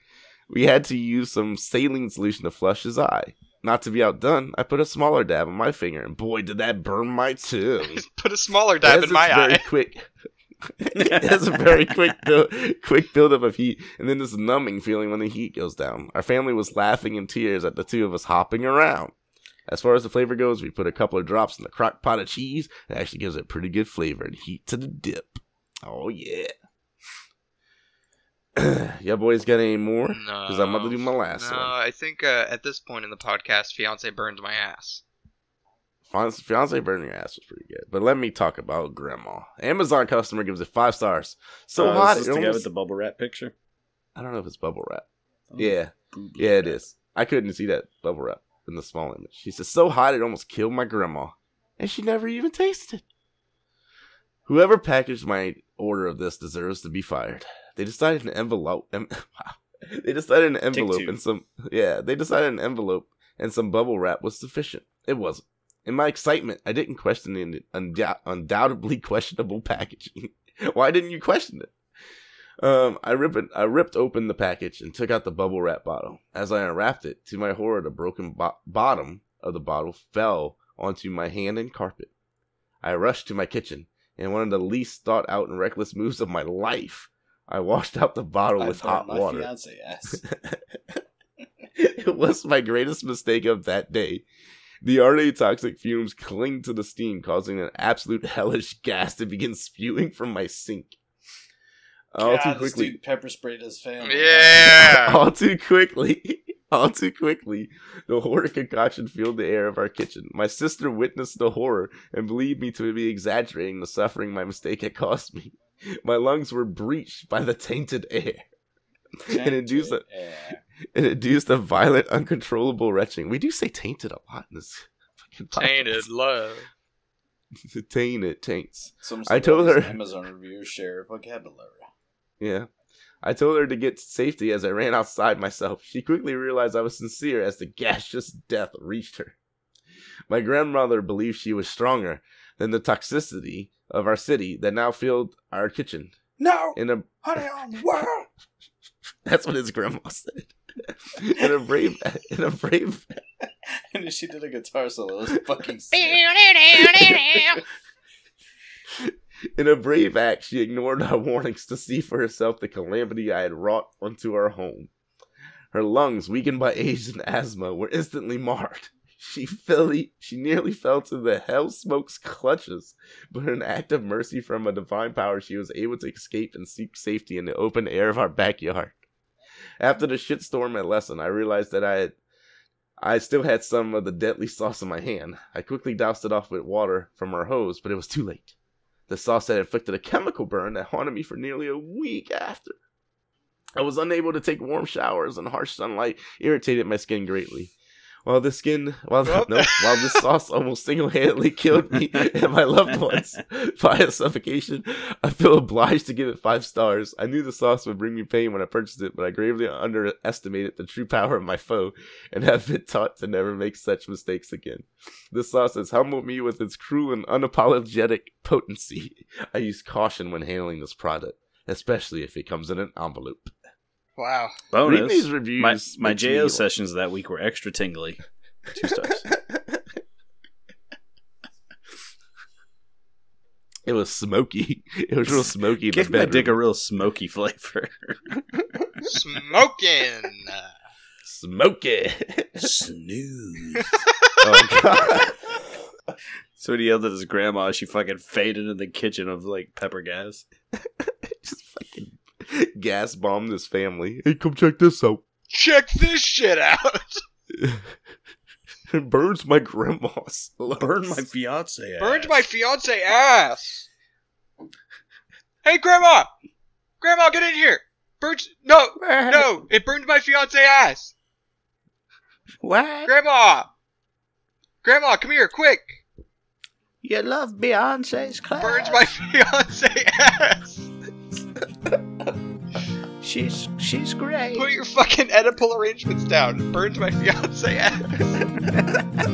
Speaker 1: we had to use some saline solution to flush his eye. Not to be outdone, I put a smaller dab on my finger, and boy, did that burn my tongue.
Speaker 3: Put a smaller dab
Speaker 1: As
Speaker 3: in my
Speaker 1: it's very
Speaker 3: eye.
Speaker 1: Quick. it has a very quick, build, quick buildup of heat, and then this numbing feeling when the heat goes down. Our family was laughing in tears at the two of us hopping around. As far as the flavor goes, we put a couple of drops in the crock pot of cheese. It actually gives it pretty good flavor and heat to the dip. Oh yeah. Y'all boys got any more? Because I'm about to do my last
Speaker 3: Um, No,
Speaker 1: one.
Speaker 3: I think uh, at this point in the podcast, fiance burned my ass.
Speaker 1: Fiance, fiance burning your ass was pretty good, but let me talk about grandma. Amazon customer gives it five stars. So
Speaker 2: Uh, is
Speaker 1: hot.
Speaker 2: this
Speaker 1: it
Speaker 2: the guy
Speaker 1: almost-
Speaker 2: with the bubble wrap picture?
Speaker 1: I don't know if it's bubble wrap.
Speaker 2: Oh,
Speaker 1: Yeah,
Speaker 2: boob
Speaker 1: yeah, it
Speaker 2: wrap.
Speaker 1: is. I couldn't see that bubble wrap in the small image. She says so hot it almost killed my grandma, and she never even tasted. it. Whoever packaged my order of this deserves to be fired. They decided an envelope. em- wow. They decided an envelope
Speaker 2: two.
Speaker 1: and some. Yeah, they decided an envelope and some bubble wrap was sufficient. It wasn't. In my excitement, I didn't question the undou- undoubtedly questionable packaging. Why didn't you question it? Um, I ripped I ripped open the package and took out the bubble wrap bottle. As I unwrapped it, to my horror, the broken bo- bottom of the bottle fell onto my hand and carpet. I rushed to my kitchen in one of the least thought out and reckless moves of my life. I washed out the bottle with hot water. it was my greatest mistake of that day. The already toxic fumes cling to the steam, causing an absolute hellish gas to begin spewing from my sink. All Oh, too quickly,
Speaker 2: pepper sprayed his family.
Speaker 3: Yeah.
Speaker 1: all too quickly, all too quickly, the horror concoction filled the air of our kitchen. My sister witnessed the horror and believed me to be exaggerating the suffering my mistake had caused me. My lungs were breached by the tainted air and induced a, it induced a violent, uncontrollable retching. We do say tainted a lot in this fucking podcast.
Speaker 3: Tainted love.
Speaker 1: Tainted taints.
Speaker 2: Some
Speaker 1: I told her-
Speaker 2: Amazon review share vocabulary.
Speaker 1: Yeah. I told her to get to safety as I ran outside myself. She quickly realized I was sincere as the gaseous death reached her. My grandmother believed she was stronger than the toxicity of our city that now filled our kitchen.
Speaker 2: No,
Speaker 1: In a
Speaker 2: honey, on the world.
Speaker 1: that's what his grandma said. in a brave in a brave
Speaker 2: and then she did a guitar solo. It was fucking sick.
Speaker 6: Thank
Speaker 1: In a brave act, she ignored our warnings to see for herself the calamity I had wrought onto our home. Her lungs, weakened by age and asthma, were instantly marred. She fairly, she nearly fell to the hell smoke's clutches, but in an act of mercy from a divine power, she was able to escape and seek safety in the open air of our backyard. After the shitstorm at Lesson, I realized that I had I still had some of the deadly sauce in my hand. I quickly doused it off with water from our hose, but it was too late. The sauce had inflicted a chemical burn that haunted me for nearly a week after. I was unable to take warm showers, and harsh sunlight irritated my skin greatly. While the skin, while the,
Speaker 3: Well-
Speaker 1: no, while the sauce almost single-handedly killed me and my loved ones via suffocation, I feel obliged to give it five stars. I knew the sauce would bring me pain when I purchased it, but I gravely underestimated the true power of my foe and have been taught to never make such mistakes again. This sauce has humbled me with its cruel and unapologetic potency. I use caution when handling this product, especially if it comes in an envelope.
Speaker 3: Wow.
Speaker 1: Reading these
Speaker 2: Bonus.
Speaker 1: reviews,
Speaker 2: My, my
Speaker 1: makes me
Speaker 2: JO
Speaker 1: like-
Speaker 2: sessions that week were extra tingly. Two stars.
Speaker 1: It was smoky. It was real smoky. in the
Speaker 2: Give my
Speaker 1: bedroom.
Speaker 2: dick a real smoky flavor.
Speaker 3: Smoking.
Speaker 1: smoky.
Speaker 2: Snooze.
Speaker 1: oh god.
Speaker 2: So he yelled at his grandma. She fucking faded in the kitchen of like pepper gas.
Speaker 1: Just fucking gas bombed his family. Hey, come check this out.
Speaker 3: Check this shit out.
Speaker 1: It burns my grandma's.
Speaker 2: Burned my fiance.
Speaker 3: Burned my fiance ass. Hey, grandma. Grandma, get in here. Burned. No, no. It burned my fiance ass.
Speaker 2: What?
Speaker 3: Grandma. Grandma, come here, quick.
Speaker 2: You love Beyonce's class.
Speaker 3: Burned my fiance ass.
Speaker 2: She's she's great.
Speaker 3: Put your fucking Oedipal arrangements down. Burned my fiance ass.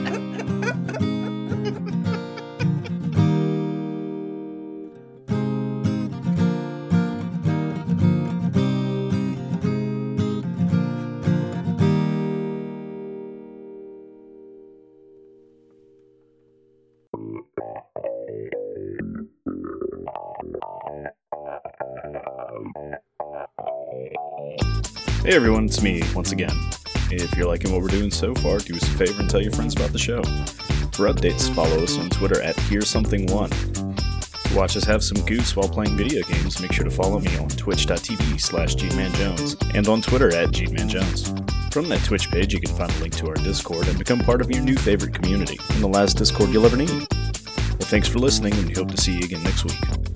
Speaker 2: Hey everyone, it's me once again. If you're liking what we're doing so far, do us a favor and tell your friends about the show. For updates, follow us on Twitter at Here's Something One. To watch us have some goose while playing video games, make sure to follow me on twitch.tv slash gmanjones and on Twitter at gmanjones. From that Twitch page, you can find a link to our Discord and become part of your new favorite community and the last Discord you'll ever need. Well, thanks for listening, and we hope to see you again next week.